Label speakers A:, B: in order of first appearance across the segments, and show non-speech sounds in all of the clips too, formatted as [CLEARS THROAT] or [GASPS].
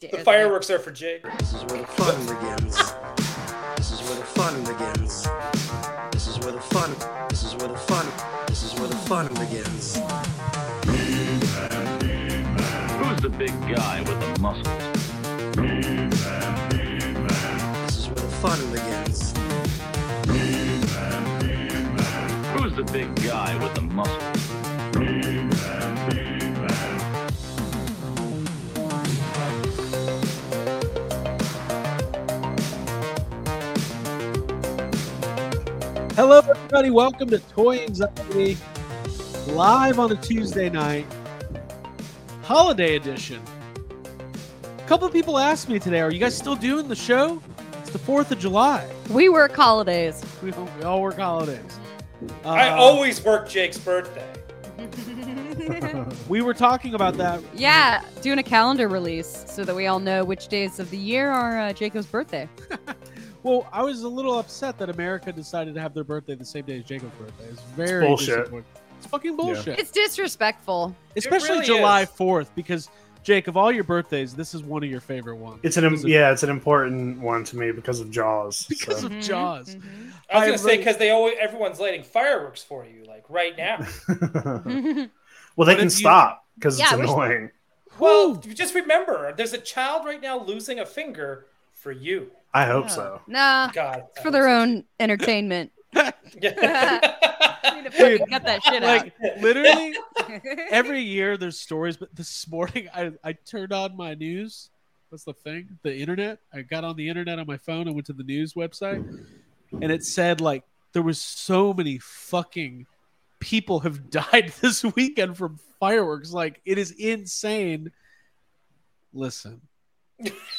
A: The fireworks are for Jake.
B: This is where the fun begins. This is where the fun begins. This is where the fun. This is where the fun. This is where the fun begins.
C: Who's the big guy with the muscles?
B: This is where the fun begins.
C: Who's the big guy with the muscles?
D: Hello, everybody. Welcome to Toy Anxiety live on a Tuesday night, holiday edition. A couple of people asked me today, "Are you guys still doing the show?" It's the Fourth of July. [LAUGHS]
E: We work holidays.
D: We, we all work holidays. Uh,
A: I always work Jake's birthday.
D: Uh, We were talking about that.
E: yeah, doing a calendar release so that we all know which days of the year are uh, Jacob's birthday.
D: Well, I was a little upset that America decided to have their birthday the same day as Jacob's birthday. It's very
F: bullshit.
D: disappointing. It's fucking bullshit.
E: It's disrespectful.
D: Especially
A: really
D: July
A: is.
D: Fourth, because Jake, of all your birthdays, this is one of your favorite ones.
F: It's an im-
D: Because of-
F: yeah, it's an important one to me because of Jaws.
D: because
F: so.
E: Mm-hmm.
D: of Jaws.
A: I was
D: I
A: gonna say
D: really-
A: because they always everyone's lighting fireworks for you, like right now.
F: [LAUGHS]
E: Mm-hmm.
F: well,
D: But
F: they
D: if you-
F: can stop because
E: Yeah, I
F: it's
E: wish-
F: annoying.
A: well,
D: Whew.
A: you just remember, there's a child right now losing a finger for you.
F: I hope so.
E: [LAUGHS] Nah,
A: God,
E: Uh, it's for their
A: [LAUGHS]
E: own [LAUGHS] entertainment.
A: Yeah.
E: Need to fucking get that shit
D: like literally
E: out.
D: every year there's stories but this morning I, I turned on my news what's the thing the internet i got on the internet on my phone i went to the news website and it said like there was so many fucking people have [LAUGHS] died this weekend from fireworks like it is insane listen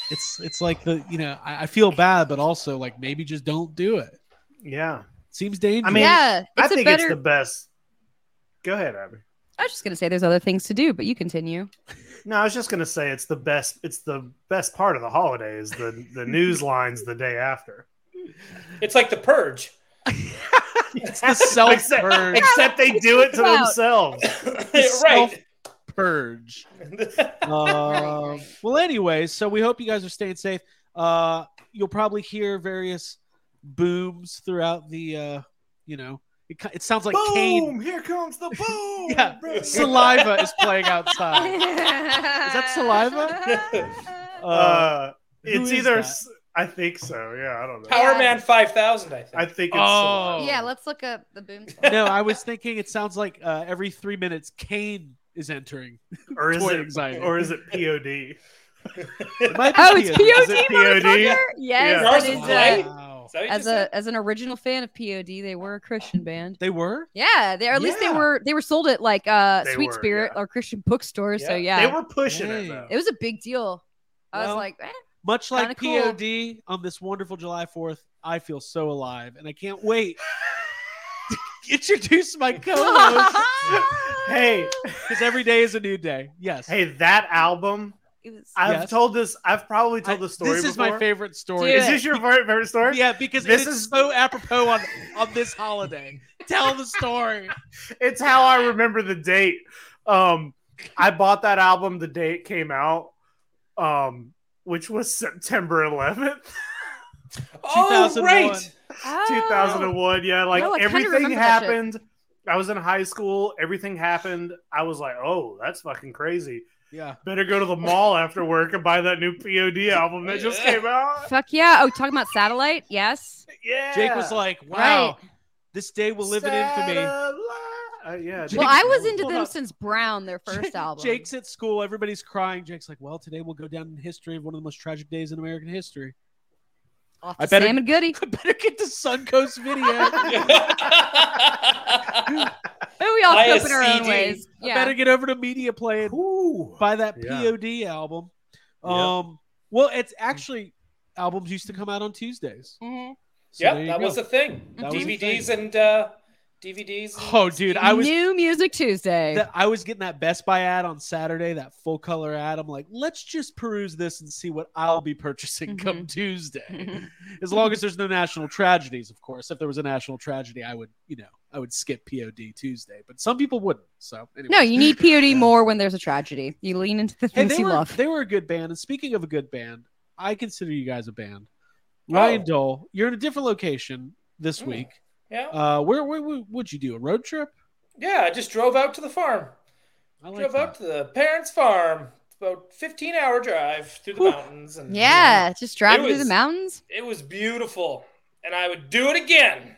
D: it's it's like the you know I, I feel bad but also like maybe just don't do it
F: Yeah,
D: seems dangerous
F: mean,
E: yeah, it's
F: I
E: a
F: think
E: better.
F: it's the best. Go ahead, Abby.
E: I was just gonna say there's other things to do, but you continue.
F: No, I was just gonna say it's the best. It's the best part of the holiday is the the
E: [LAUGHS]
F: news lines the day after.
A: it's like the
D: [LAUGHS]
A: purge.
D: [LAUGHS]
A: [LAUGHS]
D: it's the self
F: Except,
D: purge
F: except they do it to
E: Wow.
F: themselves.
A: right.
D: purge [LAUGHS]
A: [LAUGHS]
D: um, well, anyways, so we hope you guys are staying safe. Uh, you'll probably hear various booms throughout the, uh, you know, it, ki- it sounds like cane
F: Boom! Here comes the boom.
D: Yeah.
F: brother.
D: saliva
F: [LAUGHS]
D: is playing outside.
E: that
D: Uh,
E: [LAUGHS] saliva?
F: Uh,
D: Oh. who
F: it's
D: is
F: either.
D: that?
F: s- I think so. Yeah, I don't know.
A: Power Man five thousand, I think.
F: I think it's.
D: Oh.
E: yeah, let's look up the boom.
D: no, I was thinking it sounds like uh, every three minutes cane is entering.
F: or is
D: Toy
F: it
D: anxiety.
F: or is it POD?
D: It might be
E: Oh, it's
D: Kia.
F: Is
E: POD,
F: it POD?
E: motherfucker! Yes,
F: Yeah.
E: that
A: Ours
E: is,
A: is
E: uh,
A: white.
D: Wow.
A: Is that what you
E: as
A: said?
E: a as an original fan of POD, they were a
D: [LAUGHS]
E: Christian band.
D: They were.
E: Yeah, they or at least they
F: Yeah.
E: were they were sold at like uh
F: They
E: Sweet
F: were,
E: Spirit
F: yeah.
E: or Christian bookstore. So
A: Yeah.
E: yeah,
F: They were pushing
D: Dang.
F: it though.
E: it was a big deal. I
D: Well,
E: was like, eh,
D: Much like
E: Kinda cool.
D: POD on this wonderful July 4th, I feel so alive and I can't
E: [LAUGHS]
D: wait to introduce my co host
E: [LAUGHS]
F: hey,
D: because every day is a new day. Yes.
F: hey, that album.
E: it was,
F: I've
D: Yes.
F: told this. I've probably told
D: I-
F: the story.
D: This is
F: before.
D: my favorite story.
E: Do
F: Is this your favorite, favorite story?
D: yeah, because
F: This
D: this is
F: is-
D: so apropos on on this holiday. Tell the story.
F: It's how I remember the date. Um, I bought that album the day it came out, um, which was September 11th,
A: oh,
D: [LAUGHS] 2001.
A: right. [LAUGHS]
E: oh.
F: 2001. Yeah, like
E: No, I kinda
F: everything
E: remember that shit.
F: happened. I was in high school. Everything happened. I was like, oh, that's fucking crazy.
D: Yeah.
F: Better go to the
D: [LAUGHS]
F: mall after work and buy that new POD album that just came out.
E: Fuck yeah! Oh, talking about satellite? Yes.
F: Yeah.
D: Jake was like, "Wow,
E: Right.
D: this day will live in infamy."
F: Uh, yeah.
D: Jake-
E: well, I was into
D: Hold
E: them
D: up.
E: since Brown, their
D: [LAUGHS]
E: first album.
D: Jake's at school. Everybody's crying. Jake's like, "Well, today will go down in history of one of the most tragic days in American history." [LAUGHS]
E: Off
D: I
E: I
D: better-
E: Sam and Goody.
D: I better get to Suncoast Video.
E: But we all
A: Buy a
E: cope in our own
A: CD.
E: ways.
D: I
E: Yeah.
D: better get over to Media Play and
F: [LAUGHS] Ooh.
D: buy that
F: Yeah.
D: POD album.
F: Yep.
D: Um, well, it's actually albums used to come out on Tuesdays.
E: Mhm.
D: So there
A: yeah,
D: you
A: that
D: go.
A: was a thing.
D: That was a
A: DVDs
D: thing.
A: and uh, DVDs. and
D: Oh, dude, I was
E: New Music Tuesday.
D: that, I was getting that Best Buy ad on Saturday, that full color ad. I'm like, let's just peruse this and see what I'll be purchasing
E: Mm-hmm. [LAUGHS]
D: come Tuesday. as long as there's no national tragedies, of course. If there was a national tragedy, I would, you know, I would skip POD Tuesday. But some people wouldn't. So anyway.
E: no, you need POD more when there's a tragedy. You lean into the
D: Hey,
E: things
D: they
E: you
D: were
E: love.
D: they were a good band. And speaking of a good band, I consider you guys a band. Ryan
A: Oh.
D: Dole, you're in a different location this
A: Mm.
D: week.
A: Yeah.
D: Uh, where, where, where would you do a road trip?
A: yeah, I just drove out to the farm.
D: I
A: drove
D: that.
A: out to the parents' farm. It's about 15 hour drive through the
D: Whew.
A: mountains. And
E: yeah, just driving through the
A: was-
E: mountains.
A: it was beautiful, and I would do it again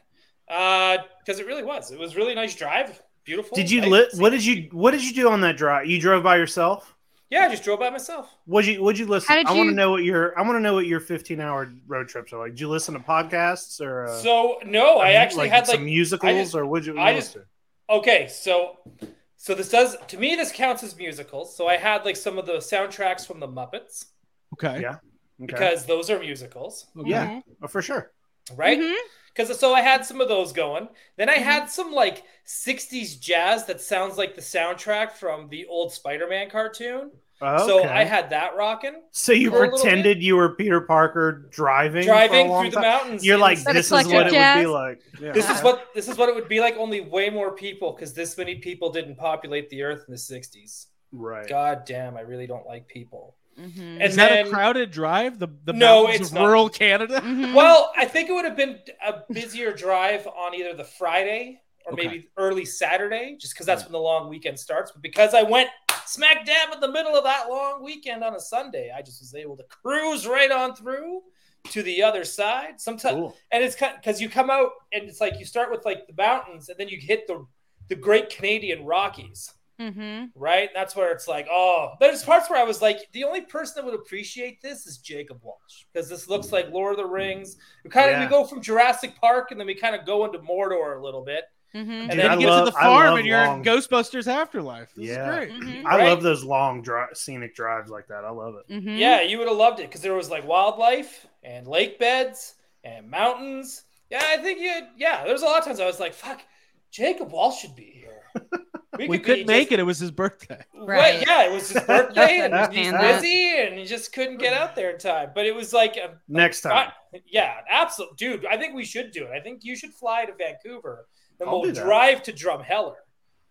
A: because it really was. It was really nice drive. Beautiful.
F: Did you
A: nice
F: li- What
A: scenery.
F: did you What did you do on that drive? You drove by yourself.
A: Yeah, I just drove by myself.
F: Would you Would you listen?
E: How did
F: I want
E: you-
F: to know what your I want to know what your 15 hour road trips are like. Did you listen to podcasts or? Uh,
A: So no, I actually had
F: some
A: like
F: musicals
A: I just-
F: or would you?
A: I just- okay, so so this does to me this counts as musicals. So I had like some of the soundtracks from the Muppets
D: Okay.
F: Yeah. Okay.
A: because those are musicals,
D: Okay.
F: Yeah.
E: Mm-hmm.
F: Oh, for sure.
A: right?
E: Mhm.
A: Because so I had some of those going. Then
F: Mm-hmm.
A: I had some like 60s jazz that sounds like the soundtrack from the old Spider-Man cartoon.
F: Oh, Okay.
A: So I had that rocking.
F: So you
A: for a little
F: pretended you were Peter Parker driving,
A: Driving
F: for a long
A: through the
F: time?
A: mountains.
F: You're
A: in
F: like,
A: the
E: But
F: this
E: it's
F: is
E: like
F: what
E: your
F: it would
E: jazz.
F: be like. Yeah.
A: This is what this is what it would be like. Only way more people, because this many people didn't populate the Earth in the '60s.
F: right.
A: God damn, I really don't like people.
E: Mhm.
A: And
D: Is that
A: then,
D: a crowded drive? The the
A: No,
D: mountains
A: it's
D: of
A: not.
D: rural Canada.
E: [LAUGHS] Mhm.
A: Well, I think it would have been a busier drive on either the Friday or
D: Okay.
A: maybe early Saturday, just because that's
D: Right.
A: when the long weekend starts. But because I went smack dab in the middle of that long weekend on a Sunday, I just was able to cruise right on through to the other side. Sometimes,
F: Cool.
A: and it's kind because you come out and it's like you start with like the mountains and then you hit the the Great Canadian Rockies.
E: Mhm.
A: right? That's where it's like, oh, there's parts where I was like, the only person that would appreciate this is Jacob Walsh because this looks like Lord of the Rings. We kind of
F: Yeah.
A: we go from Jurassic Park and then we kind of go into Mordor a little bit.
E: Mhm.
A: And
F: Dude,
A: then
F: I
D: you get
F: love-
D: to the
F: I
D: farm
F: love
D: and you're in
F: long-
D: Ghostbusters Afterlife. This
F: Yeah.
D: is great.
E: Mhm.
F: I
A: Right.
F: love those long dri- scenic drives like that. I love it.
E: Mhm.
A: Yeah, you would have loved it because there was like wildlife and lake beds and mountains. Yeah, I think you. Yeah, there's a lot of times I was like, fuck, Jacob Walsh should be
D: [LAUGHS]
A: here.
D: We couldn't make it. It was his birthday.
A: Right.
E: Right.
A: Yeah, it was his birthday
E: [LAUGHS]
A: and he's
E: Understand that.
A: busy and he just couldn't get out there in time. But it was like um, a
F: Next time.
A: I- yeah, absolutely, dude. I think we should do it. I think you should fly to Vancouver, then
F: I'll
A: we'll
F: do that.
A: drive to Drumheller,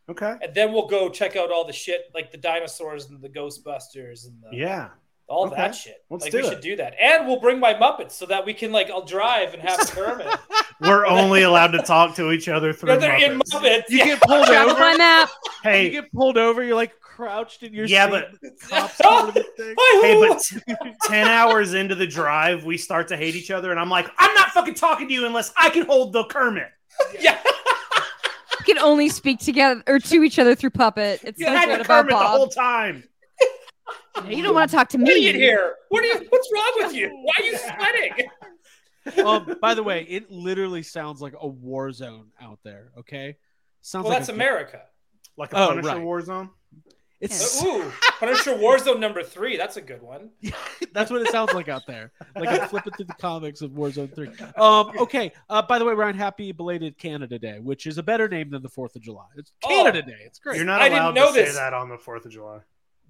F: Okay.
A: and then we'll go check out all the shit like the dinosaurs and the Ghostbusters and the,
F: Yeah.
A: all
F: Okay.
A: that shit.
F: Let's
A: like
F: do
A: we
F: it.
A: should do that, and we'll bring my Muppets so that we can like I'll drive and
F: [LAUGHS]
A: have Kermit.
F: We're only allowed to talk to each other through
A: no, they're in
F: Muppets.
A: Muppets.
D: You
A: yeah.
E: [LAUGHS]
D: get pulled
E: Travel
D: over.
E: by map.
D: You
F: Hey,
D: get pulled over. You're like crouched in your
F: Yeah,
D: seat.
F: but-
D: the cops
A: [LAUGHS]
D: come to the thing.
F: hey, but t- [LAUGHS] 10 hours into the drive, we start to hate each other. And I'm like, I'm not fucking talking to you unless I can hold the Kermit.
A: yeah,
E: We can only speak together or to each other through puppet. It's
F: You
E: so
F: had
E: good
F: the
E: about
F: Kermit the whole
E: Bob.
F: time.
E: you don't want to talk
F: [LAUGHS]
E: to me.
A: idiot here. What are you? What's wrong with you? Why are you sweating?
D: um, by the way, it literally sounds like a war zone out there. Okay, sounds
A: Well,
D: like
A: that's
D: a-
F: [LAUGHS]
A: America.
F: Like a
D: Oh,
F: Punisher
D: right.
F: war zone.
D: It's
A: Ooh, Punisher Warzone number three. That's a good one.
D: That's what it sounds like out there. Like I'm flipping through the comics of Warzone
A: [LAUGHS]
D: 3. Um, okay. Uh, by the way, Ryan, happy belated Canada Day, which is a better name than the 4th of July. It's
A: Oh.
D: Canada Day. It's great.
F: You're not
A: I didn't
F: allowed
A: know
F: to say
A: this.
F: that on the 4th of July.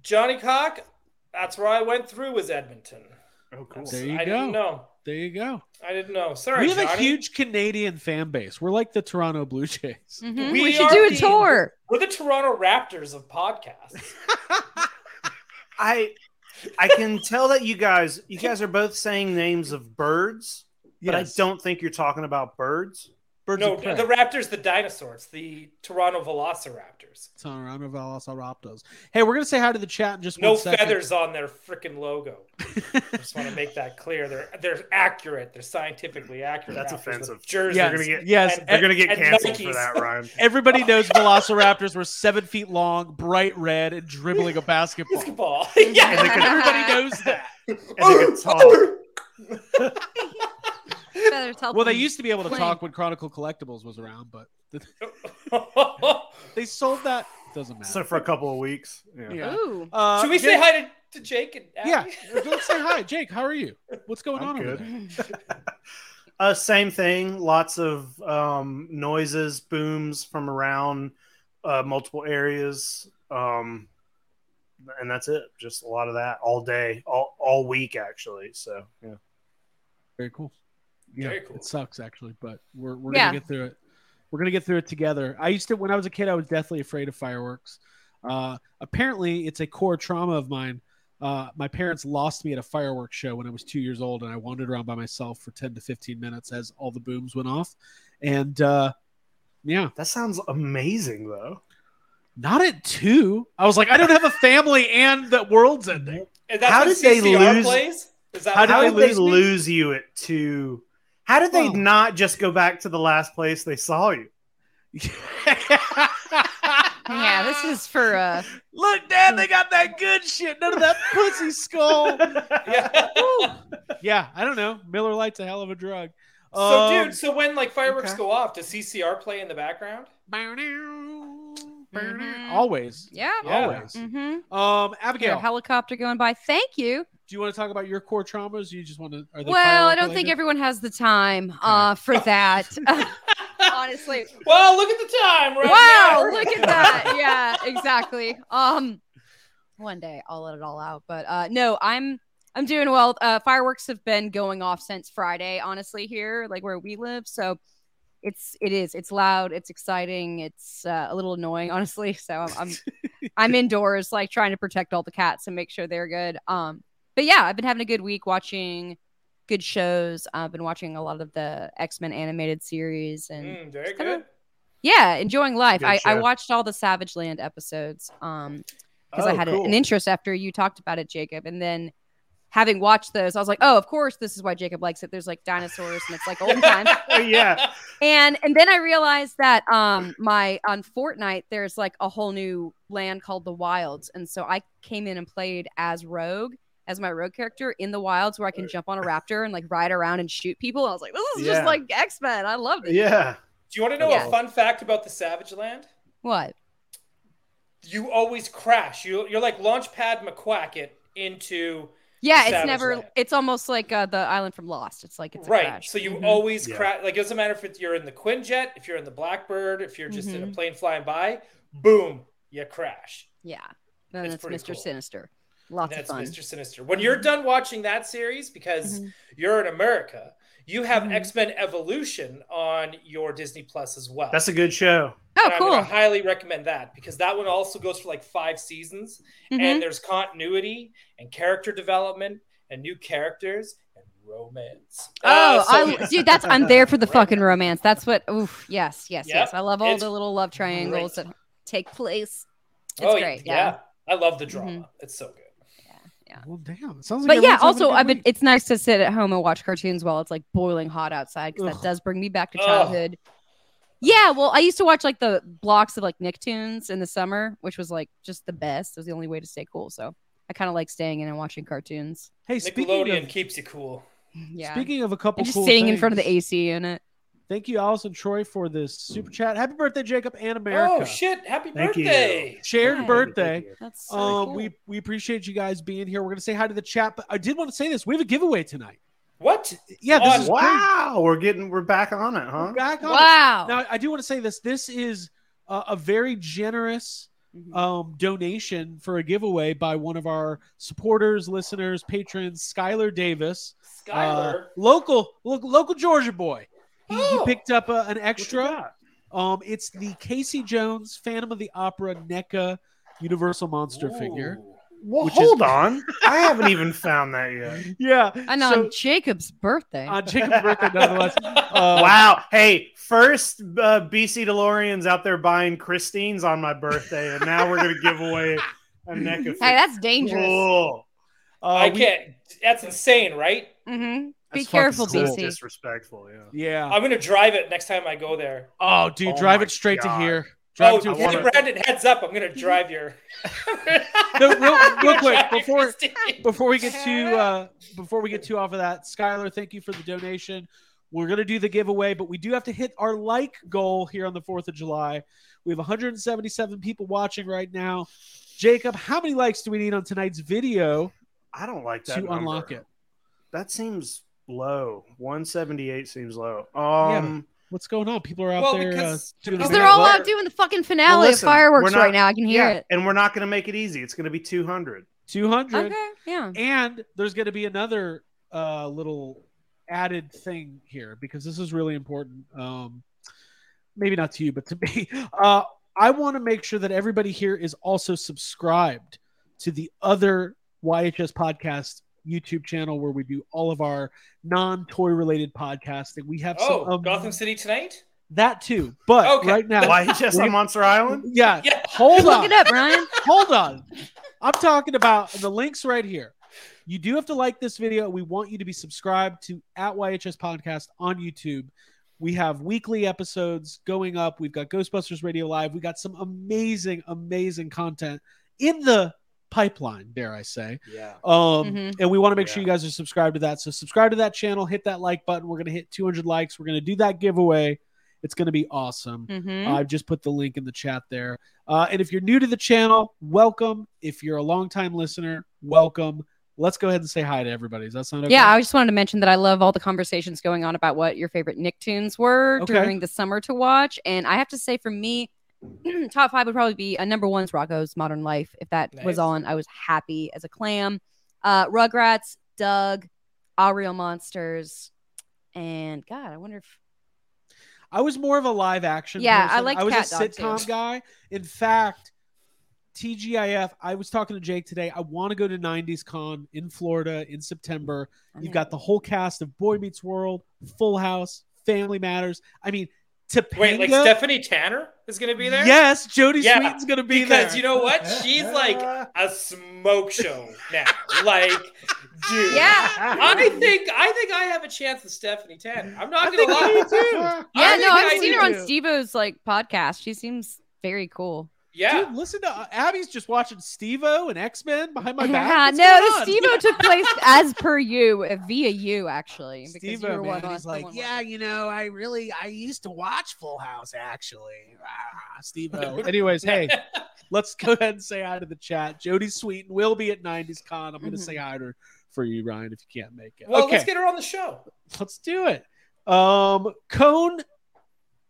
A: Johnny Cock. That's where I went through was Edmonton.
F: Oh, cool.
D: There you
A: I
D: go.
A: didn't know.
D: there you go.
A: I didn't know. Sorry,
D: we have a
A: Johnny.
D: huge Canadian fan base. We're like the Toronto Blue Jays.
E: Mhm.
A: We
E: We, should
A: are
E: do a
A: the-
E: tour.
A: We're the Toronto Raptors of podcasts.
F: I I can tell that you guys you guys are both saying names of birds, but I
D: Yes.
F: don't think you're talking about birds.
D: Birds
A: no,
D: of prey.
A: the Raptors, the dinosaurs, the Toronto Velociraptors.
D: Toronto Velociraptors. Hey, we're gonna say hi to the chat in just
A: No
D: one second.
A: feathers on their freaking logo. I just want to make that clear. They're they're accurate. They're scientifically accurate.
F: That's
A: Raptors with
F: offensive.
A: Jerseys.
D: Yes,
F: They're gonna get-
D: yes.
A: and-
F: They're gonna get
A: and
F: canceled
A: Nikes.
F: for that, [LAUGHS] Ryan.
D: Everybody knows Velociraptors were seven feet long, bright red, and dribbling a
A: [LAUGHS]
D: basketball.
F: [LAUGHS]
A: Basketball. yeah.
F: And they could-
D: Everybody knows that.
F: And they could talk.
D: [LAUGHS]
E: Feathers help
D: Well, they
E: me.
D: used to be able to
E: Plane.
D: talk when Chronicle Collectibles was around, but
A: [LAUGHS]
D: they sold that. Doesn't matter.
F: So for a couple of weeks. Yeah.
D: Yeah.
E: Ooh.
D: Uh,
A: Should we say
D: Jake-
A: hi to, to Jake and Abby?
D: Yeah, let's say hi, Jake. How are you? What's going
F: I'm
D: on over
F: good.
D: there?
F: Uh, same thing. Lots of um, noises, booms from around uh, multiple areas, um, and that's it. Just a lot of that all day, all all week actually. So yeah,
D: Very cool.
A: Very cool.
D: It sucks actually, but we're we're
E: Yeah.
D: gonna get through it. We're gonna get through it together. I used to when I was a kid, I was deathly afraid of fireworks. Uh, apparently, it's a core trauma of mine. Uh, my parents lost me at a fireworks show when I was two years old, and I wandered around by myself for ten to fifteen minutes as all the booms went off. And uh, yeah,
F: that sounds amazing though.
D: not at two. I was like, I don't have a family, and the world's ending.
A: Is that
F: How
A: when
F: did they
A: CCR
F: lose-
A: Plays? Is that
F: How
A: when
F: did,
A: they
F: they,
A: lose
F: lose,
A: me?
F: you at two? How did they
D: Well-
F: not just go back to the last place they saw
E: [LAUGHS]
F: you?
E: [LAUGHS] Yeah, this is for uh
D: Look, Dad, they got that good shit. None of that pussy skull.
A: Yeah.
D: [LAUGHS] Yeah, I don't know. Miller Lite's a hell of a drug.
A: so,
D: Um,
A: dude, so when like fireworks
D: okay.
A: go off, does CCR play in the background?
E: Mhm.
D: always,
E: yeah.
A: Yeah.
D: always.
E: Mm-hmm.
D: Um,
E: Your
D: Abigail,
E: helicopter going by. Thank you.
D: do you want to talk about your core traumas? You just want to? Are they
E: Well, I
D: firework
E: don't think
D: related?
E: everyone has the time uh [LAUGHS] for that. Honestly.
A: Well, look at the time right
E: wow
A: now.
E: look at that yeah exactly um one day i'll let it all out but uh no i'm i'm doing well uh fireworks have been going off since friday honestly here like where we live so it's it is it's loud it's exciting it's uh, a little annoying [LAUGHS] honestly so i'm I'm, I'm indoors like trying to protect all the cats and make sure they're good um but yeah i've been having a good week watching good shows i've been watching a lot of the x-men animated series and
A: [LAUGHS] Mm, very
E: Just kinda-
A: good.
E: yeah enjoying life
F: Good
E: I, I
F: show.
E: watched all the savage land episodes um because i
F: Oh,
E: had a-
F: cool.
E: an interest after you talked about it jacob and then having watched those i was like oh of course this is why jacob likes it there's like dinosaurs and it's like olden
F: [LAUGHS]
E: time
F: Oh, yeah.
E: and and then i realized that um my on fortnite there's like a whole new land called the wilds and so i came in and played as rogue as my rogue character in the wilds where i can jump on a raptor and like ride around and shoot people i was like this is just
F: Yeah.
E: like x-men i love it
F: Yeah.
A: [LAUGHS] Do you want to know
E: Yeah.
A: a fun fact about the Savage Land?
E: what
A: You always crash. You you're like Launchpad McQuacket into
E: Yeah, it's
A: Savage
E: never.
A: Land.
E: It's almost like uh, the island from Lost. It's like it's a
A: right.
E: Crash.
A: So you
E: Mhm.
A: always
F: Yeah.
A: crash. Like it doesn't matter if you're in the Quinjet, if you're in the Blackbird, if you're just in a
E: Mhm.
A: plane flying by, boom, you crash.
E: yeah. Then
A: It's
E: it's,
A: pretty
E: Mr.
A: cool.
E: Sinister. Lots
A: That's
E: of fun.
A: Mr. Sinister. When you're done watching that series, because
E: Mhm.
A: you're in America, you have
E: Mhm.
A: X Men Evolution on your Disney Plus as well.
F: That's a good show.
E: Oh,
A: And I'm
E: cool.
A: gonna highly recommend that because that one also goes for like five seasons,
E: Mhm.
A: and there's continuity and character development and new characters and romance.
E: Oh,
A: Uh, [LAUGHS] so-
E: I, dude, that's I'm there for the fucking romance. That's what. Oof. Yes, yes,
A: Yep,
E: yes. I love all
A: it's
E: the little love triangles that take place. It's
A: oh,
E: great. Yeah. Mm-hmm.
A: I love the drama. It's so good.
D: Well, damn, it sounds like.
E: But yeah,
D: everyone's having a
E: also
D: good
E: I've been.
D: week.
E: It's nice to sit at home and watch cartoons while it's like boiling hot outside because that
D: Ugh.
E: does bring me back to
A: Ugh.
E: childhood. Yeah, well, I used to watch like the blocks of like Nicktoons in the summer, which was like just the best. It was the only way to stay cool. So I kind of like staying in and watching cartoons. [LAUGHS]
D: Hey, speaking
A: Nickelodeon
D: of,
A: keeps you cool.
E: Yeah,
D: speaking of a couple
E: and just
D: cool
E: sitting in front of the
D: things,
E: AC unit.
D: Thank you, Allison Troy, for this super chat. Happy birthday, Jacob and America.
A: Oh shit! Happy
F: Thank you.
A: birthday!
D: Shared
E: Hi.
D: birthday.
E: That's so
D: Um,
E: cool.
D: we we appreciate you guys being here. We're gonna say hi to the chat, but I did want to say this: we have a giveaway tonight.
A: What?
D: Yeah, this
A: On-
D: is great.
F: Wow, we're getting we're back on it, huh?
D: We're back on. it.
E: wow.
D: Now, I do want to say this: this is uh, a very generous
E: Mhm.
D: um, donation for a giveaway by one of our supporters, listeners, patrons, Skylar Davis, uh,
A: Skylar.
D: local lo- local Georgia boy. He, he
A: Oh.
D: picked up a, an
F: What
D: extra.
F: you got?
D: Um, it's the Casey Jones Phantom of the Opera NECA Universal Monster
A: Ooh.
D: figure.
F: Well,
D: Which is-
F: hold on. [LAUGHS] I haven't even found that yet.
D: Yeah,
E: and
D: so-
E: on Jacob's birthday.
D: on Jacob's birthday, Uh, nonetheless. Uh,
F: Oh. wow. Hey, first uh, BC DeLoreans out there buying Christine's on my birthday, and now we're gonna give away a neck of.
E: hey, that's dangerous.
F: Cool.
D: uh,
A: [LAUGHS] I
D: we-
A: can't. That's insane, right?
E: hmm Be
F: That's fucking
E: careful,
F: cool.
E: BC.
F: Disrespectful. Yeah.
D: Yeah.
A: I'm gonna drive it next time I go there.
D: Oh, dude,
F: Oh
D: drive
F: my
D: it straight
F: God.
D: to here. Drive
A: oh,
D: it to
F: I
A: give
F: wanna-
A: Brandon heads up. I'm gonna drive your.
D: [LAUGHS] No, real,
A: [LAUGHS]
D: real quick before
A: Christine.
D: before we get to uh, before we get too off of that, Skylar, thank you for the donation. We're gonna do the giveaway, but we do have to hit our like goal here on the Fourth of July. We have 177 people watching right now. Jacob, how many likes do we need on tonight's video
F: I don't like that.
D: to unlock
F: number.
D: it?
F: That seems low. 178 seems low. Um,
D: What's going on? People are out
A: Well,
D: there.
A: because-
D: uh, doing
E: Because
D: a-
E: they're
F: Well,
E: all out
F: we're-
E: doing the fucking finale of
F: listen, we're
E: fireworks
F: not-
E: right now. I can hear
F: yeah,
E: it.
F: and we're not going to make it easy. It's going to be 200.
D: 200.
E: Okay, yeah.
D: And there's going to be another uh, little added thing here because this is really important. Um, maybe not to you, but to me. [LAUGHS] Uh, I want to make sure that everybody here is also subscribed to the other YHS podcast YouTube channel where we do all of our non toy related podcasting. We have some
A: Oh,
D: um,
A: Gotham City tonight.
D: that too, but
A: Okay. [LAUGHS]
D: right now,
F: Why just on Monster Island?
D: yeah,
A: Yeah.
D: hold
E: Look
D: on
E: it up, Ryan.
D: hold on. I'm talking about the links right here. You do have to like this video. We want you to be subscribed to at YHS Podcast on YouTube. We have weekly episodes going up. We've got Ghostbusters Radio Live. We got some amazing, amazing content in the pipeline, dare I say.
A: Yeah.
D: Um,
E: Mhm.
D: And we want to make sure
A: Yeah.
D: you guys are subscribed to that. So subscribe to that channel, hit that like button. We're going to hit 200 likes. We're going to do that giveaway. It's going to be awesome.
E: Mhm.
D: I've just put the link in the chat there. Uh, and if you're new to the channel, welcome. If you're a longtime listener, welcome. Let's go ahead and say hi to everybody. Does that sound okay?
E: Yeah, I just wanted to mention that I love all the conversations going on about what your favorite Nicktoons were
D: Okay.
E: during the summer to watch. And I have to say, for me, [CLEARS THROAT] top five would probably be a number one is Rocco's Modern Life. If that
A: Nice.
E: was on, I was happy as a clam. Uh, Rugrats, Doug, Our Real Monsters, and God, I wonder if
D: I was more of a live action.
E: Yeah, I
D: person.
E: liked
D: I was
E: Cat
D: a
E: Dog,
D: sitcom
E: too.
D: guy. In fact, TGIF. I was talking to Jake today. I want to go to '90s Con in Florida in September.
E: I
D: You've
E: know.
D: got the whole cast of Boy Meets World, Full House, Family Matters. I mean, Topanga.
A: Wait, like Stephanie Tanner is going to be there?
D: Yes, Jody
A: Yeah,
D: Sweetin's gonna be there.
A: Because you know what? She's like a smoke show now. like, dude.
E: Yeah.
D: [LAUGHS]
A: I think I think I have a chance with Stephanie Tanner. I'm not
D: I
A: gonna
D: think
A: lie.
D: you do.
E: yeah,
A: I
E: no,
A: think
E: I've
A: I
E: seen her on
D: do.
E: Stevo's like podcast. She seems very cool.
A: Yeah.
D: Dude, listen to uh, Abby's just watching Stevo and X Men
E: [LAUGHS]
D: behind my back.
E: Yeah,
D: What's
E: no,
D: going
E: the Stevo
D: on? [LAUGHS]
E: took place as per you uh, via you actually. because you
D: Steve-O,
E: were one
D: man,
E: on-
D: he's like,
E: someone was-
D: yeah, you know, I really, I used to watch Full House actually. Ah, Stevo. [LAUGHS] Anyways, hey, let's go ahead and say hi to the chat. Jody Sweeten will be at '90s Con. I'm going to
E: Mhm.
D: say hi to her for you, Ryan, if you can't make it.
A: Well,
D: okay,
A: let's get her on the show.
D: let's do it. Um, Cone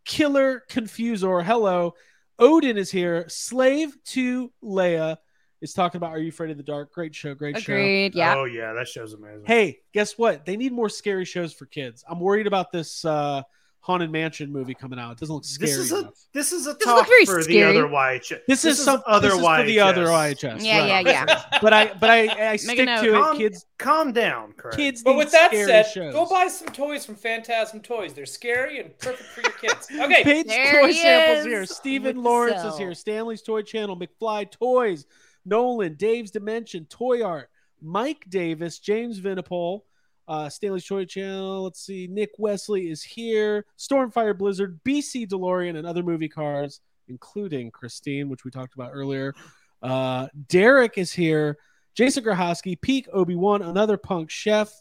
D: Killer Confusor, hello. Odin is here. Slave to Leia is talking about Are You Afraid of the Dark? Great show, great show.
E: Agreed. Yeah.
F: Oh yeah, that show's amazing.
D: Hey, guess what? They need more scary shows for kids. I'm worried about this uh, Haunted Mansion movie coming out. It doesn't look scary.
F: this is a
D: enough.
F: this is a
E: This
F: talk
E: looks very
F: for
E: scary.
F: the other YHS.
D: This, is some other
F: other
D: this is for the
F: YHS.
D: other IHS.
E: Yeah,
D: Oh, right.
E: yeah, yeah.
D: [LAUGHS] But I, but I, I stick
E: note.
D: to it.
F: Calm-
D: Kids,
F: Calm down, Craig.
D: kids.
A: But
D: need
A: with that
D: scary
A: said,
D: shows.
A: go buy some toys from Phantasm Toys. They're scary and perfect for your
D: [LAUGHS]
A: kids. Okay.
D: Page
E: There
D: Toy
E: he
D: Samples here.
E: is with
D: Steven
E: the
D: Lawrence is
E: cell.
D: here. Stanley's Toy Channel, McFly Toys, Nolan, Dave's Dimension, Toy Art, Mike Davis, James Vinipole, uh, Stanley's Toy Channel. Let's see. Nick Wesley is here. Stormfire Blizzard, BC DeLorean, and other movie cars, including Christine, which we talked about earlier. Uh, Derek is here. Jason Grahoski, Peak Obi Wan, another punk chef.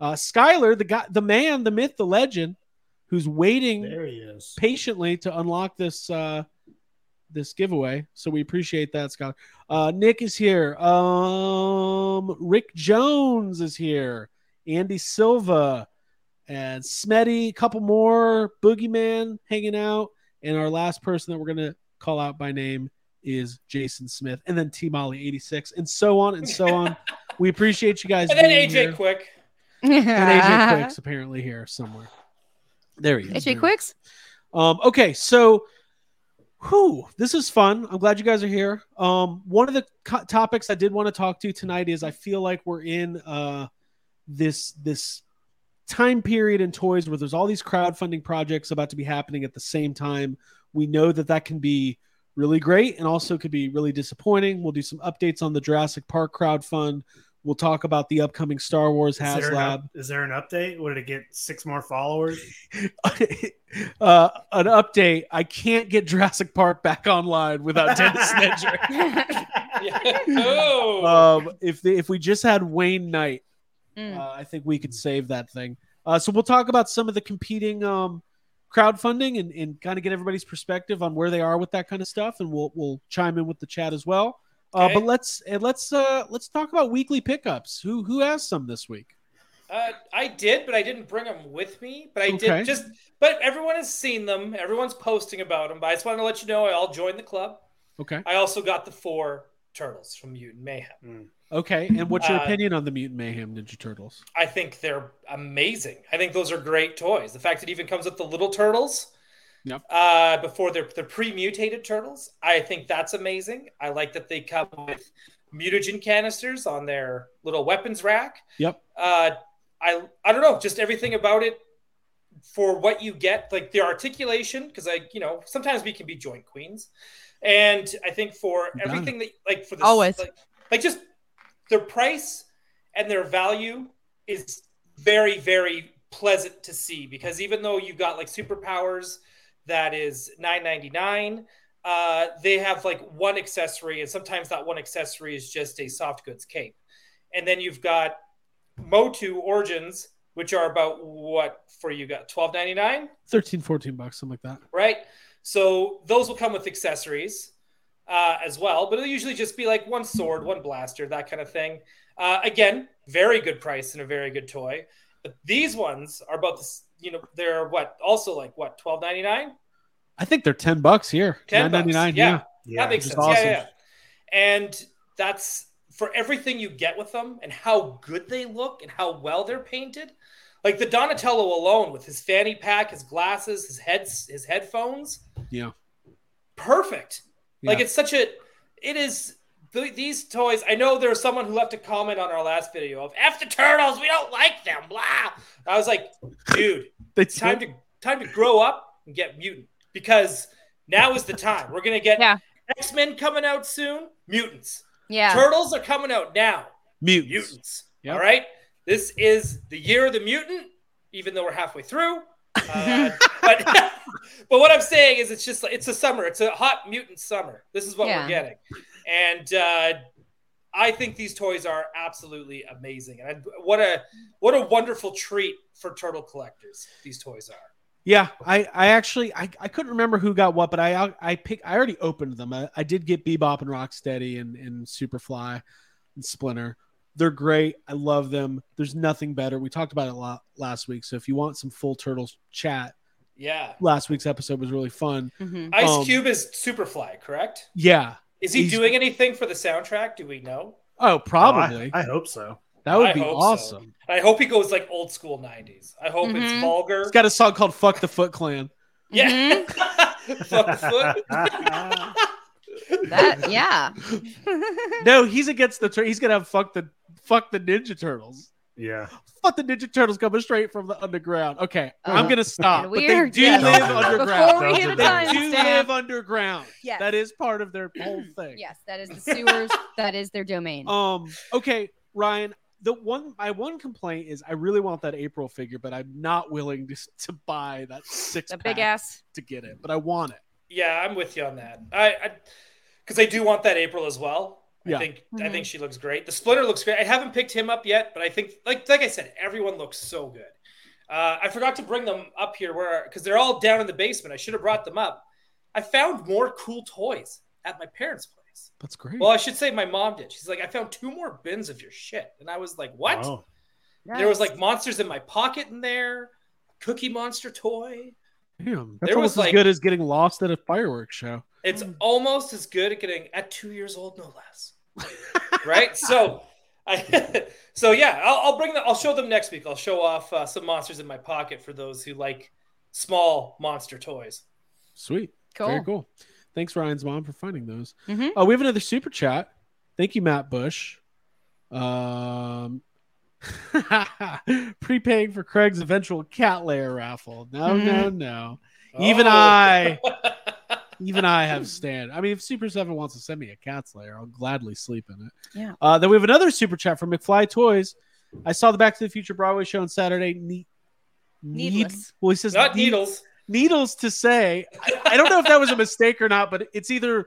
D: Uh, Skyler, the guy, the man, the myth, the legend, who's waiting
F: there he is.
D: patiently to unlock this uh this giveaway. So we appreciate that, Scott. Uh Nick is here. Um Rick Jones is here. Andy Silva and Smetty, couple more, Boogeyman hanging out. And our last person that we're gonna call out by name is Jason Smith and then T Molly 86 and so on and so
A: [LAUGHS]
D: on. we appreciate you guys.
A: And then
D: being
A: AJ
D: here.
A: Quick.
D: and
E: [LAUGHS]
D: AJ [LAUGHS] Quicks apparently here somewhere. There he is.
E: AJ Quicks.
D: Um, okay, so whew, this is fun. I'm glad you guys are here. Um, one of the co- topics I did want to talk to tonight is I feel like we're in uh, this this time period in toys where there's all these crowdfunding projects about to be happening at the same time. We know that that can be really great and also could be really disappointing. We'll do some updates on the Jurassic Park crowdfund. We'll talk about the upcoming Star Wars
F: Is there, an
D: HasLab.
F: up- is there an update? What did it get? Six more followers?
D: [LAUGHS] uh, an update. I can't get Jurassic Park back online
A: [LAUGHS]
D: without
F: [LAUGHS]
D: Dennis [LAUGHS] Nedry.
A: Yeah. Oh.
D: Um, if the, if we just had Wayne Knight,
A: Hmm.
E: Mm.
D: uh, I think we could save that thing. Uh, so we'll talk about some of the competing um, crowdfunding and, and kind of get everybody's perspective on where they are with that kind of stuff, and we'll we'll chime in with the chat as well. Uh,
A: Okay.
D: But let's and let's uh, let's talk about weekly pickups. Who who has some this week?
A: Uh, I did, but I didn't bring them with me. But I
D: Okay.
A: did just. But everyone has seen them. Everyone's posting about them. But I just wanted to let you know I all joined the club.
D: Okay.
A: I also got the four turtles from Mutant Mayhem.
D: Okay. And what's your
A: Uh,
D: opinion on the Mutant Mayhem Ninja Turtles?
A: I think they're amazing. I think those are great toys. The fact it even comes with the little turtles.
D: Yep.
A: Uh, before they're, they're pre-mutated turtles. I think that's amazing. I like that they come with mutagen canisters on their little weapons rack.
D: Yep.
A: Uh, I I don't know, just everything about it for what you get, like the articulation, because I you know sometimes we can be joint queens, and I think for
D: You got it.
A: everything that like for the
E: Always.
A: like, like just their price and their value is very very pleasant to see because even though you've got like superpowers that is 999 uh they have like one accessory and sometimes that one accessory is just a soft goods cape and then you've got motu origins which are about what for you got 1299
D: 13, 14 bucks, something like that.
A: right? So those will come with accessories uh, as well, but it'll usually just be like one sword, one blaster, that kind of thing. Uh, again, very good price and a very good toy. But these ones are about this, you know, they're what also like what twelve ninety nine,
D: I think they're 10 bucks here.
A: ten bucks.
D: 9.99,
A: yeah,
F: Yeah,
A: that makes
F: just
A: sense.
F: awesome.
A: Yeah, yeah, yeah. And that's for everything you get with them and how good they look and how well they're painted. Like the Donatello alone with his fanny pack, his glasses, his heads, his headphones.
D: Yeah.
A: Perfect. Like
D: Yeah.
A: it's such a it is th- these toys. I know there was someone who left a comment on our last video of F the turtles, we don't like them, blah. I was like, dude,
D: They
A: it's time to time to grow up and get mutant because now is the time. We're gonna get
E: Yeah.
A: X Men coming out soon, mutants.
E: Yeah.
A: Turtles are coming out now,
D: mutants.
A: mutants.
D: Yep.
A: All right, this is the year of the mutant, even though we're halfway through.
E: [LAUGHS]
A: Uh, but [LAUGHS] but what I'm saying is, it's just like it's a summer. It's a hot mutant summer. This is what
E: Yeah.
A: we're getting, and uh, I think these toys are absolutely amazing. And I, what a what a wonderful treat for turtle collectors. These toys are.
D: Yeah, I, I actually I, I couldn't remember who got what, but I I pick I already opened them. I, I did get Bebop and Rocksteady and and Superfly and Splinter. They're great. I love them. There's nothing better. We talked about it a lot last week. So if you want some full turtles chat,
A: Yeah.
D: last week's episode was really fun. [LAUGHS]
E: Mhm.
A: Ice
D: Um,
A: Cube is Superfly, correct?
D: Yeah.
A: Is he
D: he's-
A: doing anything for the soundtrack? Do we know?
D: Oh, probably.
F: Oh, I, I hope so.
A: [LAUGHS]
D: that would
A: I
D: be
A: hope so.
D: awesome.
A: I hope he goes like old school '90s. I hope
E: Mhm.
A: it's vulgar.
D: It's got a song called "Fuck the Foot
A: [LAUGHS]
D: Clan."
A: yeah.
E: Mhm.
A: [LAUGHS] Fuck foot.
E: That yeah.
D: No, he's against the. Tur- he's gonna have "Fuck the Fuck the Ninja Turtles."
F: [LAUGHS] yeah.
D: Fuck the Ninja Turtles coming straight from the underground. Okay, I'm
E: Uh,
D: gonna stop.
E: and
D: But they
E: weird,
D: do
E: yeah.
D: live
F: Don't do that.
D: underground.
E: Before we hit a
F: They
D: They
E: time
D: do live underground.
E: Yes.
D: That is part of [CLEARS THROAT] their whole thing.
E: Yes, that is
D: [LAUGHS]
E: the sewers. that is their domain.
D: Um. Okay, Ryan. The one my one complaint is I really want that April figure, but I'm not willing to, to buy that six
E: the
D: pack
E: big ass.
D: to get it. But I want it.
A: Yeah, I'm with you on that. I because I, do want that April as well.
D: Yeah.
A: I think I
E: Mhm.
A: think she looks great. The Splinter looks great. I haven't picked him up yet, but I think like like I said, everyone looks so good. Uh, I forgot to bring them up here where because they're all down in the basement. I should have brought them up. I found more cool toys at my parents' place.
D: That's great.
A: Well, I should say my mom did. She's like, I found two more bins of your shit. And I was like, what?
F: Wow.
A: There was like monsters in my pocket in there, Cookie Monster toy.
D: Damn, that's
A: there
D: almost
A: was,
D: as
A: like-
D: good as getting lost at a fireworks show.
A: It's almost as good at getting at two years old, no less. [LAUGHS] right? So, I, [LAUGHS] so yeah, I'll, I'll bring them. I'll show them next week. I'll show off uh, some monsters in my pocket for those who like small monster toys.
D: Sweet.
E: cool.
D: Very cool. Thanks, Ryan's mom, for finding those.
E: Mhm.
D: Oh, we have another super chat. Thank you, Matt Bush. Um, [LAUGHS] prepaying for Craig's eventual cat layer raffle. No, no,
E: Mm-hmm.
D: no. Even
A: Oh.
D: I,
A: [LAUGHS]
D: even I have stand. I mean, if Super Seven wants to send me a cat's layer, I'll gladly sleep in it.
E: Yeah.
D: Uh, then we have another super chat from McFly Toys. I saw the Back to the Future Broadway show on Saturday. Ne- need-
E: Needless.
D: well, he says
A: Not
D: need-
A: needles.
D: needles to say, I, I don't know if that was a mistake or not, but it's either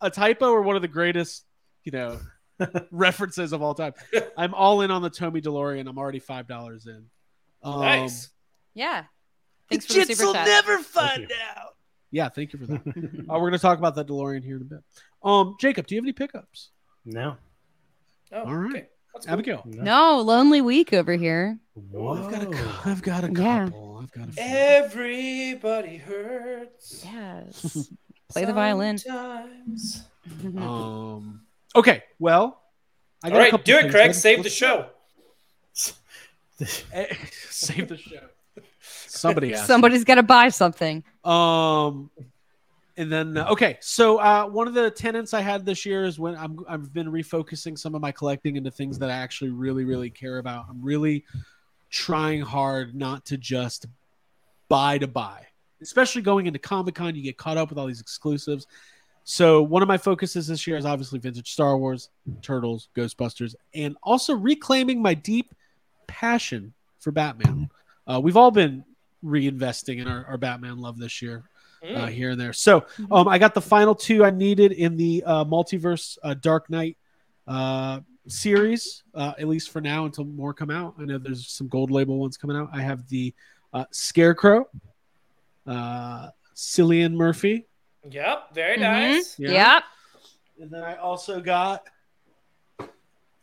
D: a typo or one of the greatest, you [LAUGHS] know, references of all time. I'm all in on the Tommy DeLorean. I'm already five dollars in.
A: [LAUGHS]
D: Um,
A: nice.
E: Yeah.
D: The
E: Thanks for the
D: jits
E: super
D: will
E: chat.
D: never [LAUGHS]
F: Thank
D: find out. Yeah, thank you for [LAUGHS] that. uh, we're gonna talk about that DeLorean here in a bit. Um, Jacob, do you have any pickups?
F: No.
A: Oh,
D: Um, All right.
A: okay. That's cool.
D: Abigail,
E: No, lonely week over here.
D: I've got a, cou- I've got a
E: Yeah.
D: couple. I've got a few.
A: Everybody hurts.
E: [LAUGHS]
D: [LAUGHS]
E: Yes. Play the violin.
A: Sometimes.
D: Um. Okay. Well, I
A: All right, do it, Craig. Save the show.
D: show. [LAUGHS] Save the show.
E: [LAUGHS]
D: Somebody asked.
E: Somebody's got to buy something.
D: Um, and then okay, so uh, one of the tenants I had this year is when I'm I've been refocusing some of my collecting into things that I actually really really care about. I'm really trying hard not to just buy to buy, especially going into Comic Con. You get caught up with all these exclusives. So one of my focuses this year is obviously vintage Star Wars, Turtles, Ghostbusters, and also reclaiming my deep passion for Batman. Uh, we've all been reinvesting in our, our Batman love this year,
A: Mm.
D: uh, here and there. So um, I got the final two I needed in the uh, multiverse uh, Dark Knight uh, series, uh, at least for now until more come out. I know there's some gold label ones coming out. I have the uh, Scarecrow, uh, Cillian Murphy,
A: Yep, very
E: Mhm.
A: nice.
D: Yeah.
E: Yep.
D: and then I also got.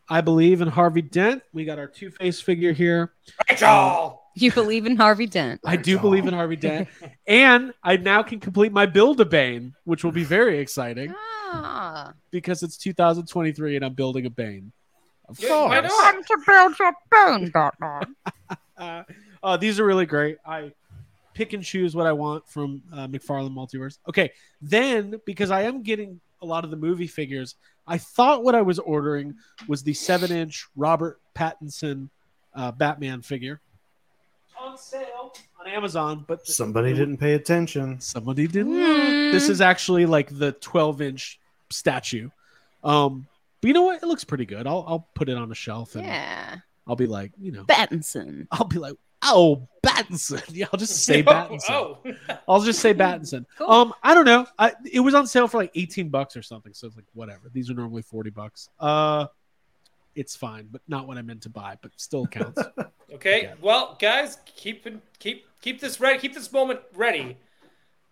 D: I believe in Harvey Dent. We got our Two Face figure here.
A: Right, y'all.
E: You believe in Harvey Dent.
D: I do believe in Harvey Dent, and I now can complete my build a Bane, which will be very exciting.
E: Ah.
D: because it's 2023 and I'm building a Bane. Of
A: Yeah, why
D: course.
A: not?
E: to build your bone,
D: [LAUGHS]
E: Batman.
D: Uh, uh, these are really great. I pick and choose what I want from uh, McFarlane Multiverse. Okay, then because I am getting a lot of the movie figures, I thought what I was ordering was the seven inch Robert Pattinson uh, Batman figure on sale on Amazon, but
F: Somebody didn't pay attention.
D: Somebody didn't. This is actually like the 12 inch statue. Um, but you know what? It looks pretty good. I'll, I'll put it on a shelf and
E: Yeah.
D: I'll be like, you know,
E: Battinson.
D: I'll be like, oh, Battinson. [LAUGHS] Yeah, I'll
A: [LAUGHS]
D: just say Battinson.
A: Oh,
D: I'll just say Battinson.
E: Cool.
D: Um, I don't know. I, it was on sale for like 18 bucks or something. So it's like, whatever. These are normally 40 bucks. Uh, it's fine, but not what I meant to buy, but still counts.
A: [LAUGHS] okay.
D: Yeah.
A: Well, guys, keep keep keep this ready. Keep this moment ready,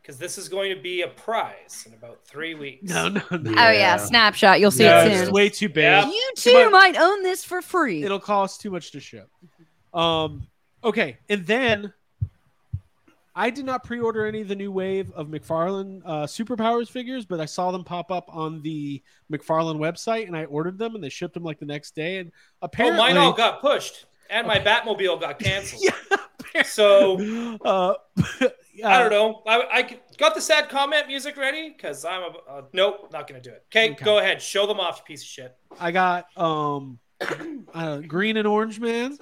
A: because this is going to be a prize in about three weeks.
D: no, no, no.
E: Oh, yeah. Snapshot. You'll see
D: No,
E: it
D: it's
E: soon.
D: way too big.
A: Yeah.
E: You
D: But-
E: too might own this for free.
D: It'll cost too much to ship. Um, okay, and then I did not pre-order any of the new wave of McFarlane uh, superpowers figures, but I saw them pop up on the McFarlane website, and I ordered them, and they shipped them like the next day. And
A: Oh,
D: apparently,
A: mine
D: [LAUGHS]
A: all got pushed, and my Batmobile got canceled.
D: Yeah,
A: So
D: uh, [LAUGHS]
A: I don't know. I, I got the sad comment music ready because I'm a uh, nope, not gonna do it. Okay,
D: Okay.
A: go ahead, show them off, you piece of shit.
D: I got um, [CLEARS THROAT] uh, green and orange man.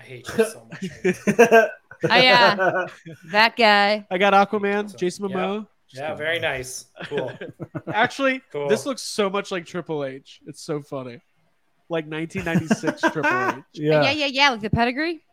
A: I hate you so
D: [LAUGHS]
A: much.
E: Oh,
F: [LAUGHS]
E: yeah. that guy.
D: I got Aquaman, Jason Momoa.
A: yeah, very nice.
D: [LAUGHS]
A: Cool.
D: Actually,
A: Cool.
D: this looks so much like Triple H. It's so funny. Like
A: [LAUGHS]
D: 1996 Triple H.
E: Yeah. yeah,
F: yeah.
E: yeah, Like the pedigree.
D: [LAUGHS]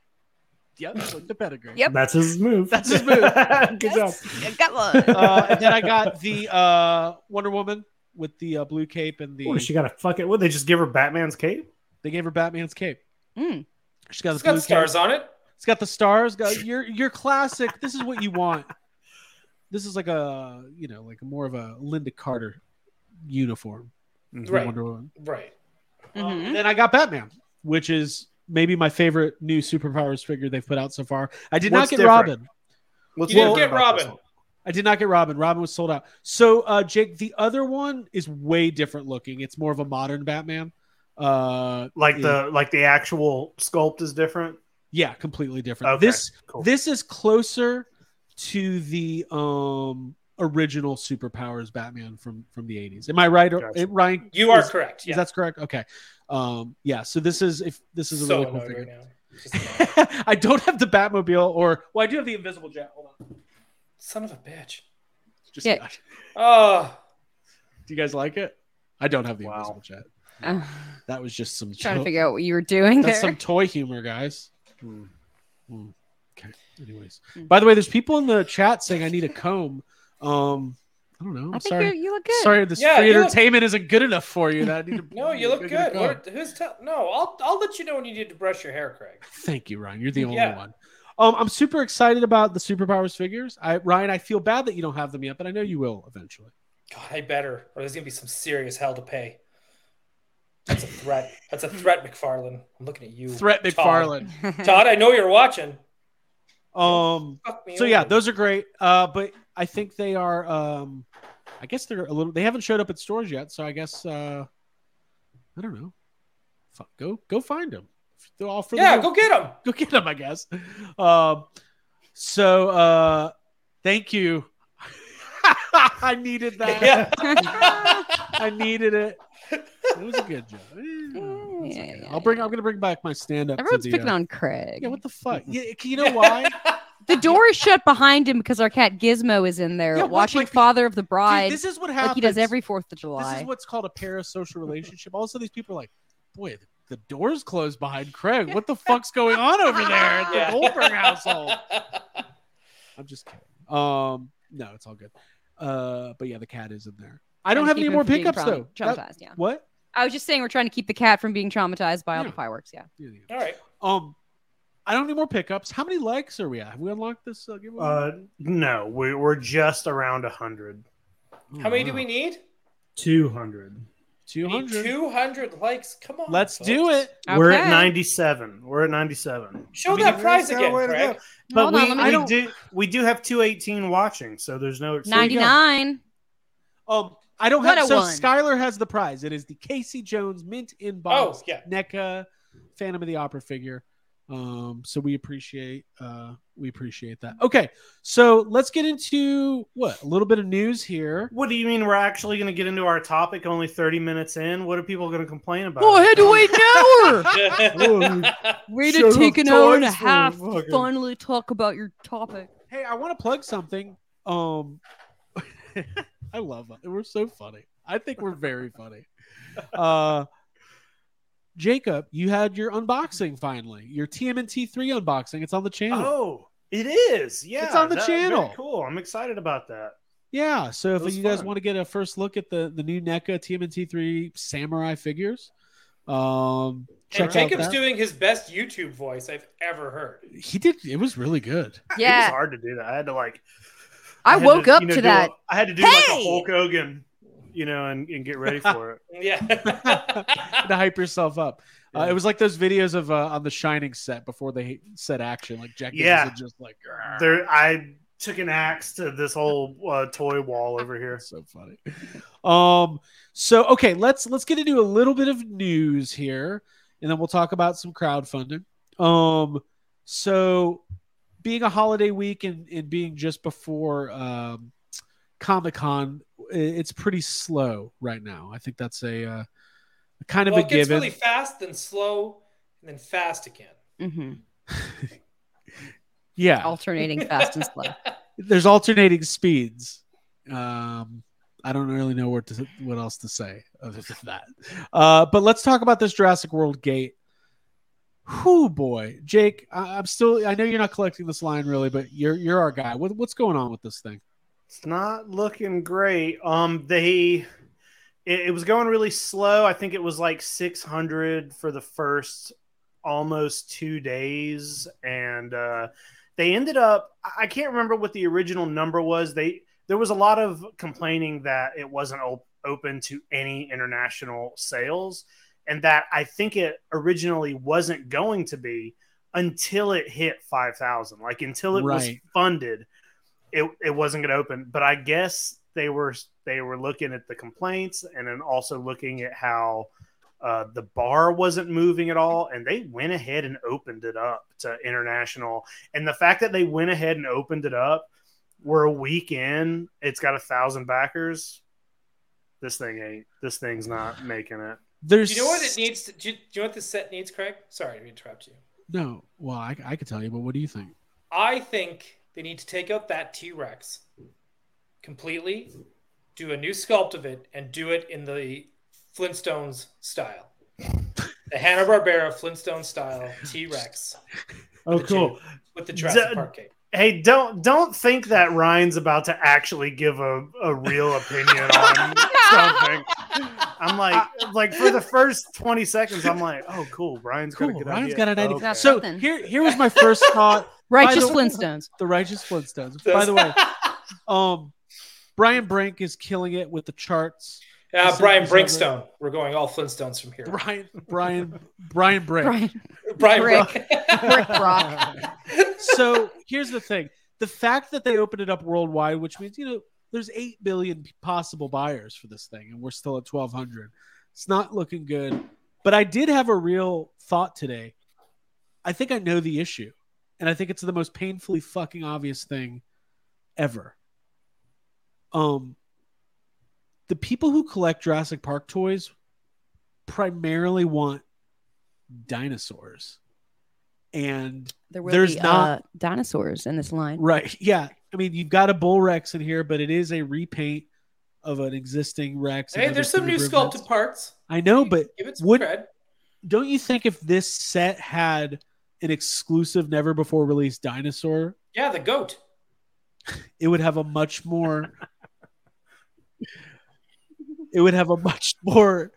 D: Yep, like the pedigree.
E: Yep.
F: That's his move.
D: That's his
F: [LAUGHS]
D: move.
F: Good job.
E: I got [LAUGHS] one.
D: Uh, and then I got the uh, Wonder Woman with the uh, blue cape and the.
F: Ooh, she got a fucking. What they just give her Batman's cape?
D: they gave her Batman's cape.
E: Mm.
D: She's got the
A: it's got
D: blue
A: stars
D: cape.
A: on it.
D: It's got the stars. Got your your classic. This is what you want. This is like a you know like more of a Linda Carter uniform. for
A: Right.
D: Wonder Woman.
A: Right.
D: Um,
E: Mhm.
D: [LAUGHS] and then I got Batman, which is maybe my favorite new superpowers figure they've put out so far. I did
F: What's
D: not get
F: different?
D: Robin.
F: Let's
A: You didn't
F: learn
A: get
F: about this
A: Robin.
F: one.
D: I did not get Robin. Robin was sold out. So, uh, Jake, the other one is way different looking. It's more of a modern Batman. Uh,
F: Like
D: Yeah.
F: the like the actual sculpt is different.
D: yeah, completely different.
F: Okay,
D: this
F: cool.
D: this is closer to the um original superpowers Batman from from the eighties. Am I right, or, eh,
F: Gotcha.
D: Ryan?
A: You are
D: is-
A: correct. Yeah.
D: Is that's correct? Okay. Um, yeah. So this is if this is a
A: so
D: really cool
A: annoyed
D: figure.
A: right now. Just annoyed.
D: I don't have the Batmobile, or [LAUGHS] well, I do have the Invisible Jet. Hold on.
A: Son of a bitch.
D: Just
E: Yeah.
A: Oh,
D: Do you guys like it? I don't have the
F: Wow.
D: Invisible Jet.
E: Uh,
D: That was just some
E: trying to
D: joke.
E: figure out what you were doing
D: Um, That's
E: there.
D: some toy humor, guys.
F: Hmm.
D: Mm. Okay. Anyways,
E: Mm.
D: by the way, there's people in the chat saying I need a comb. Um, I don't know.
E: I
D: I'm
E: think
D: sorry.
E: you're, you look [LAUGHS] good.
D: Sorry, this
A: Yeah,
D: free
A: you look-
D: entertainment isn't good enough for you. That I need
A: [LAUGHS]
D: to.
A: no, you look
D: go get a
A: good.
D: comb.
A: What, who's tell? No, I'll I'll let you know when you need to brush your hair, Craig.
D: Thank you, Ryan. You're the only
A: Yeah.
D: one. Um, I'm super excited about the superpowers figures. I, Ryan, I feel bad that you don't have them yet, but I know you will eventually.
A: God, I better, or there's gonna be some serious hell to pay. That's a threat. That's a threat, McFarlane. I'm looking at you.
D: Threat
A: Todd.
D: McFarlane.
A: Todd, I know you're watching.
D: Um,
A: Fuck me
D: so yeah,
A: over.
D: those are great. Uh, but I think they are. Um, I guess they're a little. They haven't showed up at stores yet, so I guess uh, I don't know. Fuck, go go find them. They're all for
A: yeah,
D: the
A: go get them.
D: [LAUGHS] go get them. I guess. Um, so uh, thank you. [LAUGHS] I needed that.
A: Yeah.
D: [LAUGHS] I needed it. It was a good job. Eh, no, it's
E: yeah,
D: okay.
E: yeah,
D: I'll bring. I'm gonna bring back my stand up.
E: Everyone's
D: the,
E: picking
D: uh,
E: on Craig.
D: Yeah, what the fuck? Yeah, you
E: [LAUGHS]
D: know why?
E: the door is shut behind him because our cat Gizmo is in there
D: Yeah, what,
E: watching
D: like-
E: Father of the Bride,
D: Dude, this is what happens.
E: like he does every Fourth of
D: This
E: July.
D: is what's called a parasocial relationship. Also, these people are like, boy, the door's closed behind Craig. What the fuck's going on over there
A: [LAUGHS]
D: at the Goldberg household? I'm just kidding. Um, no, it's all good. Uh, but yeah, the cat is in there. I
E: Trying
D: don't
E: to
D: have
E: keep
D: any
E: him
D: more
E: from being
D: pickups
E: traum-
D: though. That-
E: Traumatized, yeah.
D: what?
E: I was just saying we're trying to keep the cat from being traumatized by all
D: Yeah.
E: the fireworks. Yeah.
D: Yeah, yeah.
A: All right.
D: Um, I don't need more pickups. How many likes are we at? Have we unlocked this? Uh, giveaway?
F: Uh,
A: Mm-hmm.
F: no, we, we're just around 100.
D: Oh,
A: How many do
D: wow.
A: we need?
F: 200.
A: We
D: Two
A: need
D: hundred.
A: 200 likes. Come on.
D: Let's
A: folks.
D: do it.
F: We're
E: Okay.
F: at 97. We're at 97.
A: Show
F: I mean,
A: that prize
F: there's no
A: again,
F: way to
A: Craig. Oh,
F: go. But
E: Hold
F: we,
E: on, let me-
F: we
E: I don't-
F: do we do have 218 watching, so there's no excuse.
D: Nine-
E: 99.
D: Um, I don't
E: What
D: have.
E: a
D: So
E: one.
D: Skylar has the prize. It is the Casey Jones mint inbox.
A: Oh, yeah.
D: [LAUGHS] NECA Phantom of the Opera figure. Um, so we appreciate uh, we appreciate that. Okay, so let's get into what a little bit of news here.
F: What do you mean we're actually going to get into our topic only 30 minutes in? What are people going to complain about?
E: Oh, I had to wait
D: [LAUGHS]
E: an hour.
A: [LAUGHS] Yeah.
E: Way
D: Shut
E: to
D: up
E: take an hour and a
D: twice for
E: half to
D: fucking-
E: finally talk about your topic.
D: Hey, I want to plug something. Um, [LAUGHS] I love it. We're so funny. I think we're very funny. Uh, Jacob, you had your unboxing finally. Your TMNT three unboxing. It's on the channel.
F: Oh, it is. Yeah.
D: It's on the
F: that-
D: channel.
F: very Cool. I'm excited about that.
D: Yeah, so if
F: It was
D: you guys
F: fun.
D: want to get a first look at the the new NECA TMNT three samurai figures, um, check
A: And
D: out
A: Jacob's
D: that.
A: doing his best YouTube voice I've ever heard.
D: he did. It was really good. [LAUGHS]
F: [LAUGHS] It was
E: Yeah.
F: hard to do that. I had to like
E: I
F: had
E: woke up
F: you know,
E: to
F: do
E: [LAUGHS]
F: a-
E: that.
F: I had to do like a
E: Hey!
F: Hulk Hogan, you know, and, and get ready for it.
D: [LAUGHS]
F: [LAUGHS]
A: Yeah.
D: to hype yourself up. Uh,
F: Yeah.
D: it was like those videos of uh, on the Shining set before they set action, like Jack.
F: Yeah.
D: Nicholson just like "Grr."
F: there, I took an axe to this whole uh, toy wall over here.
D: That's so funny. Um. So okay, let's let's get into a little bit of news here, and then we'll talk about some crowdfunding. Um. So, being a holiday week and and being just before um, Comic Con, it's pretty slow right now. I think that's a uh, kind of
A: well,
D: a
A: it gets
D: given.
A: really fast, then slow, and then fast again.
E: hmm
D: yeah.
E: Alternating fast and slow.
D: there's alternating speeds. Um, I don't really know what to, what else to say other than that. Uh, but let's talk about this Jurassic World gate. Whoo boy, Jake, I, I'm still. I know you're not collecting this line really, but you're you're our guy. What, what's going on with this thing?
F: It's not looking great. Um, they it, it was going really slow. I think it was like 600 for the first almost two days, and uh, they ended up. I- I can't remember what the original number was. They there was a lot of complaining that it wasn't op- open to any international sales, and that I think it originally wasn't going to be until it hit 5,000. Like until it was
D: Right.
F: funded, it it wasn't going to open. But I guess they were they were looking at the complaints and then also looking at how uh, the bar wasn't moving at all, and they went ahead and opened it up to international. And the fact that they went ahead and opened it up, we're a week in, it's got a thousand backers. This thing ain't. This thing's not making it.
D: There's
A: Do you know what it needs? To, do, you, do you know what this set needs, Craig? Sorry to interrupt you.
D: No, well, I, I could tell you, but what do you think?
A: I think they need to take out that T Rex completely, do a new sculpt of it, and do it in the Flintstones style. The Hanna Barbera Flintstone style T Rex
F: Oh,
A: the cool. with the Jurassic Park cape.
F: Hey, don't don't think that Ryan's about to actually give a, a real opinion
E: [LAUGHS]
F: on something. I'm like like for the first 20 seconds, I'm like, oh cool, Ryan's got a
D: Cool,
F: good
D: Ryan's
F: idea.
D: got an idea.
F: Okay.
E: That's
D: So
E: something.
D: here here was my first thought.
E: Righteous
D: way-
E: Flintstones.
D: The Righteous
A: [LAUGHS]
D: Flintstones. By the way, um, Brian Brink is killing it with the charts.
A: Uh,
D: Is it-
A: Brian
D: is that right?
A: Brinkstone. We're going all Flintstones from here.
D: Brian, Brian, Brian Brick.
E: Brian
A: Brian
E: Brick.
A: [LAUGHS] Brink.
E: Brick
D: [LAUGHS]
E: Brock.
D: so here's the thing: the fact that they opened it up worldwide, which means you know there's eight billion possible buyers for this thing, and we're still at 1,200. It's not looking good. But I did have a real thought today. I think I know the issue, and I think it's the most painfully fucking obvious thing ever. Um, the people who collect Jurassic Park toys primarily want dinosaurs, and
E: There will
D: There's
E: be
D: not-
E: uh, dinosaurs in this line.
D: Right. Yeah. I mean, you've got a bull Rex in here, but it is a repaint of an existing Rex. and
A: hey,
D: other
A: there's some new
D: Studebaker
A: sculpted
D: Rex.
A: parts.
D: I know, but
A: give it some
D: would-
A: cred.
D: don't you think if this set had an exclusive, never before released dinosaur,
A: Yeah, the goat.
D: it would have a much more. it would have a much more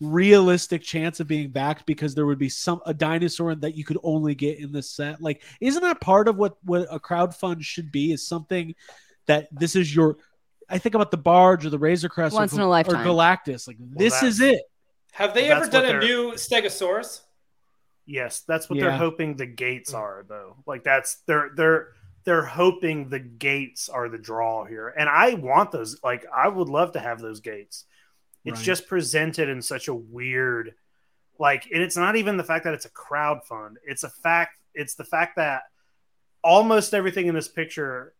D: realistic chance of being backed because there would be some a dinosaur that you could only get in this set. Like, isn't that part of what what a crowdfund should be? Is something that this is your. I think about the barge or the Razor Crest
E: Once
D: or,
E: in a lifetime.
D: or Galactus. Like this is it.
A: Have they
F: Well,
A: ever
F: that's what
A: done a
F: they're-
A: new Stegosaurus?
F: Yes, that's what
D: Yeah. Mm.
F: they're hoping the gates are, though. Like that's they're they're they're hoping the gates are the draw here, and I want those. Like I would love to have those gates. It's
D: Right.
F: just presented in such a weird, like, and it's not even the fact that it's a crowd fund. It's a fact. It's the fact that almost everything in this picture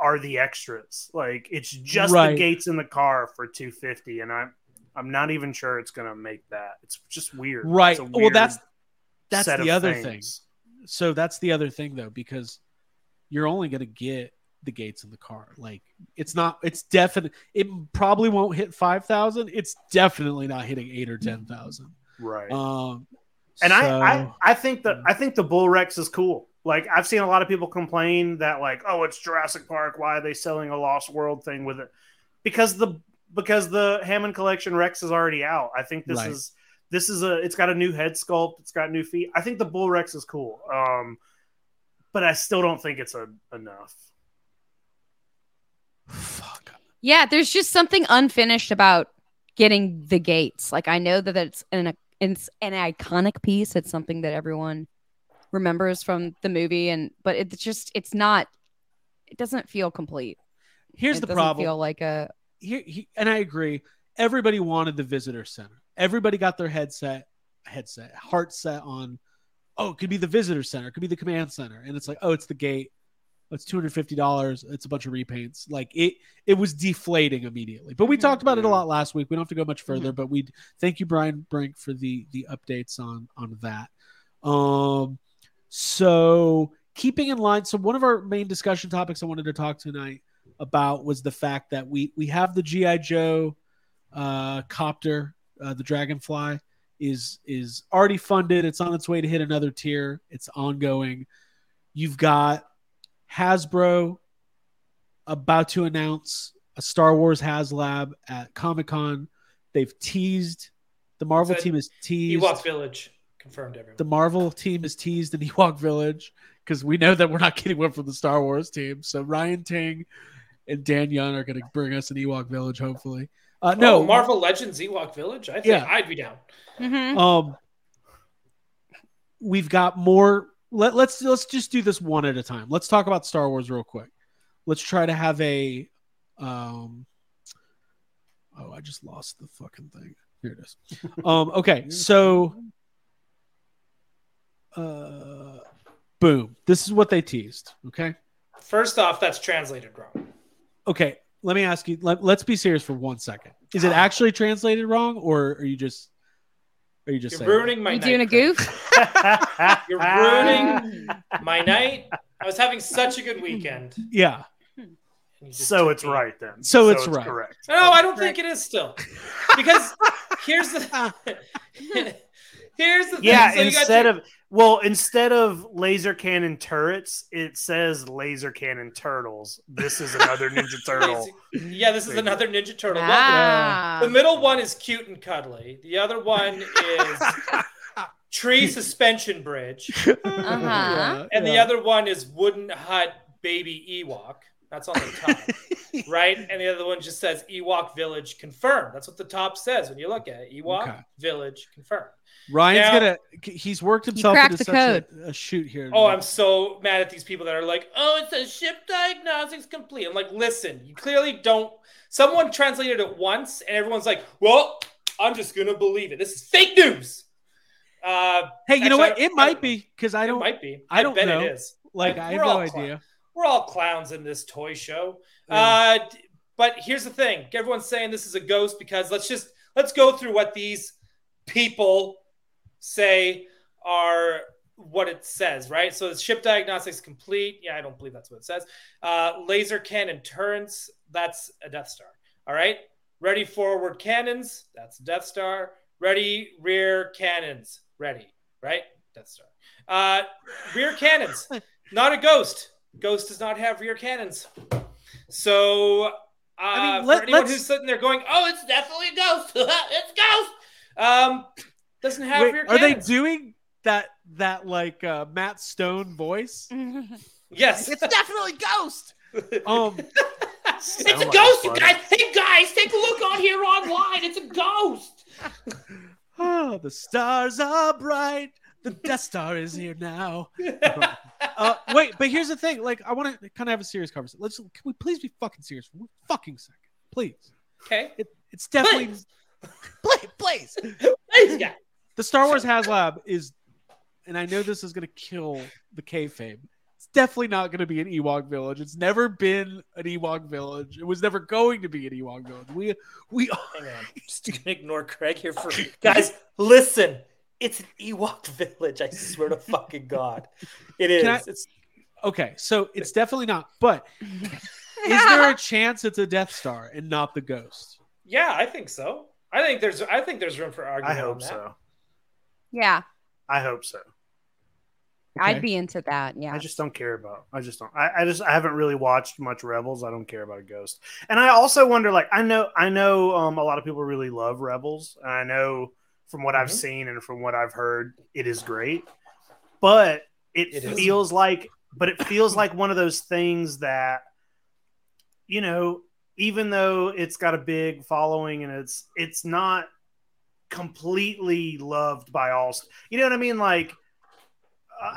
F: are the extras. Like it's just
D: Right.
F: the gates in the car for two fifty, and I'm I'm not even sure it's gonna make that. It's just weird.
D: Right.
F: It's a
D: Well, that's-
F: weird
D: That's
F: set
D: the
F: of
D: other thing.
F: things.
D: so that's the other thing though because you're only going to get the gates in the car like it's not it's definite it probably won't hit 5000 it's definitely not hitting 8 or 10000
F: Right.
D: um
F: and
D: so-
F: I, I I think the I think the bull rex is cool. Like I've seen a lot of people complain that like, oh, it's Jurassic Park. Why are they selling a Lost World thing with it? Because the because the Hammond Collection Rex is already out. I think this
D: Right.
F: is this is a it's got a new head sculpt. It's got new feet. I think the bull rex is cool. Um, but I still don't think it's a, enough. [LAUGHS]
D: fuck
E: Yeah, there's just something unfinished about getting the gates. Like I know that it's an it's an iconic piece. It's something that everyone remembers from the movie, and but it's just it's not. It doesn't feel complete.
D: here's
E: It
D: the
E: doesn't
D: problem
E: Feel like a
D: here, he, and I agree. Everybody wanted the visitor center. Everybody got their headset, headset, heart set on. Oh, it could be the visitor center. It could be the command center. And it's like, oh, it's the gate. It's two hundred fifty dollars. It's a bunch of repaints. Like it, it was deflating immediately. But we
E: Mhm.
D: talked about it a lot last week. We don't have to go much further. But we thank you, Brian Brink, for the the updates on on that. Um, so keeping in line, so one of our main discussion topics I wanted to talk tonight about was the fact that we we have the GI Joe uh, copter, uh, the Dragonfly is is already funded. It's on its way to hit another tier. It's ongoing. You've got Hasbro about to announce a Star Wars HasLab at Comic Con. They've teased the Marvel
A: So
D: team is teased
A: Ewok Village confirmed everyone.
D: the Marvel team is teased in [LAUGHS] Ewok Village because we know that we're not getting one from the Star Wars team. So Ryan Ting and Dan Young are going to bring us an Ewok Village, hopefully. Uh, no,
A: no, Oh, Marvel Legends Ewok Village. I think
D: Yeah.
A: I'd be down.
E: Mm-hmm.
D: Um, we've got more. Let, let's let's just do this one at a time. Let's talk about Star Wars real quick. Let's try to have a. Um, oh, I just lost the fucking thing. Here it is. Um, okay, so. Uh, boom. This is what they teased. Okay
A: First off, that's translated wrong.
D: okay let me ask you let, us be serious for one second is
A: Ah.
D: it actually translated wrong or are you just are you just
A: You're
D: saying
A: ruining my
E: you
A: night.
E: doing a
A: Craig.
D: [LAUGHS]
E: goof?
A: You're ruining
E: Mm.
A: [LAUGHS] my night. I was having such a good weekend. and
D: yeah
A: you just
D: [LAUGHS]
F: So
A: took
F: it's
A: me.
F: right then.
D: So it's right.
F: Correct.
A: No, I don't think it is still. Because here's the [LAUGHS] here's [LAUGHS] the thing.
F: Yeah.
A: So you got
F: instead
A: to-
F: of well, instead of laser cannon turrets, it says laser cannon turtles. This is another
A: [LAUGHS]
F: Ninja Turtle.
A: Yeah, this is another Ninja Turtle. Look,
E: Ah.
A: The middle one is cute and cuddly. The other one is tree suspension bridge,
D: [LAUGHS]
E: Uh-huh.
A: and the other one is wooden hut baby Ewok. That's on the top.
D: [LAUGHS]
A: right? And the other one just says Ewok Village confirmed. That's what the top says when you look at it. Ewok
D: Okay.
A: Village confirmed.
D: Ryan's
A: Now-
D: gonna he's worked himself
E: cracked the
D: into such a, a shoot here.
A: Oh, I'm so mad at these people that are like, oh, it says ship diagnostics complete. I'm like, listen, you clearly don't. Someone translated it once, and everyone's like, well, I'm just gonna believe it. This is fake news. Uh,
D: Hey, you
A: actually,
D: know what?
A: I
D: It
A: don't- I
D: might
A: don't know.
D: be because I
A: it
D: don't
A: might be.
D: I don't
A: bet
D: know.
A: it is.
D: like.
A: Like,
D: I have
A: we're
D: no
A: all
D: idea.
A: We're all clowns in this toy show.
D: Yeah.
A: Uh, d- but here's the thing: everyone's saying this is a ghost because let's just let's go through what these people say are what it says, right? So the ship diagnostics complete. Yeah, I don't believe that's what it says. Uh, laser cannon turrets. That's a Death Star. All right. Ready forward cannons. That's Death Star. Ready rear cannons. Ready. Right. Death Star. Uh, rear [LAUGHS] cannons. Not a ghost. Ghost does not have rear cannons. So, uh,
D: I mean,
A: for
D: let-
A: anyone
D: let's-
A: who's sitting there going, "Oh, it's definitely a ghost. [LAUGHS] it's a ghost." Um, doesn't have
D: Wait,
A: rear
D: are they
A: cannons.
D: doing that that like uh, Matt
A: [LAUGHS]
D: Stone voice?
A: yes, [LAUGHS]
D: definitely ghost. Um,
A: it's
F: Sound
A: a
F: like
A: ghost,
F: a
A: you
F: bug.
A: guys. Hey guys, take a look on here online. It's a ghost.
D: oh, the stars are bright. The Death Star is here
A: [LAUGHS]
D: now. Uh, wait, but here's the thing. Like, I want to kind of have a serious conversation. Let's can we please be fucking serious for one fucking second, please?
A: okay,
D: It, it's definitely
A: Please.
D: please, please.
A: Please, guys.
D: The Star Wars HasLab is, and I know this is gonna kill the kayfabe. It's definitely not gonna be an Ewok village. It's never been an Ewok village. It was never going to be an Ewok village. We we
A: Hang on. Just [LAUGHS] gonna ignore Craig here for guys. Listen, it's an Ewok [LAUGHS] village. I swear to fucking god, it is.
D: Can I-
A: it's
D: okay. So it's definitely not. But is
A: [LAUGHS]
D: there a chance it's a Death Star and not the Ghost?
A: yeah, I think so. I think there's I think there's room for
F: I
A: argument. on
F: hope
A: that.
F: so.
E: [LAUGHS] yeah,
F: I hope so.
D: Okay.
E: I'd be into that. Yeah.
F: I just don't care about. I just don't. I, I just I haven't really watched much Rebels. I don't care about a ghost. And I also wonder, like, I know I know um, a lot of people really love Rebels, and I know from what I've
A: Mhm.
F: seen and from what I've heard, it is great. But it,
A: It is.
F: feels like, but it feels like one of those things that, you know, even though it's got a big following and it's it's not completely loved by all. st- You know what I mean? Like.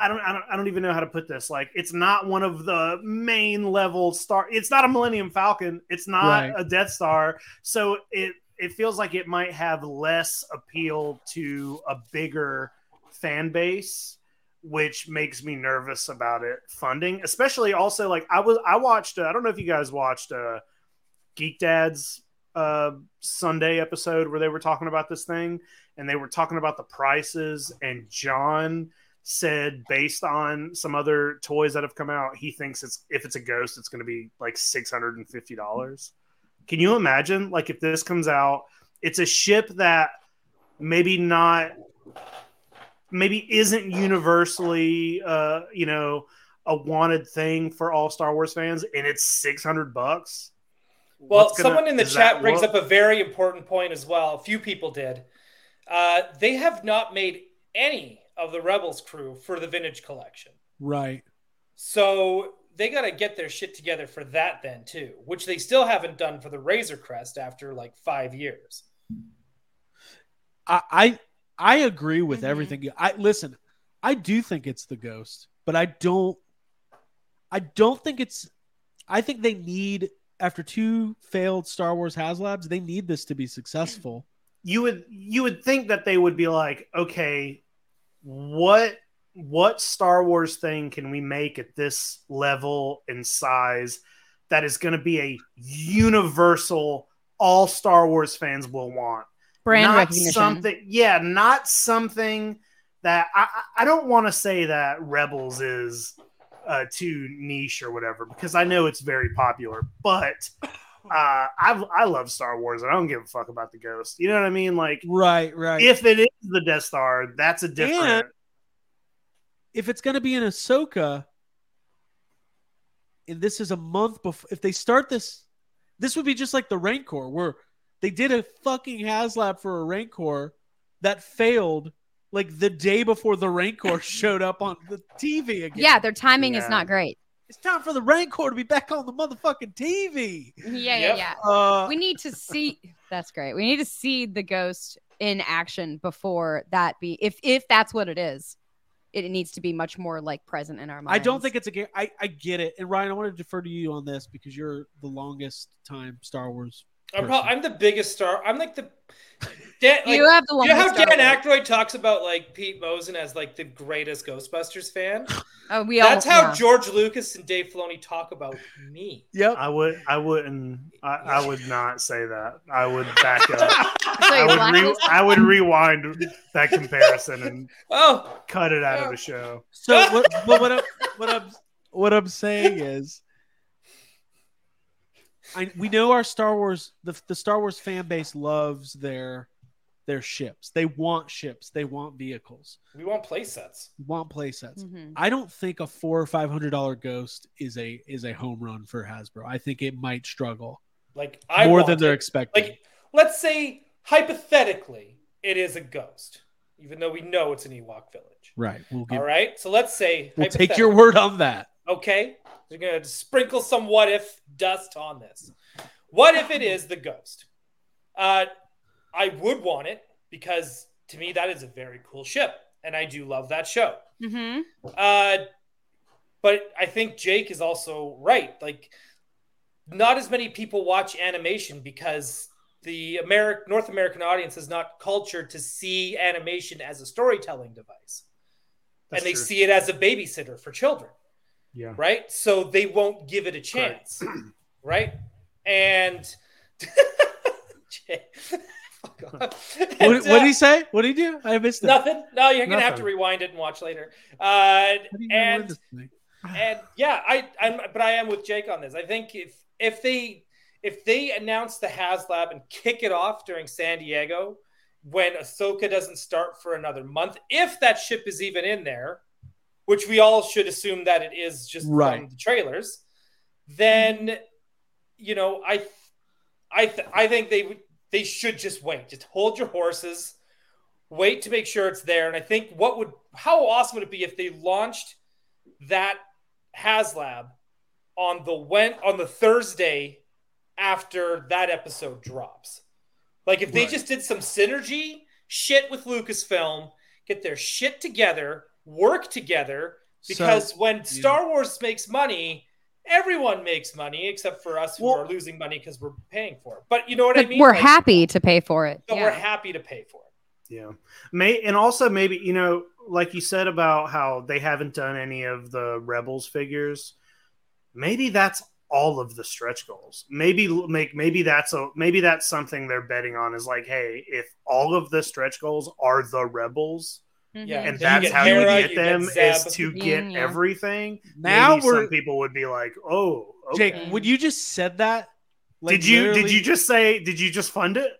F: I don't, I don't, I don't even know how to put this. Like, it's not one of the main level star. It's not a Millennium Falcon. It's not
D: Right.
F: a Death Star. So it it feels like it might have less appeal to a bigger fan base, which makes me nervous about it funding. Especially also like I was I watched. Uh, I don't know if you guys watched uh, Geek Dad's uh, Sunday episode where they were talking about this thing and they were talking about the prices and John said based on some other toys that have come out he thinks it's if it's a ghost it's going to be like $650 can you imagine like if this comes out it's a ship that maybe not maybe isn't universally uh you know a wanted thing for all star wars fans and it's 600 bucks
A: Well,
F: What's gonna-
A: someone in the
F: does that
A: chat brings
F: work?
A: up a very important point as well. A few people did. Uh, they have not made any of the Rebels crew for the vintage collection.
D: Right.
A: So they got to get their shit together for that then too, which they still haven't done for the Razor Crest after like five years.
D: I I, I agree with
E: Mhm.
D: everything. you- I listen. I do think it's the ghost, but I don't. I don't think it's. I think they need after two failed Star Wars HasLabs, they need this to be successful.
F: you would you would think that they would be like, okay, what what Star Wars thing can we make at this level and size that is going to be a universal all Star Wars fans will want?
E: Brand
F: not
E: recognition.
F: Something, yeah, not something that I, I I don't want to say that Rebels is uh, too niche or whatever because I know it's very popular, but
A: [LAUGHS]
F: uh, I've, I love Star Wars and I don't give a fuck about the ghost. You know what I mean? Like
D: Right. Right. If,
F: if it is the Death Star, that's a different.
D: if it's going to be an Ahsoka, and this is a month before, if they start this, this would be just like the Rancor, where they did a fucking HasLab for a Rancor that failed like the day before the Rancor [LAUGHS] showed up on the TV again.
E: yeah, their timing
F: Yeah.
E: is not great.
D: It's time for the Rancor to be back on the motherfucking TV.
E: Yeah,
A: Yep.
E: yeah,
D: Uh,
E: yeah. We need to see. That's great. We need to see the ghost in action before that be. If if that's what it is, it, it needs to be much more like present in our minds.
D: I don't think it's a game. I, I get it. And Ryan, I want to defer to you on this because you're the longest time Star Wars.
A: I'm,
D: person.
A: probably, I'm the biggest star. I'm like the. Dan, like,
E: you have the
A: you know how
E: longest.
A: Dan
E: arc.
A: Aykroyd talks about like Pete Mosen as like the greatest Ghostbusters fan?
E: Oh, we all.
A: That's how
E: yeah.
A: George Lucas and Dave Filoni talk about me.
D: Yep.
F: I would. I wouldn't. I, I would not say that. I would
E: [LAUGHS]
F: back up.
E: So
F: I
E: you
F: would. Re-
E: blacklist-
F: I would rewind that comparison and
A: [LAUGHS] Oh,
F: cut it out of the show.
D: So what, but what, I'm, what I'm what I'm saying is, I, we know our Star Wars the, the Star Wars fan base loves their their ships. They want ships. They want vehicles.
A: we want play sets.
D: They want playsets.
E: Mhm.
D: I don't think a four or five hundred dollar ghost is a is a home run for Hasbro. I think it might struggle
A: Like I
D: more
A: want
D: than they're
A: it.
D: expecting.
A: like let's say hypothetically it is a ghost, even though we know it's an Ewok village.
D: right. We'll give.
A: All right, so let's say
D: We'll take your word on that.
A: Okay, we're gonna sprinkle some what if dust on this. What if it is the ghost? Uh, I would want it because to me that is a very cool ship, and I do love that show.
E: Mhm.
A: Uh, but I think Jake is also right. Like, not as many people watch animation because the Ameri- North American audience is not cultured to see animation as a storytelling device,
F: That's
A: and they
F: true.
A: see it as a babysitter for children
F: Yeah.
A: right? So they won't give it a chance, right? And [LAUGHS] Fuck off.
D: What,
A: And,
D: what
A: uh,
D: did he say? What did he do? I missed it.
A: nothing. No, you're gonna have to
F: Nothing.
A: rewind it and watch later. Uh,
D: How do you know where
A: and
D: this thing-
A: and yeah, I I'm but I am with Jake on this. I think if if they if they announce the HasLab and kick it off during San Diego when Ahsoka doesn't start for another month, if that ship is even in there, which we all should assume that it is just from
D: Right.
A: the trailers, then you know I I th- I think they would they should just wait. Just hold your horses, wait to make sure it's there. And I think what would how awesome would it be if they launched that HasLab on the when on the Thursday after that episode drops. Like if they
D: Right.
A: just did some synergy shit with Lucasfilm, get their shit together, work together,
D: So-
A: because when Star Wars makes money, everyone makes money except for us who
D: Well-
A: are losing money because we're paying for it. But you know what I
E: But
A: mean?
E: we're
A: Like,
E: happy to pay for it.
A: so
E: yeah.
A: We're happy to pay for it.
F: Yeah. May and also maybe you know, like you said about how they haven't done any of the rebels figures. Maybe that's all of the stretch goals. Maybe l- make maybe that's a maybe that's something they're betting on is like, hey, if all of the stretch goals are the rebels,
E: Mhm.
A: Yeah.
F: and
A: Then you
F: that's
A: get
F: how
A: Hera,
F: you
A: you
F: get
A: get
F: them
A: Zeb.
F: is to get
E: Mm-hmm. Yeah.
F: everything.
D: Now
F: maybe
D: we're
F: some people would be like, oh, okay.
D: Jake. When you just said that, like,
F: did you did
D: literally-
F: you just say did you just fund it?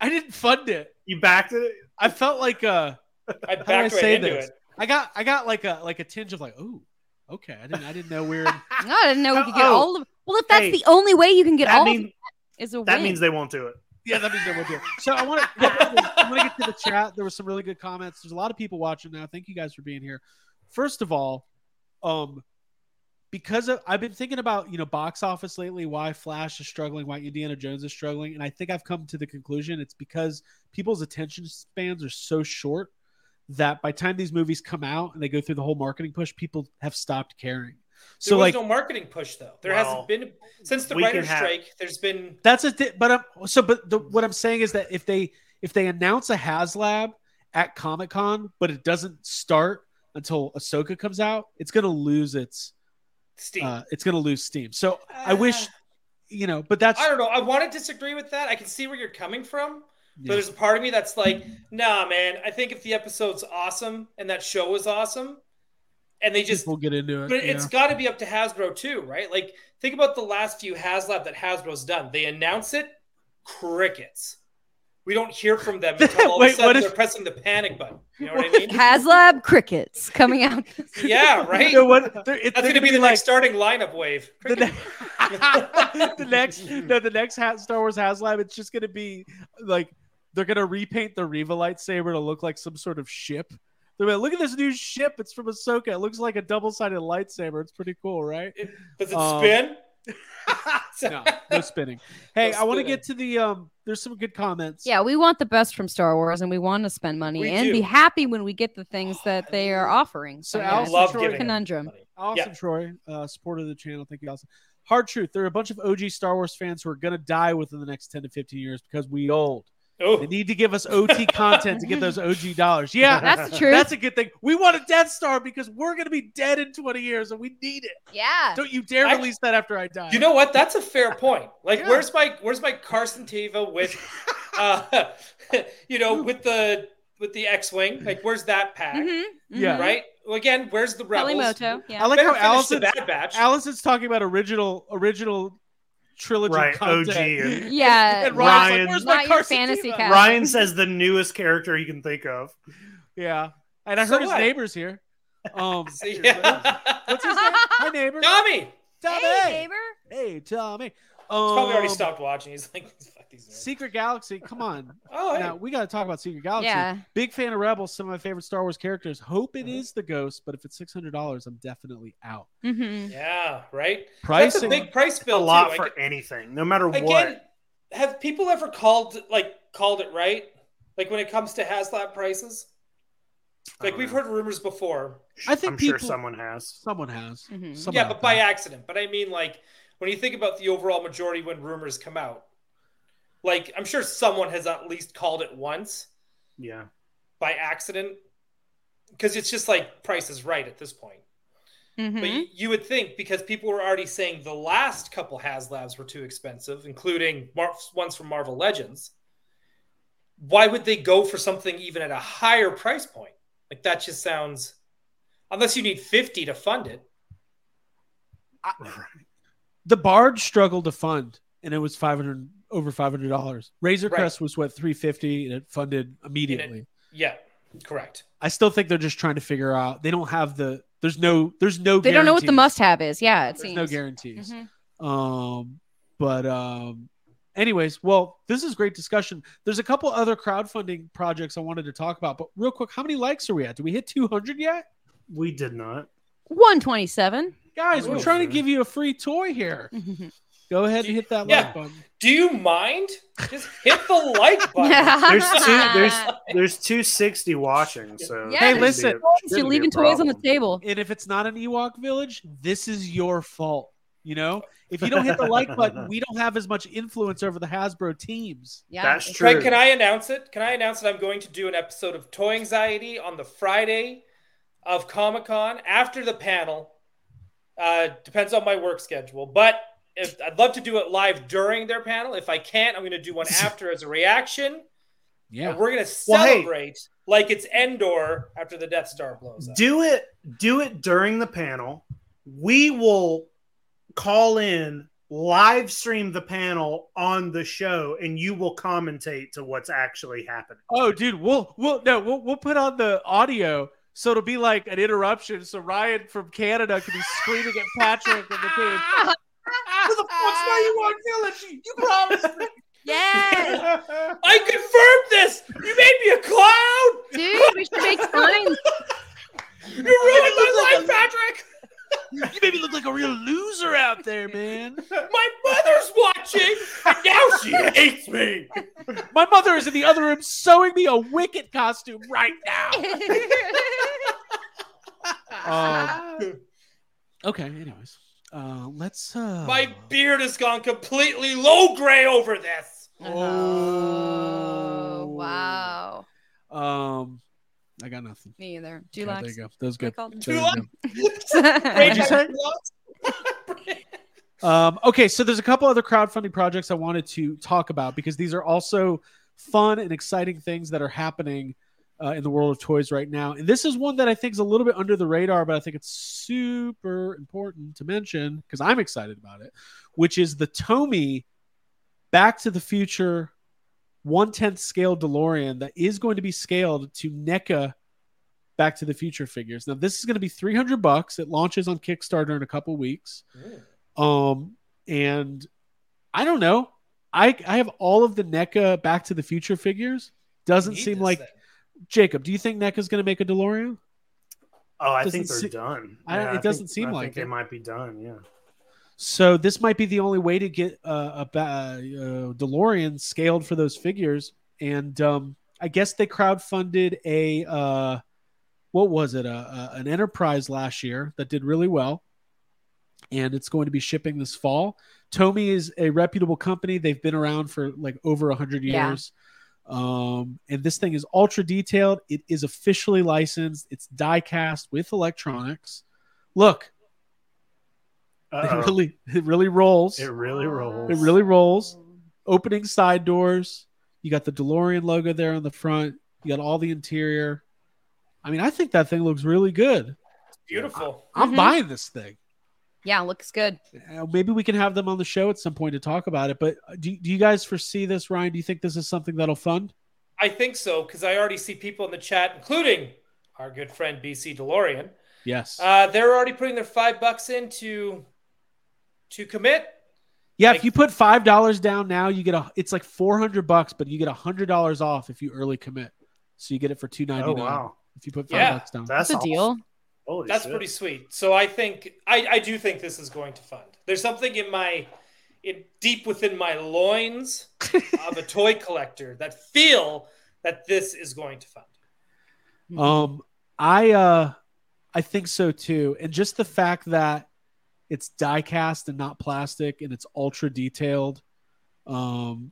D: I didn't fund it.
F: You backed it?
D: I felt like uh,
A: I
D: how do I
A: backed right
D: say
A: into
D: this?
A: it.
D: I got I got like a like a tinge of like, oh, okay. I didn't I didn't know we we're. in-
E: [LAUGHS] No, I didn't know we could get
F: Oh,
E: all of. Well, if that's
F: hey,
E: the only way you can get
F: that
E: all
F: mean-
E: of it, is a
F: That
E: win. [LAUGHS]
F: means they won't do it.
D: yeah, that means they will do. So I want to I want to get to the chat. There were some really good comments. There's a lot of people watching now. Thank you guys for being here. First of all, um, because of, I've been thinking about you know box office lately, why Flash is struggling, why Indiana Jones is struggling, and I think I've come to the conclusion it's because people's attention spans are so short that by the time these movies come out and they go through the whole marketing push, people have stopped caring.
A: There
D: So
A: was
D: like
A: no marketing push though. There
F: Well,
A: hasn't been since the
F: we can
A: writer's
F: have-
A: strike. There's been
D: That's a di- but I'm so but the, what I'm saying is that if they if they announce a HasLab at Comic Con, but it doesn't start until Ahsoka comes out, it's gonna lose its
A: steam. Uh,
D: uh, it's gonna lose steam. So I wish you know, but that's
A: I don't know. I want to disagree with that. I can see where you're coming from, but
D: yeah.
A: there's a part of me that's like, nah, man. I think if the episode's awesome and that show is awesome, and they just
D: people get into it.
A: But
D: yeah.
A: it's got to be up to Hasbro too, right? Like, think about the last few HasLab that Hasbro's done. They announce it, crickets. We don't hear from
D: [LAUGHS]
A: them until all of
D: Wait,
A: a sudden
D: what if-
A: they're pressing the panic button. You know
D: [LAUGHS]
A: what I mean?
E: HasLab crickets coming out.
A: yeah, right.
D: [LAUGHS] You know what? They're- it-
A: That's
D: they're
A: going to be the
D: like
A: next starting lineup wave.
D: the,
A: Crickets.
D: ne- the next no the next ha- Star Wars HasLab. It's just gonna be like they're gonna repaint the Riva lightsaber to look like some sort of ship. They're like, look at this new ship. It's from Ahsoka. It looks like a double sided lightsaber. It's pretty cool, right?
A: It- does it
D: Um,
A: spin?
D: [LAUGHS]
A: [LAUGHS]
D: No, no spinning. Hey,
A: No
D: I want to
A: spinning.
D: get to the um. There's some good comments.
E: Yeah, we want the best from Star Wars, and we want to spend money
A: We
E: and
A: do.
E: be happy when we get the things that they are offering.
D: So
E: I
A: I
D: Allison
E: guess.
A: love
D: Troy
A: giving it.
E: conundrum.
D: Awesome, Troy, uh, supporter of the channel. Thank you, Allison. Hard truth: there are a bunch of OG Star Wars fans who are gonna die within the next ten to fifteen years because we old. They
A: Oh,
D: need to give us OT content to get
E: [LAUGHS]
D: those OG dollars. Yeah,
E: That's the truth.
D: that's a good thing. We want a Death Star because we're gonna be dead in twenty years and we need it.
E: yeah.
D: Don't you dare
A: I-
D: release that after I die.
A: you know what? That's a fair point. Like,
D: Yeah.
A: where's my where's my Carson Teva
E: [LAUGHS]
A: with, uh, [LAUGHS] you know, with the with the X-wing? Like, where's that pack?
E: Mm-hmm.
D: Yeah.
A: Right? Well, again, where's the rebels?
E: Pelimoto.
D: I
E: Yeah.
D: like how
A: Better finish the
D: Allison's,
A: Bad Batch.
D: Allison's talking about original original trilogy
F: Right,
D: content. [LAUGHS]
F: OG and-
E: Yeah.
D: And Ryan's like,
F: Ryan-
D: "Where's my
E: Not your
D: Carson
E: fantasy
D: Teva?"
E: cast.
F: Ryan says the newest character he can
D: [LAUGHS]
F: think of.
D: Yeah, and I
A: So
D: heard his
A: what? [LAUGHS]
D: neighbors here. Um,
A: See? [LAUGHS] Yeah.
D: [LAUGHS] what's his name? Hi, neighbor.
A: Tommy. He's
D: Tommy.
E: Hey, neighbor.
D: Hey, Tommy. Um,
A: probably already stopped watching. He's like, fuck these. nerds."
D: Secret Galaxy. Come on.
A: Oh, hey.
D: Now we got to talk about Secret Galaxy.
E: Yeah.
D: Big fan of Rebels. Some of my favorite Star Wars characters. Hope
A: Uh-huh.
D: it is the Ghost, but if it's six hundred dollars, I'm definitely out.
E: Mm-hmm.
A: yeah, right. That's a
D: Pricing.
A: big price
F: A
A: bill.
F: lot
A: too.
F: for anything, no matter
A: Again,
F: what.
A: have people ever called like called it right? Like when it comes to HasLab prices,
F: I
A: like
F: don't
A: we've
F: know.
A: heard rumors before.
D: I think
F: I'm
D: people,
F: sure someone has.
D: someone has.
E: Mhm.
D: Someone
A: yeah,
D: out
A: but by
D: there.
A: accident. But I mean, like when you think about the overall majority when rumors come out, like I'm sure someone has at least called it once
F: Yeah.
A: by accident, because it's just like Price is Right at this point. But
E: Mm-hmm.
A: y- you would think because people were already saying the last couple HasLabs were too expensive, including Mar- ones from Marvel Legends. Why would they go for something even at a higher price point? Like that just sounds, unless you need fifty to fund it.
D: the Barge struggled to fund, and it was five hundred over five hundred dollars. Razor
A: Right.
D: Crest was what three fifty, and it funded immediately.
A: Yeah, correct.
D: I still think they're just trying to figure out. They don't have the. There's no. There's no.
E: They don't know what the
D: guarantees.
E: must have is. Yeah, it
D: There's
E: seems.
D: no guarantees.
E: Mhm.
D: Um, but um, anyways, well, this is great discussion. There's a couple other crowdfunding projects I wanted to talk about, but real quick, how many likes are we at? Do we hit 200 yet,
F: We
E: [LAUGHS]
F: did not.
E: 127.
D: guys? We're
A: Ooh.
D: trying to give you a free toy here.
E: [LAUGHS]
D: Go ahead and hit that
A: Yeah.
D: like button.
A: Do you mind? Just hit the
E: [LAUGHS]
A: like button.
F: There's
D: [LAUGHS]
F: two. There's there's 260 watching.
E: Yeah.
F: So it
E: Hey,
F: shouldn't be
D: listen.
F: a- shouldn't be
E: You're
F: a
E: leaving toys on the
F: problem.
E: table.
D: And if it's not an Ewok village, this is your fault. You know, if you don't hit the like button, we don't have as much influence over the Hasbro teams.
E: Yeah.
F: That's
E: it's-
F: true.
A: Craig, can I announce it? Can I announce that I'm going to do an episode of Toy Anxiety on the Friday of Comic Con after the panel? Uh, depends on my work schedule, but if, I'd love to do it live during their panel. If I can't, I'm going to do
F: [LAUGHS]
A: one after as a reaction.
D: Yeah.
A: And we're going to
F: Well, hey.
A: celebrate like it's Endor after the Death Star blows up.
F: Do it. Do it during the panel. We will call in, live stream the panel on the show, and you will commentate to what's actually happening.
D: Oh, dude, we'll we'll no, we'll we'll put on the audio so it'll be like an interruption. So Ryan from Canada can be screaming at Patrick and the team.
E: [LAUGHS]
D: Who the fuck's my Ewok village? [LAUGHS] You promised me.
E: Yes,
A: I confirmed this. You made me a clown.
E: dude, we should [LAUGHS] make signs.
A: You ruined
F: [LAUGHS]
A: my life, Patrick.
D: You made me look like a real loser out there, man.
A: My mother's watching, and now she hates me.
D: My mother is in the other room sewing me a wicket costume right now. Um, okay, anyways. Uh, let's uh
A: My beard has gone completely low gray over this.
E: oh wow,
D: um I got nothing.
E: me either.
D: Yeah,
E: Two
D: there
E: likes.
D: you go. That was
E: What
D: good.
E: do you
D: There you
A: Two
D: go.
E: call
D: What'd
E: them?
D: you
E: [LAUGHS]
D: say? Um, okay, so there's a couple other crowdfunding projects I wanted to talk about because these are also fun and exciting things that are happening uh, in the world of toys right now. And this is one that I think is a little bit under the radar, but I think it's super important to mention because I'm excited about it, which is the Tomy Back to the Future one tenth scale DeLorean that is going to be scaled to NECA Back to the Future figures. Now this is going to be 300 bucks. It launches on Kickstarter in a couple weeks. Um, and I don't know. E I I have all of the NECA Back to the Future figures. Doesn't seem like Jacob, do you think NECA's going to make a DeLorean?
F: Oh, I
D: Doesn't
F: think they're
D: se-
F: done.
D: I- it
F: think-
D: doesn't seem
F: I
D: like
F: think they
D: it.
F: might be done.
D: [LAUGHS]
F: Yeah.
D: So this might be the only way to get uh, a ba- uh, DeLorean scaled for those figures. And um, I guess they crowdfunded a uh, what was it? A, a, an enterprise last year that did really well, and it's going to be shipping this fall. Tomy is a reputable company. They've been around for like over a hundred
E: Yeah.
D: years. Um, and this thing is ultra detailed. It is officially licensed. It's die cast with electronics. Look, it
F: Uh-oh.
D: really, it really rolls.
F: It really rolls.
D: It really rolls. Opening side doors. You got the DeLorean logo there on the front. You got all the interior. I mean, I think that thing looks really good.
A: Beautiful.
D: I'm
E: Mhm.
D: buying this thing.
E: Yeah, looks good.
D: Uh, Maybe we can have them on the show at some point to talk about it. But uh, do, do you guys foresee this, Ryan? Do you think this is something that'll fund?
A: I think so because I already see people in the chat, including our good friend BC DeLorean.
D: Yes.
A: Uh, they're already putting their five bucks in to to commit.
D: yeah. if
A: like-
D: you put five dollars down now, you get a. It's like four hundred bucks, but you get a hundred dollars off if you early commit. So you get it for two ninety
F: Oh
D: nine.
F: wow,
D: If you put five
A: Yeah.
D: bucks down.
F: that's
E: That's a
F: awesome.
E: deal.
F: Holy
A: That's
F: shit.
A: pretty sweet. So I think I, I do think this is going to fund. There's something in my in deep within my [LAUGHS] loins of a toy collector that feel that this is going to fund.
D: Um, I uh, I think so too. And just the fact that it's die cast and not plastic, and it's ultra detailed. Um,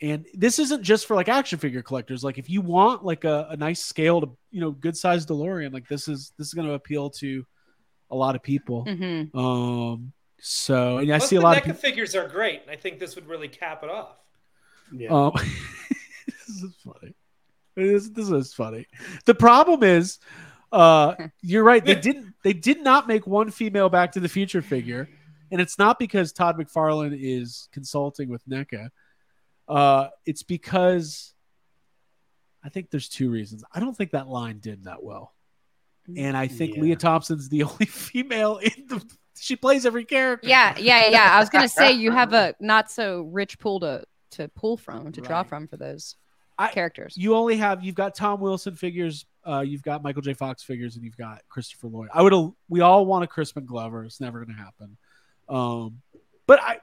D: and this isn't just for like action figure collectors. Like if you want like a, a nice scaled, you know, good sized DeLorean, like this is this is going to appeal to a lot of people.
E: Mhm.
D: Um, so and I
A: Plus,
D: see a
A: the
D: lot of
A: NECA
D: people.
A: figures are great, and I think this would really cap it off.
F: Yeah.
D: Um, [LAUGHS] this is funny. This, this is funny. The problem is,
F: [LAUGHS]
D: uh, you're right. They didn't. They did not make one female Back to the Future figure, and it's not because Todd McFarlane is consulting with NECA. Uh, it's because I think there's two reasons. I don't think that line did that well, and I think
F: Yeah.
D: Leah Thompson's the [LAUGHS] only female in the. She plays every character.
E: Yeah, yeah, yeah. I was
D: [LAUGHS]
E: gonna say you have a not so rich pool to to pull from to draw
D: Right.
E: from for those
D: I-
E: characters.
D: you only have you've got Tom Wilson figures, uh, you've got Michael J. Fox figures, and you've got Christopher Lloyd. I would we all want a Crispin Glover. It's never going to happen. Um, but I,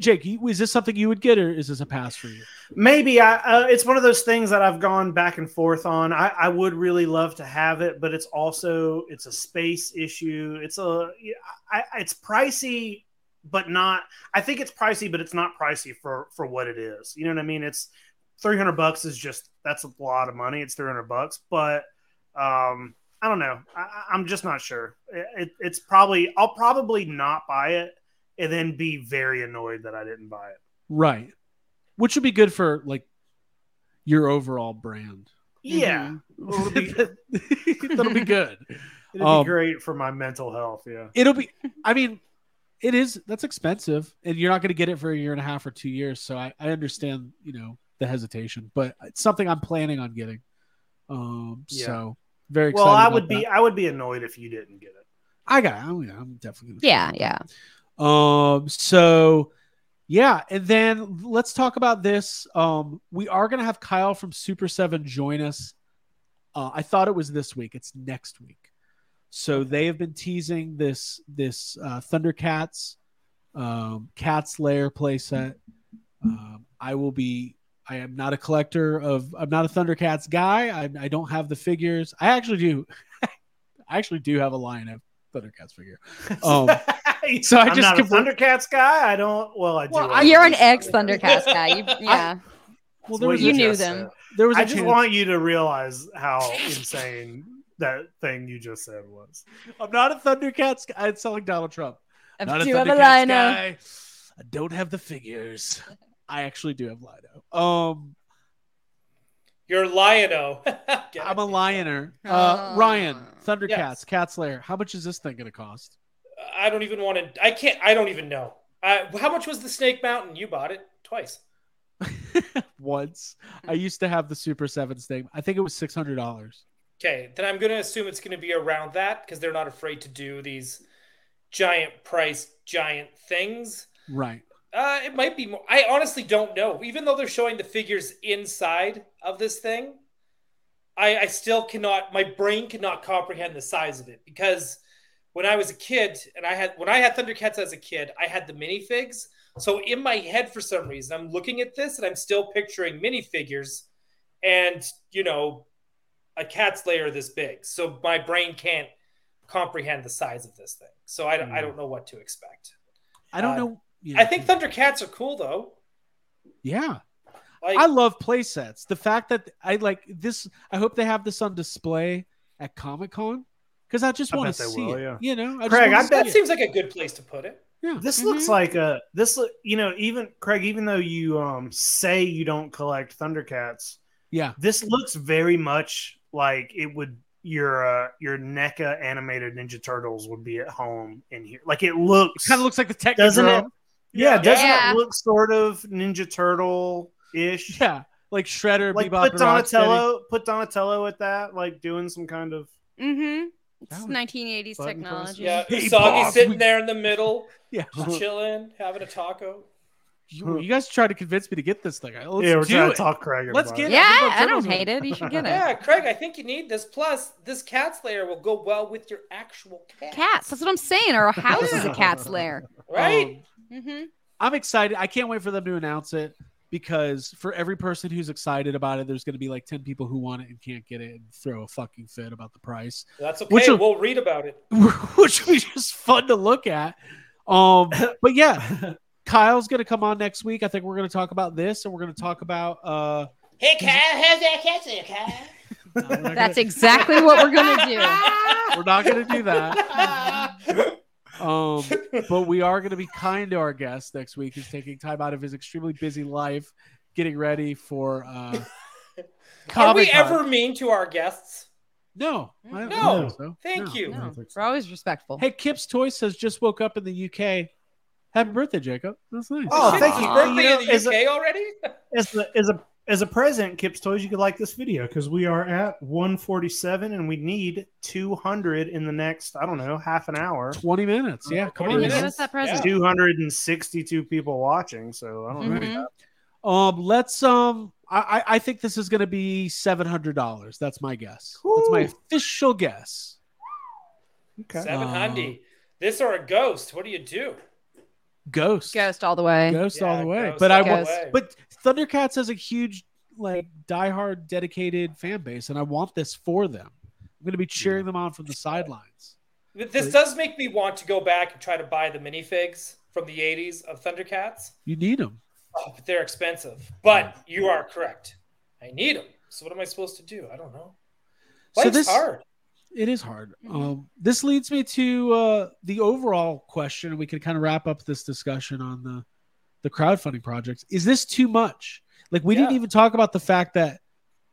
D: Jake, you, is this something you would get, or is this a pass for you?
F: Maybe I. Uh, it's one of those things that I've gone back and forth on. I, I would really love to have it, but it's also it's a space issue. It's a. I, I- it's pricey, but not. I think it's pricey, but it's not pricey for for what it is. You know what I mean? It's three hundred bucks is just that's a lot of money. It's three hundred bucks, but um, I don't know. I- I, I'm just not sure. It, it, it's probably I'll probably not buy it, and then be very annoyed that I didn't buy it.
D: Right, which would be good for like your overall brand.
F: Yeah.
D: Mm-hmm. [LAUGHS]
F: It'll be- [LAUGHS]
D: That'll be good.
F: It'd
D: Um,
F: be great for my mental health. Yeah.
D: It'll be. I mean, it is. That's expensive, and you're not going to get it for a year and a half or two years. So I, I understand, you know, the hesitation, but it's something I'm planning on getting. Um.
F: Yeah.
D: So very.
F: Well,
D: excited
F: I
D: about
F: would be
D: that.
F: I would be annoyed if you didn't get it.
D: I got. I'm, yeah, I'm definitely. Gonna
E: Yeah, yeah.
D: Um. So. Yeah, and then let's talk about this. Um, we are going to have Kyle from Super Seven join us. Uh, I thought it was this week. It's next week. So they have been teasing this this uh, Thundercats um, Cats Lair playset. Um, I will be. I am not a collector of. I'm not a Thundercats guy. I, I don't have the figures. I actually do. [LAUGHS] I actually do have a line of Thundercats figure. Um,
F: [LAUGHS]
D: so I
F: I'm
D: just
F: not a
D: compl-
F: Thundercats guy. I don't. Well, I do.
D: Well,
F: I,
E: You're an ex
F: [LAUGHS]
E: Thundercast guy.
D: [LAUGHS]
E: You, yeah.
D: well,
F: It's what
E: was- you
F: just
E: knew
F: said.
E: them.
D: There was a
F: I just
D: chance-
F: want you to realize how insane that thing you just said was.
D: I'm not a Thundercats guy. It's sound like Donald Trump.
E: Of
D: Not
E: two of a
D: Thundercats
E: lino.
D: guy. I don't have the figures. I actually do have Lino. Um,
A: You're lion-o. [LAUGHS] Get
D: I'm
A: it?
D: a Lioner. Uh,
E: Oh.
D: Ryan, Thundercats,
A: Yes.
D: Cat Slayer. How much is this thing gonna cost? [LAUGHS]
A: I don't even want to. I can't. I don't even know. Uh, how much was the Snake Mountain? You bought it twice.
D: Once I used to have the Super Sevens thing. I think it was six hundred dollars.
A: Okay, then I'm going to assume it's going to be around that because they're not afraid to do these giant price, giant things.
D: Right.
A: Uh, it might be more. I honestly don't know. Even though they're showing the figures inside of this thing, I, I still cannot. My brain cannot comprehend the size of it because when I was a kid and I had when I had Thundercats as a kid, I had the minifigs. So in my head, for some reason, I'm looking at this and I'm still picturing minifigures, and you know, a cat's layer this big. So my brain can't comprehend the size of this thing. So I, don't I don't know what to expect.
D: I don't
A: Uh,
D: know. yeah.
A: I think Thundercats are cool though.
D: Yeah.
A: Like,
D: I love play sets. The fact that I like this, I hope they have this on display at Comic Con because I just
F: I
D: want
F: bet
D: to
F: they
D: see
F: will,
D: it.
F: yeah.
D: You know, I just
F: Craig,
D: wanna
F: I
D: see
F: bet-
A: that
D: it.
A: seems like a good place to put it.
D: Yeah.
F: This
D: Mhm.
E: Mm-hmm.
F: looks like a this look you know even Craig even though you um say you don't collect Thundercats
D: yeah,
F: this looks very much like it would your uh, your NECA animated Ninja Turtles would be at home in here like it looks
D: kind of looks like the Technodrome.
F: doesn't it yeah, doesn't
E: Yeah.
F: it look sort of Ninja Turtle
D: [LAUGHS]
F: ish
D: Yeah, like Shredder,
F: like
D: Bebop,
F: put
D: and Rocksteady.
F: Donatello put Donatello at that like doing some kind of
E: Mm-hmm. It's
D: That was
E: 1980s
F: button
E: technology.
A: Yeah,
D: Hey,
A: Soggy
D: Bob,
A: sitting
D: we-
A: there in the middle,
F: [LAUGHS]
D: Yeah,
A: chilling, having a taco.
D: you, you guys tried to convince me to get this thing. Let's
F: yeah we're
D: do
F: trying
D: it.
F: to talk Craig
D: Let's
F: about
D: get
F: it.
E: Yeah,
D: I think
E: I
D: Turtles
E: don't hate
D: are-
E: it. You should
D: [LAUGHS]
E: get it.
A: Yeah, Craig, I think you need this. Plus, this cat's layer will go well with your actual cat.
E: Cats. That's what I'm saying. Our house is a cat's lair.
A: right?
D: Um,
E: Mm-hmm.
D: I'm excited. I can't wait for them to announce it because for every person who's excited about it, there's going to be like ten people who want it and can't get it and throw a fucking fit about the price.
A: That's
D: which
A: okay.
D: of-
A: We'll read about it.
D: [LAUGHS] which was just fun to look at.
F: [LAUGHS]
D: Um, but yeah, Kyle's gonna come on next week. I think we're gonna talk about this, and we're gonna talk about. Uh,
A: Hey, Kyle, how's that cat layer, Kyle?
D: no, we're,
A: [LAUGHS]
D: not
E: That's exactly what we're gonna do.
D: [LAUGHS] gonna, [LAUGHS] we're not gonna do that.
A: [LAUGHS]
D: Um, but we are gonna be kind to our guest next week, who's taking time out of his extremely busy life, getting ready
A: [LAUGHS]
D: for.
A: Are
D: Uh,
A: we
D: Comic-Con.
A: ever mean to our guests?
D: No, I don't
A: No,
D: think so.
A: Thank
D: No.
A: you.
E: No, we're always respectful.
D: Hey, Kip's Toy says just woke up in the UK. Happy birthday, Jacob. That's nice.
F: Oh,
A: Shit,
F: thank
A: it's
F: you.
A: Birthday
F: You know,
A: in the
F: is
A: UK already?
F: as a as a as a present, Kip's Toys, you could like this video because we are at 147 and we need 200 in the next, I don't know, half an hour.
D: 20 minutes. Yeah, come
A: 20
E: Give
D: on.
A: minutes.
D: man.
E: us that present.
F: 262 people watching, so I don't know.
E: Mhm.
D: Um, let's um, I I- I think this is gonna be seven hundred dollars. That's my guess. That's my
F: Whew.
D: official guess.
F: Okay.
A: Seven
D: Um,
A: hundred. This or a ghost? What do you do?
D: Ghost,
E: Ghost all the way.
D: Ghost all
A: Yeah,
D: the way.
A: ghost
D: But I
A: all the
D: want,
A: way.
D: but Thundercats has a huge like diehard dedicated fan base, and I want this for them. I'm gonna be cheering them on from the sidelines.
A: This does make me want to go back and try to buy the minifigs from the '80s of Thundercats.
D: You need them.
A: Oh, but they're expensive. But you are correct. I need them. So what am I supposed to do? I don't know.
D: So
A: Life's
D: this- Mm-hmm.
A: hard.
D: It is hard.
E: Mhm.
D: Um, this leads me to uh, the overall question, and we can kind of wrap up this discussion on the the crowdfunding projects. Is this too much? Like we didn't
A: Yeah.
D: even talk about the fact that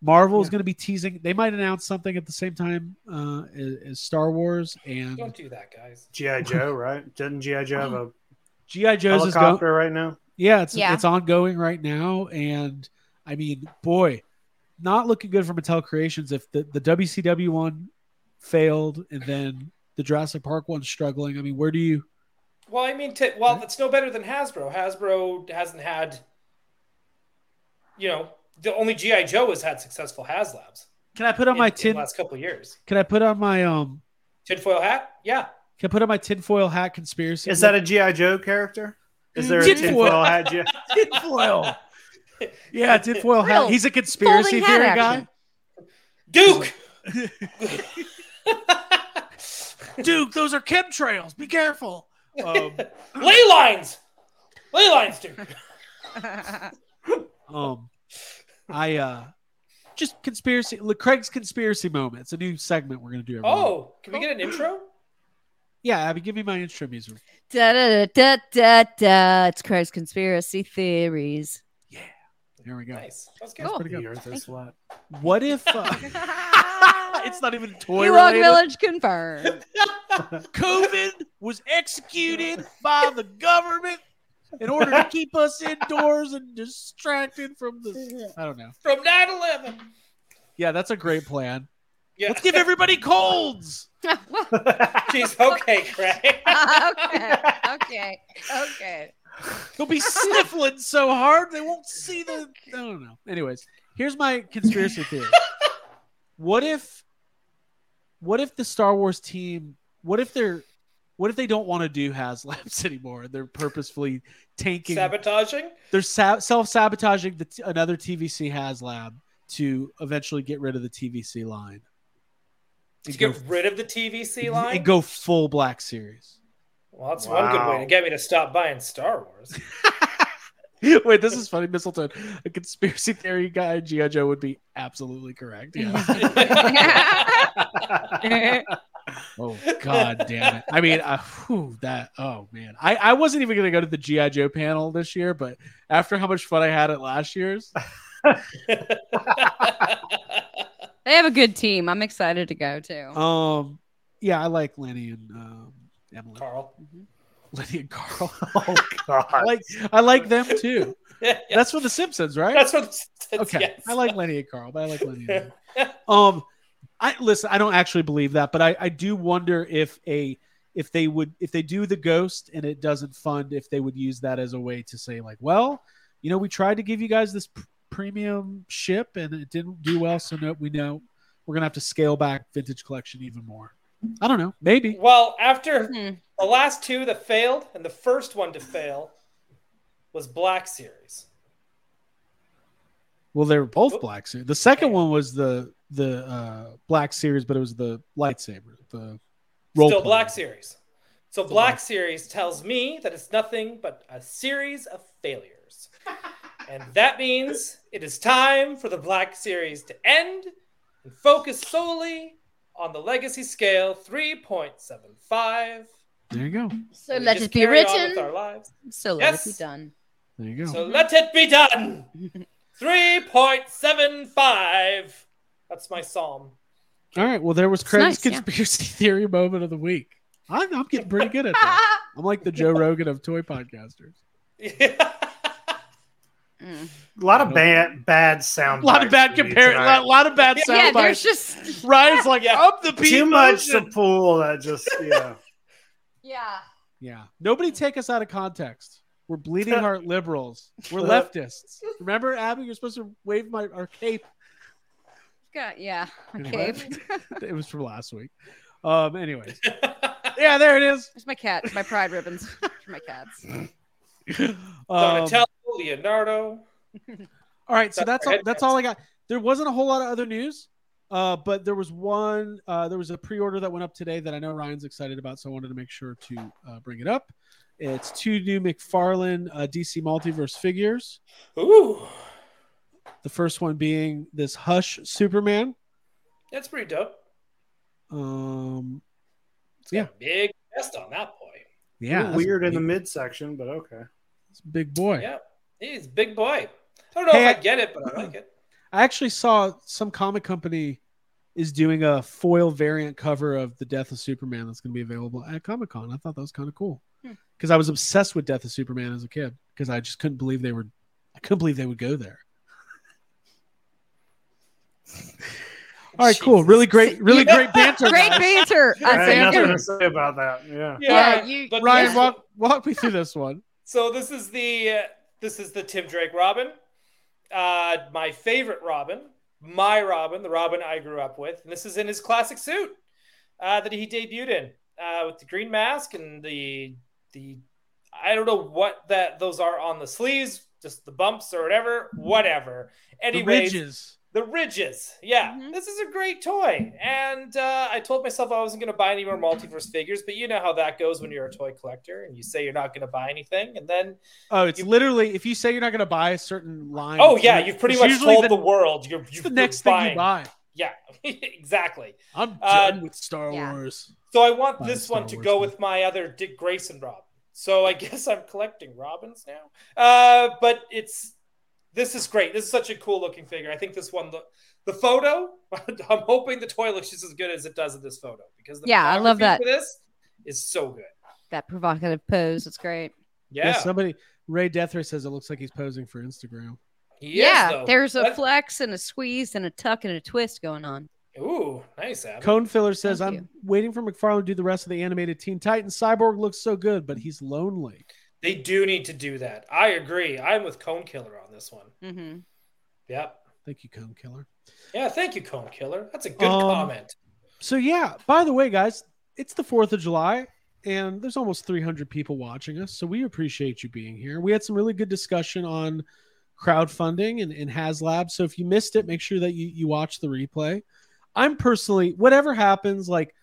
D: Marvel is going to be teasing. They might announce something at the same time uh, as, as Star Wars and
A: Don't do that, guys.
F: G.I. Joe, right? Doesn't G.I. Joe have a
D: GI [LAUGHS] Joe's is going.
F: helicopter right now?
D: Yeah, it's
E: Yeah.
D: it's ongoing right now, and I mean, boy, not looking good for Mattel Creations. If the the WCW one failed, and then the Jurassic Park one's struggling. I mean, where do you?
A: Well, I mean, t-
D: Mm-hmm.
A: well, it's no better than Hasbro. Hasbro hasn't had, you know, the only GI Joe has had successful HasLabs
D: Can I put on
A: in,
D: my
A: in
D: tin?
A: the last couple of years.
D: Can I put on my um?
A: Tinfoil hat, yeah.
D: Can I put on my tinfoil hat conspiracy?
F: Is that a G.I. Joe character? Is there a
D: Tinfoil.
F: tinfoil
D: [LAUGHS]
F: hat? G.I.
D: tinfoil? yeah, tinfoil hat.
E: Real
D: He's a conspiracy
E: folding hat
D: theory guy.
E: action.
A: Duke.
D: [LAUGHS]
A: [LAUGHS]
D: Duke, those are chemtrails. Be [LAUGHS] careful. Um,
A: Ley lines. Ley lines, Duke.
D: [LAUGHS]
E: [LAUGHS]
D: um, I uh, just conspiracy. Look, Craig's conspiracy moment. It's a new segment we're gonna do. Every week.
A: Oh, can we get an intro?
D: yeah, Abby, give me my intro music.
E: Da da da da da da. It's Craig's conspiracy theories.
D: There we go.
A: Nice. That's good.
E: Cool.
D: Pretty good.
F: Earth is flat.
D: What if uh, [LAUGHS] it's not even toy
E: Ewok
D: related?
E: Village confirmed.
D: COVID was executed by the government in order to keep us indoors and distracted from the. I don't know.
A: From 9-11.
D: Yeah, that's a great plan.
A: Yeah.
D: Let's give everybody colds.
A: [LAUGHS] Jeez, okay,
D: [LAUGHS]
A: Craig.
E: okay, okay, [LAUGHS] okay.
D: They'll be sniffling so hard they won't see the. I don't know. Anyways, here's my conspiracy theory. What if what if the Star Wars team what if they're what if they don't want to do Haslabs [LAUGHS] anymore? They're purposefully tanking
A: Sabotaging?
D: they're sa- self-sabotaging the t- another TVC HasLab to eventually get rid of the TVC line.
A: To
D: And
A: get
D: go-
A: rid of the TVC line?
D: and go full Black Series. [LAUGHS]
A: well, that's one good way
F: Wow.
A: to get me to stop buying Star
D: [LAUGHS]
A: Wars. [LAUGHS]
D: Wait, this is funny, Mistletoe. A conspiracy theory guy, G.I. Joe would be absolutely correct. Yeah. oh God damn it. I mean, uh, whew, that. Oh man, I, I wasn't even gonna go to the GI Joe panel this year, but after how much fun I had at
A: [LAUGHS]
D: last year's,
E: They have a good team. I'm excited to go too.
D: um, yeah, I like Lenny and um, Emily,
A: Carl.
D: Lenny
A: [LAUGHS]
D: and Carl.
F: [LAUGHS] Oh
D: I
F: God!
D: like I like them too.
A: Yeah, yeah.
D: That's for the Simpsons,
A: [LAUGHS]
D: right?
A: That's what that's,
D: okay.
A: [LAUGHS] yes.
D: I like Lenny and Carl, but I like Lenny and Emily.
A: [LAUGHS]
D: Um, I listen. I don't actually believe that, but I, I do wonder if a if they would if they do the ghost and it doesn't fund if they would use that as a way to say like, well, you know, we tried to give you guys this pr- premium ship and it didn't do well, so no, we know we're gonna have to scale back vintage collection even more. I don't know. Maybe
A: Well, after
E: Hmm.
A: the last two that failed, and the first one to fail was Black Series.
D: well they were both black series. The second one was the the uh, black series, but it was the lightsaber. The
A: Still
D: role playing.
A: Black Series. So Black Series tells me that it's nothing but a series of failures. and that means it is time for the Black Series to end and focus solely on the legacy scale 3.75.
D: There you go.
E: So
A: We
E: let
A: just
E: it be
A: carry on with
E: written.
A: our lives.
E: So let
A: Yes.
E: it be [LAUGHS] done. Mm.
D: There you go.
A: So let it be done. 3.75. That's my psalm. [LAUGHS]
D: All right. Well, there was Craig's
E: nice, yeah.
D: conspiracy [LAUGHS] theory moment of the week. I'm, I'm getting pretty good
E: [LAUGHS]
D: at that. I'm like the Joe Rogan of toy podcasters.
E: Mm.
F: A lot of bad, bad sound.
D: Uh-huh. A lot of bad
F: bites for me
D: compare.
F: tonight.
D: A lot of bad sound
E: Yeah, there's
D: bites.
E: just
D: Ryan's like
A: Yeah.
D: up the beat.
F: Too much to
D: motion."
F: pull. That just
D: [LAUGHS]
F: yeah.
E: yeah.
D: Yeah. Nobody take us out of context. We're
F: [LAUGHS]
D: bleeding heart liberals. We're leftists. Remember, Abby, you're supposed to wave my our cape.
E: Got, yeah. Okay.
D: Anyway. [LAUGHS] it was from last week. Um.
F: [LAUGHS]
D: Anyways.
A: Donatello
D: Yeah. There it is.
E: There's my cat. My pride ribbons [LAUGHS] for my cats.
D: Um,
A: Leonardo.
D: All right, so
A: That's
D: that's
A: our
D: all, that's all I got. There wasn't a whole lot of other news, uh, but there was one. Uh, there was a pre-order that went up today that I know Ryan's excited about, so I wanted to make sure to uh, bring it up. It's two new McFarlane uh, DC Multiverse figures.
A: Ooh,
D: The first one being this Hush Superman.
A: that's pretty dope.
D: Um,
A: It's got
D: Yeah.
A: a big chest on that boy.
D: yeah, that's
F: weird in the
D: big-
F: midsection, but okay.
D: that's a big boy.
A: Yeah, he's a big boy. I don't know
D: Hey,
A: if I get it, but I like it.
D: I actually saw some comic company is doing a foil variant cover of the Death of Superman that's going to be available at Comic Con. I thought that was kind of cool
E: Hmm.
D: because I was obsessed with Death of Superman as a kid because I just couldn't believe they were, I couldn't believe they would go there. All right, cool.
A: Jesus. [LAUGHS]
D: Really great, really
E: Yeah.
D: great banter.
E: Great
D: guys.
E: banter.
F: I had
E: I
F: nothing
E: think.
F: to say about that. Yeah.
E: Yeah, you-
A: but
D: Ryan,
A: this-
D: walk walk me through this one.
A: So this is the uh, this is the Tim Drake Robin, uh, my favorite Robin, my Robin, the Robin I grew up with. And this is in his classic suit uh, that he debuted in uh, with the green mask and the the I don't know what that those are on the sleeves, just the bumps or whatever, whatever.
D: The
A: Anyways,
D: ridges.
A: the ridges. Yeah,
E: Mhm.
A: this is a great toy. And uh, I told myself I wasn't going to buy any more multiverse figures, but you know how that goes when you're a toy collector and you say you're not going to buy anything, and then
D: Oh, it's
A: You-
D: literally if you say you're not going to buy a certain line.
A: oh
D: it's
A: yeah,
D: like-
A: you've pretty
D: it's
A: much
D: usually
A: told
D: the,
A: the, world you're,
D: it's
A: you're
D: the next
A: buying.
D: thing you buy.
A: Yeah, [LAUGHS] exactly.
D: I'm
A: Uh,
D: done with Star
E: yeah.
D: Wars.
A: So I want
D: Buy
A: this
D: Star
A: one to
D: Wars
A: go
D: now.
A: with my other Dick Grayson Robin. So I [LAUGHS] guess I'm collecting Robins now. Uh, but it's this is great. This is such a cool looking figure. I think this one look the photo. [LAUGHS] I'm hoping the toy looks just as good as it does in this photo because the
E: Yeah, I love
A: photography
E: that.
A: For this is so good.
E: That provocative pose. It's great.
A: Yeah,
D: Yeah, somebody Ray Deathray says it looks like he's posing for Instagram.
A: He is,
E: yeah.
A: though.
E: there's a
A: What?
E: flex and a squeeze and a tuck and a twist going on.
A: Ooh, nice. Adam.
D: Cone Filler says,
E: Thank
D: "I'm
E: you.
D: waiting for McFarlane to do the rest of the animated Teen Titans. Cyborg looks so good, but he's lonely."
A: they do need to do that. I agree. I'm with Cone Killer on this one.
E: Mm-hmm.
A: Yep.
D: Thank you, Comb Killer.
A: Yeah, thank you, Cone Killer. That's a good
D: Um,
A: comment.
D: So yeah, by the way, guys, it's the Fourth of July, and there's almost 300 people watching us. So we appreciate you being here. We had some really good discussion on crowdfunding and, and HasLab. So if you missed it, make sure that you you watch the replay. I'm personally, whatever happens, like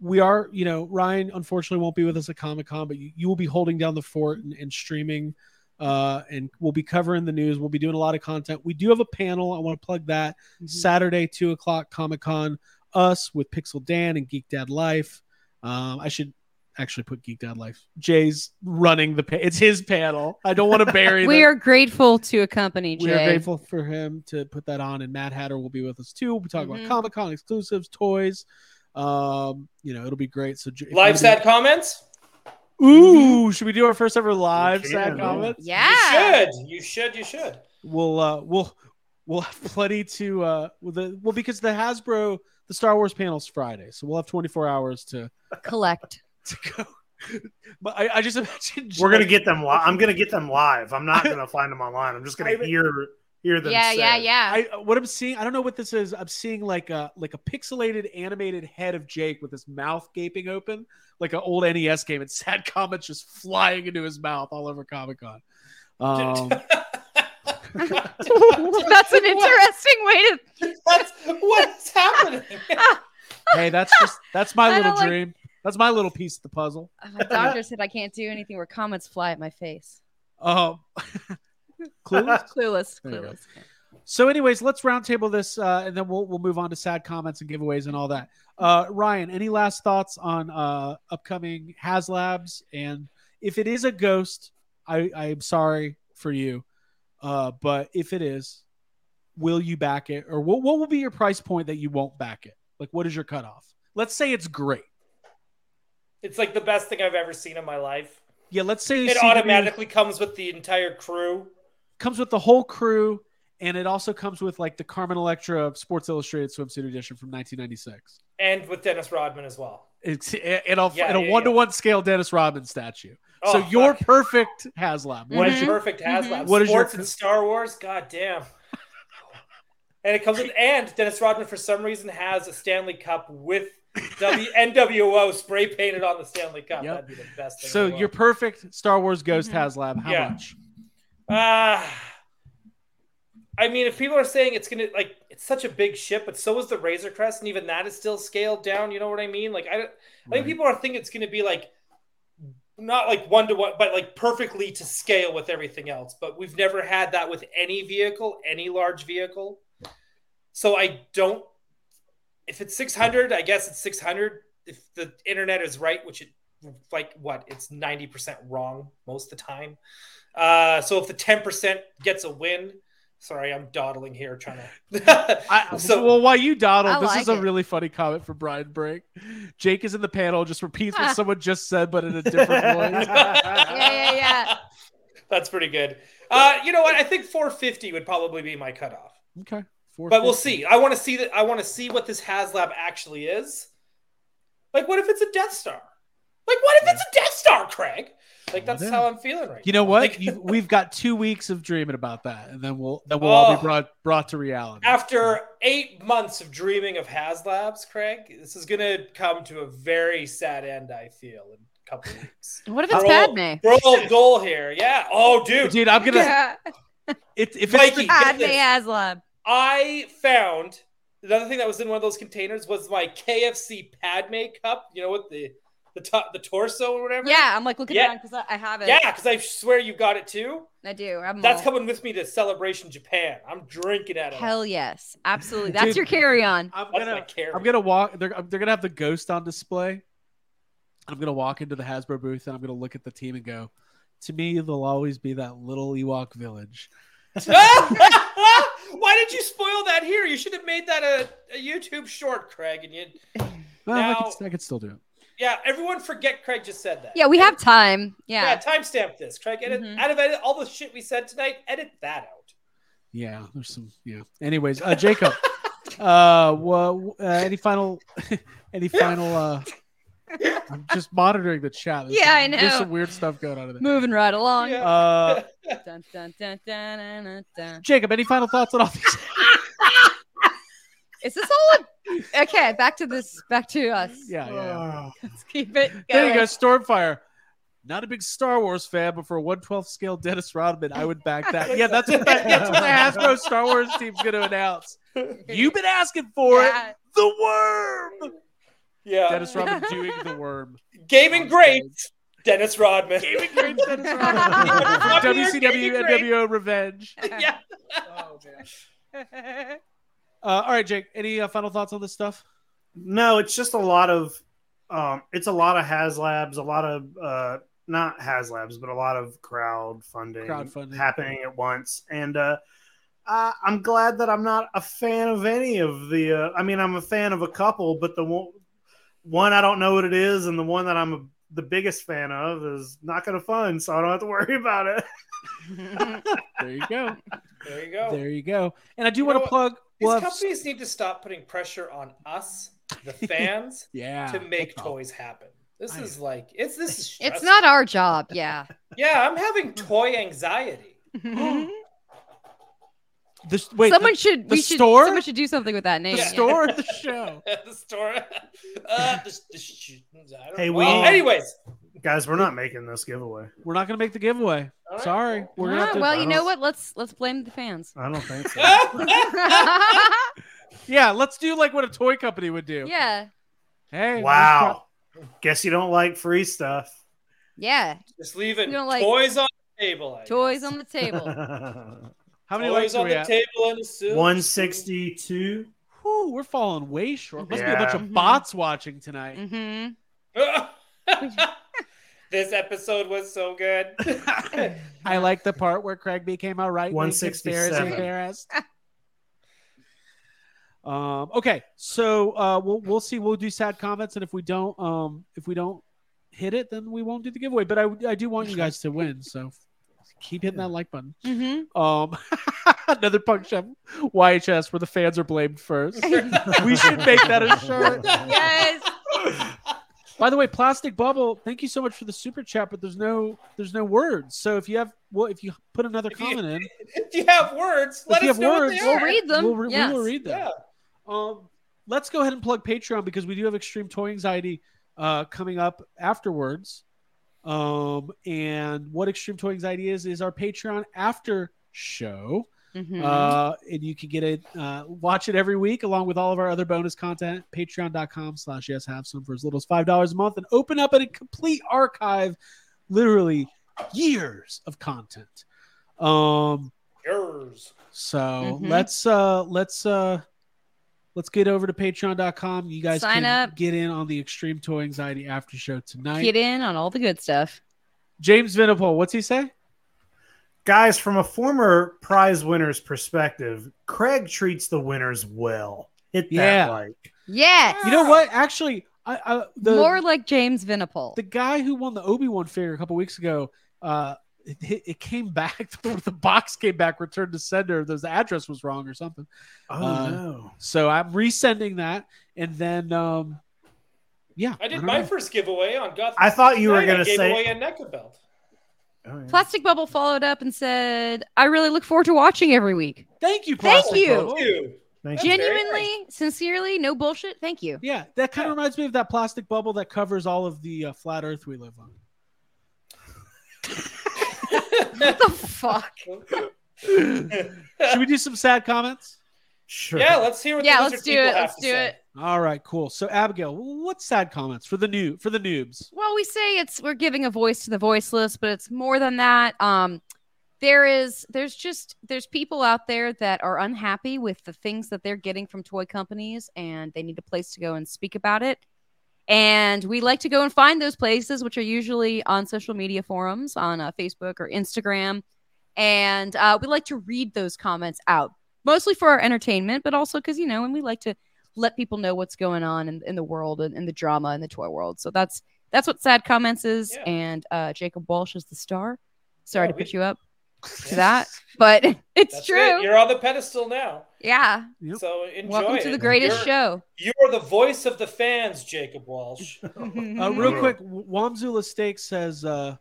D: we are, you know, Ryan unfortunately won't be with us at Comic Con, but you, you will be holding down the fort and, and streaming. Uh, and we'll be covering the news. We'll be doing a lot of content. We do have a panel. I want to plug that Saturday, two o'clock, Comic Con us with Pixel Dan and Geek Dad Life. Um, I should actually put Geek Dad Life. Jay's running the pa- it's his panel. I don't want to
E: [LAUGHS]
D: bury.
E: We
D: the-
E: are grateful to accompany Jay.
D: we are grateful for him to put that on, and Matt Hatter will be with us too. We'll be talking
E: Mhm.
D: about Comic Con exclusives, toys. Um, you know, it'll be great. So J- if
A: Live
D: you-
A: sad comments?
D: Ooh, should we do our first ever live
F: can.
D: sad comments?
E: Yeah.
A: You should. You should. You should.
D: we'll uh we'll we'll have plenty to uh with the well because the Hasbro the Star Wars panel's Friday, so we'll have 24 hours to
E: Collect.
D: to go. [LAUGHS] But I, I just [LAUGHS] imagine
F: We're gonna get them. Li- I'm gonna get them live. I'm
D: [LAUGHS]
F: not gonna find them online. I'm just gonna
D: I-
F: hear hear them.
E: Yeah,
F: say.
E: yeah, [LAUGHS] yeah.
D: I uh, what I'm seeing. I don't know what this is. I'm seeing like a like a pixelated animated head of Jake with his mouth gaping open, like an old NES game, and [LAUGHS] sad comments just flying into his mouth all over Comic Con.
A: [LAUGHS]
E: [LAUGHS]
D: Um,
E: That's an interesting way to.
A: That's what's happening.
D: hey, that's just that's my
E: I
D: little
E: don't like-
D: dream. That's my little piece of the puzzle.
E: [LAUGHS] My doctor said I can't do anything where comments fly at my face.
D: Um, [LAUGHS] clueless.
E: Clueless.
D: There you go.
E: Clueless.
D: so, anyways, let's roundtable this, uh, and then we'll we'll move on to sad comments and giveaways and all that. Uh, Ryan, any last thoughts on uh, upcoming HasLabs? And if it is a ghost, I I'm sorry for you, uh, but if it is, will you back it, or what what will be your price point that you won't back it? Like, what is your cutoff? Let's say it's great.
A: It's like the best thing I've ever seen in my life.
D: Yeah, let's say
A: It
D: CW
A: automatically comes with the entire crew.
D: comes with the whole crew and it also comes with like the Carmen Electra Sports Illustrated swimsuit edition from 1996.
A: and with Dennis Rodman as well.
D: It's in a,
A: Yeah,
D: in a
A: yeah, yeah.
D: one-to-one scale Dennis Rodman statue.
A: Oh,
D: so your
A: fuck.
D: perfect Haslam. What
A: what
D: is
A: is
E: Mhm.
A: your perfect Haslam?
D: What is your-
A: Sports and Star Wars? God damn. and it comes with and Dennis Rodman for some reason has a Stanley Cup with W NWO spray painted on the Stanley Cup.
D: Yep.
A: That'd be the best thing.
D: so
A: in the
D: your perfect Star Wars Ghost
E: Mhm.
D: Haslab. How
A: Yeah.
D: much?
A: world. Ah. I mean, if people are saying it's gonna like it's such a big ship, but so is the Razor Crest, and even that is still scaled down. You know what I mean? Like I don't. I think people are thinking it's going to be like not like one to one, but like perfectly to scale with everything else. But we've never had that with any vehicle, any large vehicle. So I don't. If it's six hundred, I guess it's six hundred. If the internet is right, which it like what it's ninety percent wrong most of the time. Uh, so if the ten percent gets a win, sorry, I'm dawdling here trying to. [LAUGHS]
D: I,
A: So-
D: well, while you dawdle,
E: I
D: this
E: like
D: is a
E: it.
D: really funny comment from Brian Brink. Jake is in the panel, just repeats
E: Ah.
D: what someone just said, but in a
A: [LAUGHS]
D: different voice.
E: yeah, yeah.
A: That's pretty good. Uh, you know what? I think 450 would probably be my cutoff,
D: Okay.
A: but we'll
D: 450.
A: see. I want to see that. I want to see what this HasLab actually is. Like, what if it's a Death Star? Like, what if it's a Death Star, Craig? Like, that's
D: Well,
A: how I'm feeling right
D: You know
A: now.
D: what?
A: Like,
D: You've, we've got two weeks of dreaming about that, and then we'll then we'll all be
A: Oh.
D: brought brought to reality.
A: after eight months of dreaming of HasLabs, Craig, this is going to come to a very sad end, I feel, in a couple of weeks.
E: What if it's
A: We're all-
E: Padme?
A: We're all goal here. Yeah. Oh, dude.
D: dude, I'm gonna [LAUGHS]
E: Yeah.
D: it, if it's
A: Mikey.
D: the,
A: get
E: Padme
A: this.
E: Aslam.
A: I found another thing that was in one of those containers was my KFC Padme cup. You know, with the the top, the torso or whatever.
E: Yeah, I'm like looking
A: Yeah.
E: around because I, I have it.
A: yeah, because I swear you got it too.
E: I do. I'm
A: That's
E: all,
A: coming with me to Celebration Japan. I'm drinking out of
E: hell yes,
D: [LAUGHS]
E: absolutely. That's
D: Dude.
E: your carry on.
D: I'm
A: That's my
D: gonna
A: carry.
D: I'm gonna [LAUGHS] walk. They're uh, they're gonna have the ghost on display. I'm gonna walk into the Hasbro booth and I'm gonna look at the team and go, to me, there'll always be that little Ewok village.
A: [LAUGHS] Why did you spoil that here? You should have made that a, a YouTube short, Craig. And you,
D: Well, I,
A: Now-
D: could, I could still do it.
A: yeah, everyone forget Craig just said that.
E: Yeah, we have time. Yeah.
A: Yeah, timestamp this, Craig. Edit
E: Mhm.
A: out of edit all the shit we said tonight. Edit that out.
D: Yeah, there's some. Yeah. Anyways, uh, [LAUGHS] Jacob, uh, wha- uh, any final, any final uh, I'm just monitoring the chat. There's
E: Yeah,
D: some-
E: I
D: There's
E: know.
D: some weird stuff going on in there.
E: Moving right along.
A: Yeah.
D: Uh,
E: Dun, dun, dun, dun, dun, dun, dun.
D: Jacob, any final thoughts on all these? [LAUGHS]
E: Is this all?
D: [LAUGHS]
E: A- okay, back to this. Back to us.
D: yeah, yeah. yeah.
E: Let's keep it. Going.
D: There you go, Stormfire. Not a big Star Wars fan, but for a 112th scale Dennis Rodman, I would back that. Yeah, that's what, that, that's what the Hasbro Star Wars team's going to announce. You've been asking for
E: Yeah.
D: it. The worm.
A: yeah.
D: Dennis Rodman doing the worm.
A: Gaming great, Dennis Rodman.
D: Gaming great Dennis Rodman.
A: Fucking
D: WCW
A: Gaming Great.
D: NWO Revenge.
A: [LAUGHS] yeah.
D: Oh, man. Uh, all right, Jake. Any uh, final thoughts on this stuff?
F: No, it's just a lot of um it's a lot of HasLabs, a lot of uh not HasLabs, but a lot of crowdfunding,
D: Crowdfunding.
F: happening at once. And uh I, I'm glad that I'm not a fan of any of the uh, I mean I'm a fan of a couple, but the one, one I don't know what it is and the one that I'm a, the biggest fan of is not going to fund, so I don't have to [LAUGHS] worry about it.
D: There you go.
A: There you [LAUGHS] go.
D: There you go. And I do
A: You
D: want
A: know
D: to
A: what?
D: plug.
A: These
D: We'll have-
A: companies need to stop putting pressure on us,
D: [LAUGHS]
A: the fans,
D: yeah.
A: to make
D: that's all.
A: toys happen. This
D: I
A: is like it's this is
E: It's
A: stressful.
E: not our job.
D: [GASPS]
E: Yeah.
A: Yeah, I'm having toy anxiety.
D: [GASPS]
A: [LAUGHS]
D: This, wait,
E: someone should.
D: the
E: we should.
D: store?
E: Someone should do something with that
D: the,
E: name.
D: the
E: yeah.
D: store or the show?
A: the store.
D: [LAUGHS]
A: Uh, the, the sh- I don't
F: Hey,
A: know.
F: we-
A: Well, anyways.
F: Guys, we're not making this giveaway.
D: We're not going to make the giveaway.
A: All right,
D: Sorry.
A: cool.
D: We're going to have
E: Ah,
D: to.
E: well, you know
F: don't-
E: what? Let's let's blame the
D: [LAUGHS]
E: fans. [LAUGHS]
F: I don't think
A: [LAUGHS]
F: so.
D: Yeah, let's do like what a toy company would do.
E: yeah.
D: Hey.
F: wow. Guess you don't like free stuff.
E: Yeah.
A: [LAUGHS] Just leaving
E: You don't like-
A: toys on the table. I
E: Toys
A: guess.
E: on the
D: [LAUGHS]
E: table.
F: [LAUGHS]
D: How many
A: toys
D: likes are
A: on
D: we
A: the
D: at?
A: table and a suit.
F: 162.
D: Whew, we're falling way short. Must be a
F: Yeah.
D: bunch of
E: Mhm.
D: bots watching tonight.
E: hmm
A: [LAUGHS] this episode was so good.
D: [LAUGHS]
A: [LAUGHS]
D: I like the part where Craig became a right wing
F: 167.
D: conspiracy theorist. [LAUGHS] um, okay, so uh, we'll we'll see. We'll do sad comments, and if we don't, um, if we don't hit it, then we won't do the giveaway. But I I do want you guys to win, so keep hitting that like button.
E: hmm
D: Um, [LAUGHS] another punk chef YHS where the fans are blamed
E: [LAUGHS]
D: first. we should make that a shirt.
E: yes.
D: By the way, plastic bubble. Thank you so much for the super chat, but there's no there's no words. So if you have well, if you put another
A: If you-
D: comment in,
A: if you have words, let
D: if you
A: us
D: have
A: know
D: words,
A: what they
E: We'll
A: are.
E: read them.
D: We'll re-
E: yes.
D: we will read them.
A: Yeah.
D: Um, let's go ahead and plug Patreon because we do have Extreme Toy Anxiety uh, coming up afterwards. Um, and what Extreme Toy Anxiety is is our Patreon after show.
E: Mhm.
D: Uh, and you can get it, uh, watch it every week along with all of our other bonus content. Patreon.com slash yes have some for as little as five dollars a month and open up a complete archive, literally years of content. Um,
A: Yours.
D: so
E: Mhm.
D: let's uh let's uh let's get over to patreon.com. You guys
E: Sign
D: can
E: up.
D: get in on the extreme toy anxiety after show tonight.
E: Mm-hmm. Get in on all the good stuff.
D: James Venable, what's he say?
F: Guys, from a former prize winner's perspective, Craig treats the winners well. Hit that
D: Yeah.
F: like.
E: Yes.
D: You know
E: [GASPS]
D: what? Actually, I, I the
E: More like James Vinipal.
D: the guy who won the Obi Wan figure a couple weeks ago, uh, it, it came back. [LAUGHS] the box came back, returned to sender. The the address was wrong or something.
F: Oh
D: Uh,
F: no.
D: So I'm resending that, and then um, yeah,
A: I did
D: don't
A: my
D: know.
A: first giveaway on Gotham.
F: I thought you were
A: Knight. I
F: gonna
A: gave
F: say
A: away a NECA belt.
F: Oh, yeah.
E: Plastic Bubble followed up and said, "I really look forward to watching every week.
D: Thank you,
E: Thank
D: Plastic
E: you.
D: Bubble.
A: Dude,
F: Thank you.
A: Gen- very
E: Genuinely, sincerely, no bullshit. Thank
D: [LAUGHS]
E: you."
D: Yeah, that kind of reminds me of that plastic bubble that covers all of the uh, flat Earth we live on.
E: What the fuck?
D: Should we do some sad comments?
F: Sure.
A: yeah, let's hear what
E: Yeah,
A: the
E: let's
A: lizard
E: do
A: people
E: it.
A: have
E: Let's
A: to
E: do
A: say.
E: it.
D: All right, cool. So Abigail, what's sad comments for the new for the noobs?
E: Well, we say it's we're giving a voice to the voiceless, but it's more than that. Um, there is there's just there's people out there that are unhappy with the things that they're getting from toy companies, and they need a place to go and speak about it. And we like to go and find those places, which are usually on social media forums, on uh, Facebook or Instagram, and uh, we like to read those comments out, mostly for our entertainment, but also because you know, and we like to let people know what's going on in, in the world and in the drama in the toy world. So that's that's what sad comments is.
A: Yeah.
E: And uh, Jacob Walsh is the star. Sorry
A: Yeah,
E: to
A: we-
E: put you up. to that, but [LAUGHS] it's
A: That's
E: true.
A: it. You're on the pedestal now.
E: yeah.
D: Yep.
A: So enjoy.
E: Welcome to
A: it.
E: the greatest
A: You're-
E: show.
A: You're the voice of the fans, Jacob Walsh.
E: [LAUGHS]
D: Uh,
E: Mhm.
D: real
A: Mm-hmm.
D: quick, Wamzula Steak says, uh,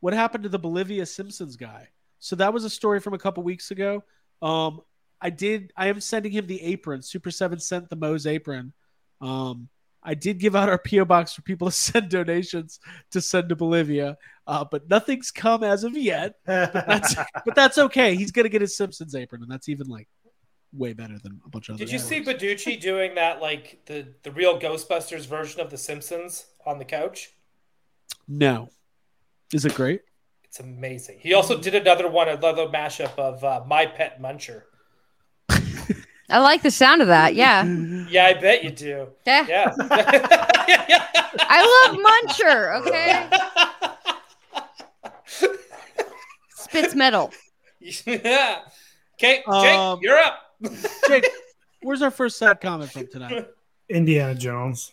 D: "What happened to the Bolivia Simpsons guy?" So that was a story from a couple weeks ago. Um, I did. I am sending him the apron. Super Seven sent the Moe's apron. Um, I did give out our PO box for people to [LAUGHS] send donations to send to Bolivia, uh, but nothing's come as of yet. That's, but that's okay. He's gonna get his Simpsons apron, and that's even like way better than a bunch of. Other
A: Did you see
D: airwaves.
A: Beducci doing that, like the the real Ghostbusters version of The Simpsons on the couch?
D: No. Is it great?
A: It's amazing. He also did another one, another mashup of uh, My Pet Muncher.
E: I like the sound of that. Yeah. [LAUGHS]
A: Yeah, I bet you do.
E: Yeah.
A: Yeah.
E: I love Muncher. Okay. Spits metal.
A: yeah. [LAUGHS] Okay, Jake,
D: Um,
A: you're up.
D: Jake, where's our first sad comment from tonight?
F: [LAUGHS] Indiana Jones.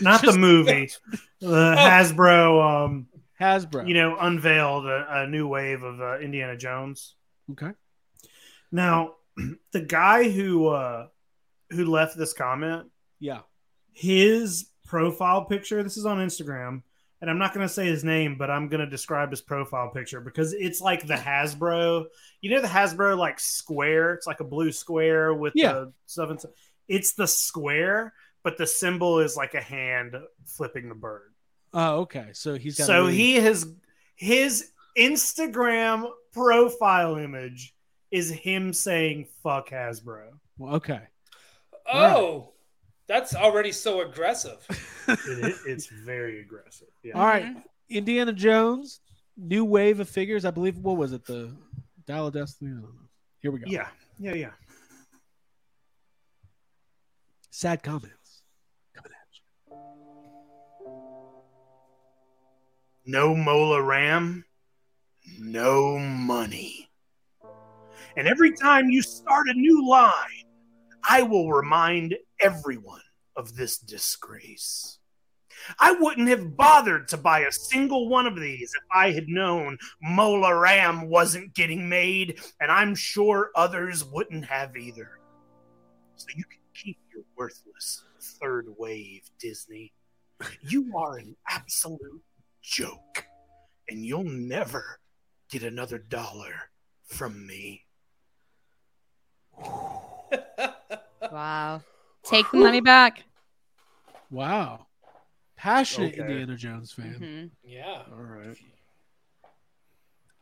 F: Not
D: Just-
F: the movie. The Hasbro, um,
D: Hasbro.
F: you know, unveiled a, a new wave of uh, Indiana Jones.
D: okay.
F: Now, [CLEARS THROAT] the guy who uh, who left this comment
D: Yeah.
F: his profile picture this is on instagram and i'm not going to say his name but i'm going to describe his profile picture because it's like the hasbro you know the hasbro like square it's like a blue square with
D: Yeah.
F: the stuff and it's the square but the symbol is like a hand flipping the bird
D: Oh, okay. So he's got. a
F: so
D: really-
F: he has his instagram profile image is him saying fuck hasbro
D: Well, okay.
A: Oh, that's already so aggressive.
F: [LAUGHS]
A: [LAUGHS]
F: it, it's very aggressive yeah
D: All right. Indiana Jones, new wave of figures. I believe. What was it? The Dial of Destiny. I don't know. Here we go.
F: yeah yeah yeah
D: Sad comments. Coming at you.
F: no mola ram no money and every time you start a new line i will remind everyone of this disgrace i wouldn't have bothered to buy a single one of these if i had known mola ram wasn't getting made and i'm sure others wouldn't have either so you can keep your worthless third wave disney you are an absolute joke, and you'll never get another dollar from me.
E: Wow. Take the money back.
D: Wow. Passionate
F: Okay.
D: Indiana Jones fan.
E: Mhm.
A: yeah. [LAUGHS]
F: All right.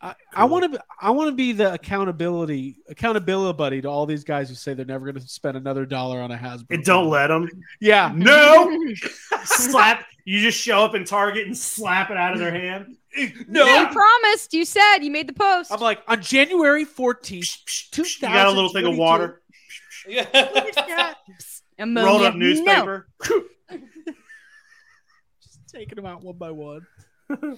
D: I, I want to. be I want to be the accountability accountability buddy to all these guys who say they're never going to spend another dollar on a Hasbro.
F: And don't let them.
D: Yeah.
E: Mm-hmm.
F: No!
E: [LAUGHS]
F: slap. You just show up in Target and slap it out of their hand.
E: You promised. You said. You made the post.
D: I'm like on January 14th.
F: You got a little thing of water.
A: Yeah.
E: Ammonia.
F: Rolled up
E: No.
F: newspaper.
D: [LAUGHS] Just taking them out one by one. That'd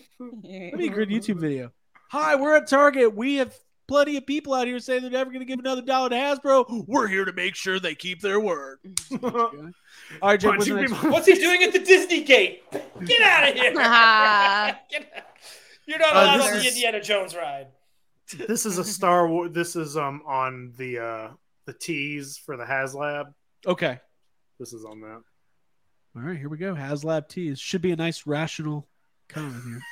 D: be a great YouTube video. Hi, we're at Target. We have plenty of people out here saying they're never going to give another dollar to Hasbro. We're here to make sure they keep their word. All right, Jake, what's the
F: Punching
D: next
F: people.
A: What's he doing at the Disney gate? Get out of here.
E: Ah.
A: [LAUGHS] Get out. You're not
F: Uh,
A: allowed
F: this
A: on the
F: is-
A: Indiana Jones ride. [LAUGHS]
F: This is a Star Wars. This is um on the uh the tees for the HasLab.
D: Okay.
F: This is on that.
D: All right, here we go. HasLab tees. Should be a nice rational comment here.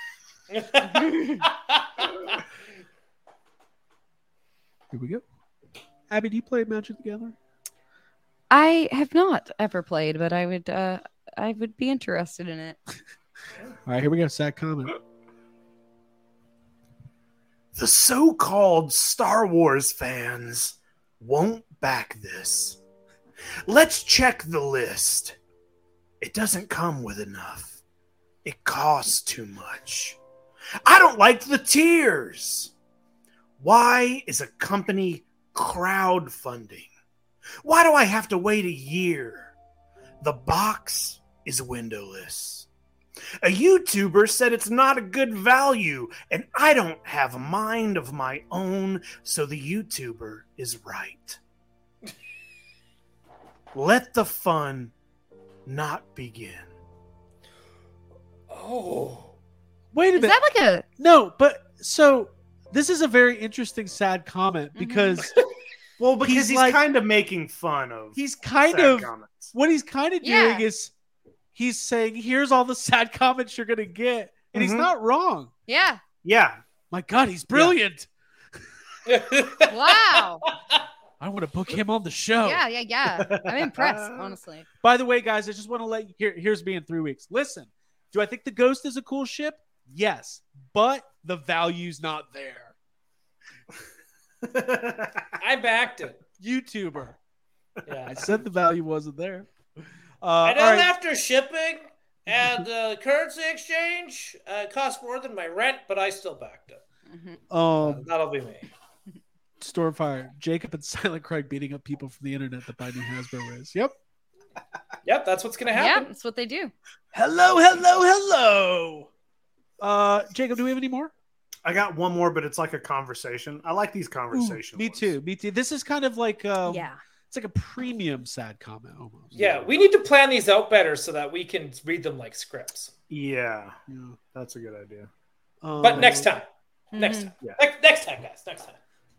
D: Here we go. Abby, do you play Magic the Gathering?
E: I have not ever played, but I would. Uh, I would be interested in it.
D: All right, here we go. Sad comment.
F: The so called Star Wars fans won't back this. Let's check the list. It doesn't come with enough, it costs too much. I don't like the tiers. Why is a company crowdfunding? Why do I have to wait a year? The box is windowless. A YouTuber said it's not a good value, and I don't have a mind of my own, so the YouTuber is right. Let the fun not begin.
A: oh.
D: Wait a
E: Is
D: minute.
E: that like a?
D: No, but so this is a very interesting sad comment
E: Mhm.
D: because [LAUGHS]
F: Well, because
D: He's
F: he's,
D: like-
F: kind of making fun of.
D: he's kind
F: sad
D: of
F: comments.
D: what he's kind of
E: Yeah.
D: doing is he's saying here's all the sad [LAUGHS] comments you're gonna get and he's
F: Mhm.
D: not wrong
E: Yeah.
F: Yeah, [LAUGHS]
D: my god he's brilliant [LAUGHS]
E: Wow.
D: i want to book him on the show
E: Yeah, yeah, yeah. I'm
D: [LAUGHS]
E: impressed, honestly.
D: by the way guys i just want to let you here, here's me in three weeks listen do i think the ghost is a cool ship yes but the value's not there
A: I backed it.
D: youtuber
A: Yeah.
D: i said the value wasn't there [LAUGHS] uh,
A: and
D: all
A: then
D: right.
A: after shipping and the currency exchange, uh, it cost more than my rent, but I still backed it.
E: Mhm.
D: um,
A: That'll be me.
D: Stormfire, Jacob and [LAUGHS] Silent Craig beating up people from the internet that buy new Hasbro rares. Yep.
A: Yep, that's what's gonna
E: Yeah,
A: happen.
E: that's what they do.
D: Hello, hello, hello. Uh, Jacob, do we have any more?
F: I got one more, but it's like a conversation. I like these conversations.
D: me too. Me too. This is kind of like um,
E: yeah.
D: it's like a premium sad comment almost.
A: Yeah. we need to plan these out better so that we can read them like scripts.
F: Yeah,
D: Yeah.
F: that's a good idea. [LAUGHS]
D: Um,
A: But next time, next
E: Mhm.
A: time,
F: Yeah.
A: next, next time, guys, next time.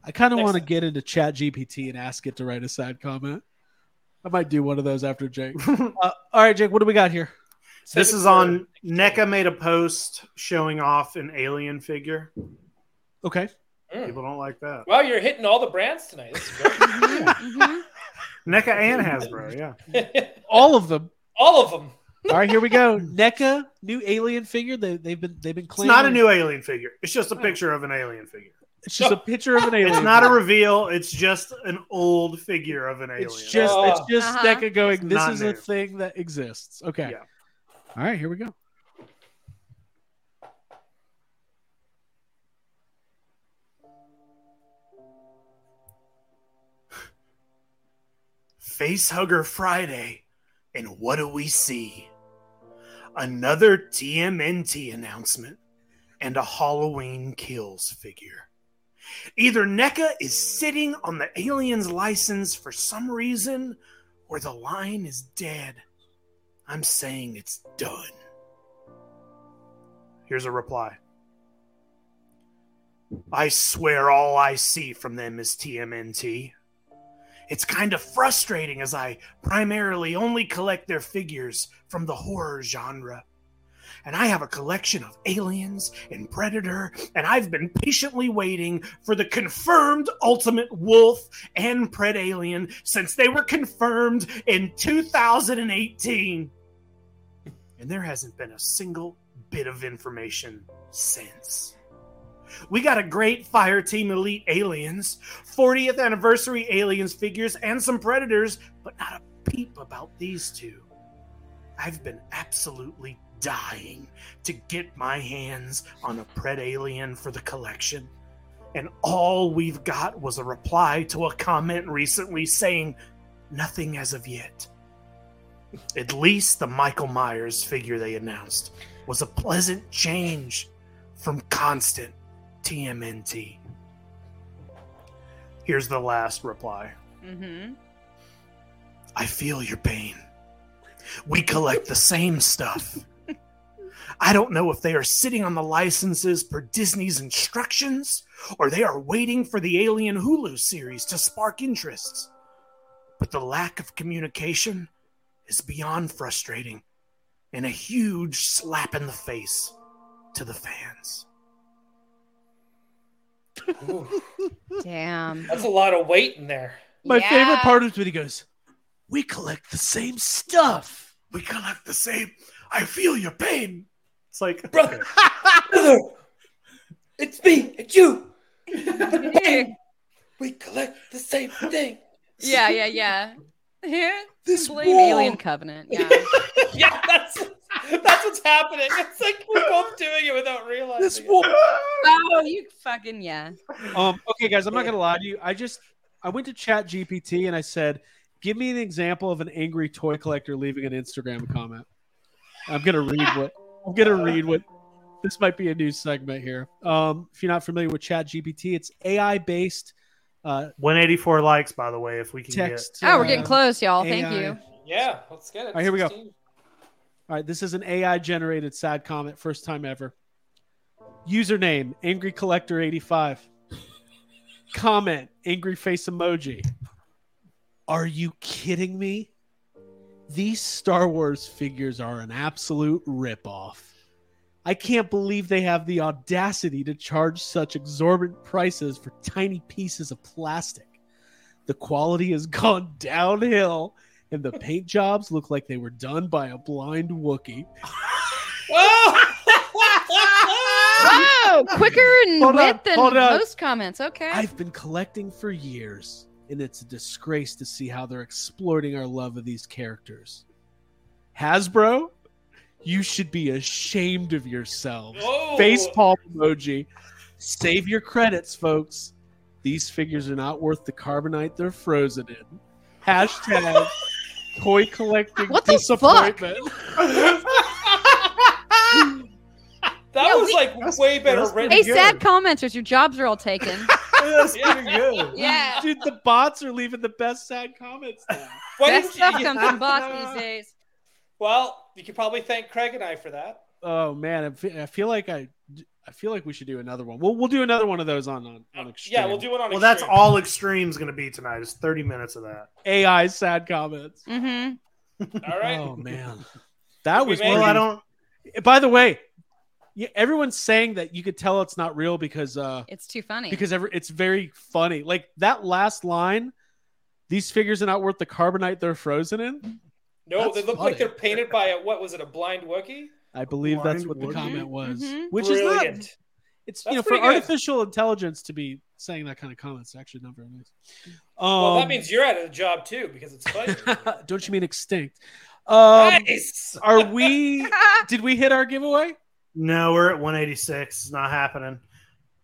D: I kind of
A: next
D: want to
A: time.
D: get into Chat GPT and ask it to write a sad comment. I might do one of those after
F: [LAUGHS]
D: Jake. Uh, all right, Jake, what do we got here?
A: Save
F: this
A: it
F: is
A: for-
F: on NECA made a post showing off an alien figure.
D: Okay.
A: Mm.
F: People don't like that.
A: Wow, you're hitting all the brands tonight. This is great.
E: Mhm, mhm.
F: NECA E and Hasbro, yeah.
D: All of them.
A: [LAUGHS] all of them.
D: All right, here we
F: [LAUGHS]
D: go. NECA, new alien figure. They, they've been they've been
F: It's
D: claiming
F: not a new alien figure. It's just a picture of an alien figure.
D: It's just a picture of an alien.
F: [LAUGHS] It's not a reveal. It's just an old figure of an alien.
D: It's just it's
A: Oh.
D: just
E: Uh-huh.
D: NECA going.
F: It's
D: This
F: not
D: is a
F: new.
D: thing that exists. Okay.
F: Yeah.
D: All right, here we go.
F: Face Hugger Friday. And what do we see? Another TMNT announcement and a Halloween Kills figure. Either NECA is sitting on the alien's license for some reason, or the line is dead. I'm saying it's done. Here's a reply I swear all I see from them is TMNT. It's kind of frustrating as I primarily only collect their figures from the horror genre. And I have a collection of aliens and predator, and I've been patiently waiting for the confirmed ultimate wolf and pred alien since they were confirmed in 2018. And there hasn't been a single bit of information since. We got a great Fire Team Elite aliens, 40th anniversary aliens figures and some predators, but not a peep about these two. I've been absolutely dying to get my hands on a pred alien for the collection. And all we've got was a reply to a comment recently saying nothing as of yet. At least the Michael Myers figure they announced was a pleasant change from constant TMNT. Here's the last reply
E: Mhm.
F: I feel your pain. We collect the same stuff. I don't know if they are sitting on the licenses per Disney's instructions or they are waiting for the Alien Hulu series to spark interests. But the lack of communication is beyond frustrating and a huge slap in the face to the fans.
A: Ooh,
E: Damn.
A: that's a lot of weight in there.
D: [LAUGHS] My
E: Yeah.
D: favorite part of it when he goes, We collect the same stuff.
F: We collect the same. I feel your pain. It's like,
A: Brother. Brother, it's me, it's you. We collect the same thing.
E: [LAUGHS] Yeah, yeah, yeah. Yeah.
A: This
E: Blame Alien Covenant.
D: [LAUGHS]
E: Yeah.
A: [LAUGHS] yeah, that's that's what's happening. It's like we're both doing it without realizing.
D: This
A: it.
D: wolf.
E: oh, you fucking yeah.
D: Um, okay, guys, I'm not gonna lie to you. I just I went to Chat GPT and I said, Give me an example of an angry toy collector leaving an Instagram comment. I'm gonna read what I'm gonna read what this might be a new segment here. Um, if you're not familiar with Chat GPT, it's AI based uh
F: 184 likes, by the way, if we can
D: text.
E: Oh, we're getting
D: uh,
E: close, y'all.
D: AI.
E: Thank you.
A: Yeah, let's get it.
D: right, here we go.
A: 16.
D: All right, this is an AI generated sad comment, first time ever. Username Angry Collector 85. Comment Angry Face Emoji. Are you kidding me? These Star Wars figures are an absolute ripoff. I can't believe they have the audacity to charge such exorbitant prices for tiny pieces of plastic. The quality has [LAUGHS] gone downhill, and the paint jobs look like they were done by a blind Wookiee.
E: [LAUGHS]
A: Oh!
E: Wow, quicker and
D: Hold
E: width
D: on,
E: than
D: hold on.
E: most comments. Okay.
D: I've been collecting for years, and it's a disgrace to see how they're exploiting our love of these characters. Hasbro, you should be ashamed of yourselves.
A: Oh.
D: Face palm emoji. Save your credits, folks. These figures are not worth the carbonite they're frozen in. Hashtag toy collecting
E: What the
D: disappointment.
A: That
E: Yeah,
A: was
E: we-
A: like way better
F: that's
A: written.
E: hey,
F: good.
E: sad commenters, your jobs are all taken.
F: That's
A: Yeah.
F: pretty good.
E: yeah.
D: Dude, the bots are leaving the best sad comments now.
A: Why
E: Best
A: didn't
E: stuff
A: you-
E: comes from boss these days.
A: Well, you could probably thank Craig and I for that.
D: Oh man, I fe- I feel like I, I feel like we should do another one. We'll we'll do another one of those on on, on extreme.
A: Yeah, we'll do it on.
F: Well, that's
A: Extreme.
F: all Extreme's going to be tonight. It's 30 minutes of that.
D: AI sad comments.
E: Mm-hmm.
A: All right. [LAUGHS]
D: Oh man, that
A: We
D: was.
A: made
F: Well, I
D: pretty-
F: don't.
D: By the way, yeah, everyone's saying that you could tell it's not real because uh
E: It's too funny.
D: because every it's very funny. Like that last line, these figures are not worth the carbonite they're frozen in.
A: No, they
D: That's
A: look
D: funny.
A: like they're painted by a what was it? A blind Wookiee?
D: I believe that's
F: Blind
D: what the
F: Wookiee?
D: comment was,
E: Mhm.
D: which is
A: Brilliant.
D: not. It's
A: That's
D: you know for
A: pretty good.
D: artificial intelligence to be saying that kind of comments actually not very nice. Um,
A: well, that means you're out of the job too because it's funny.
D: Don't you mean extinct? [LAUGHS] Um,
A: nice.
D: Are we? Did we hit our giveaway?
F: No, we're at 186. It's not happening.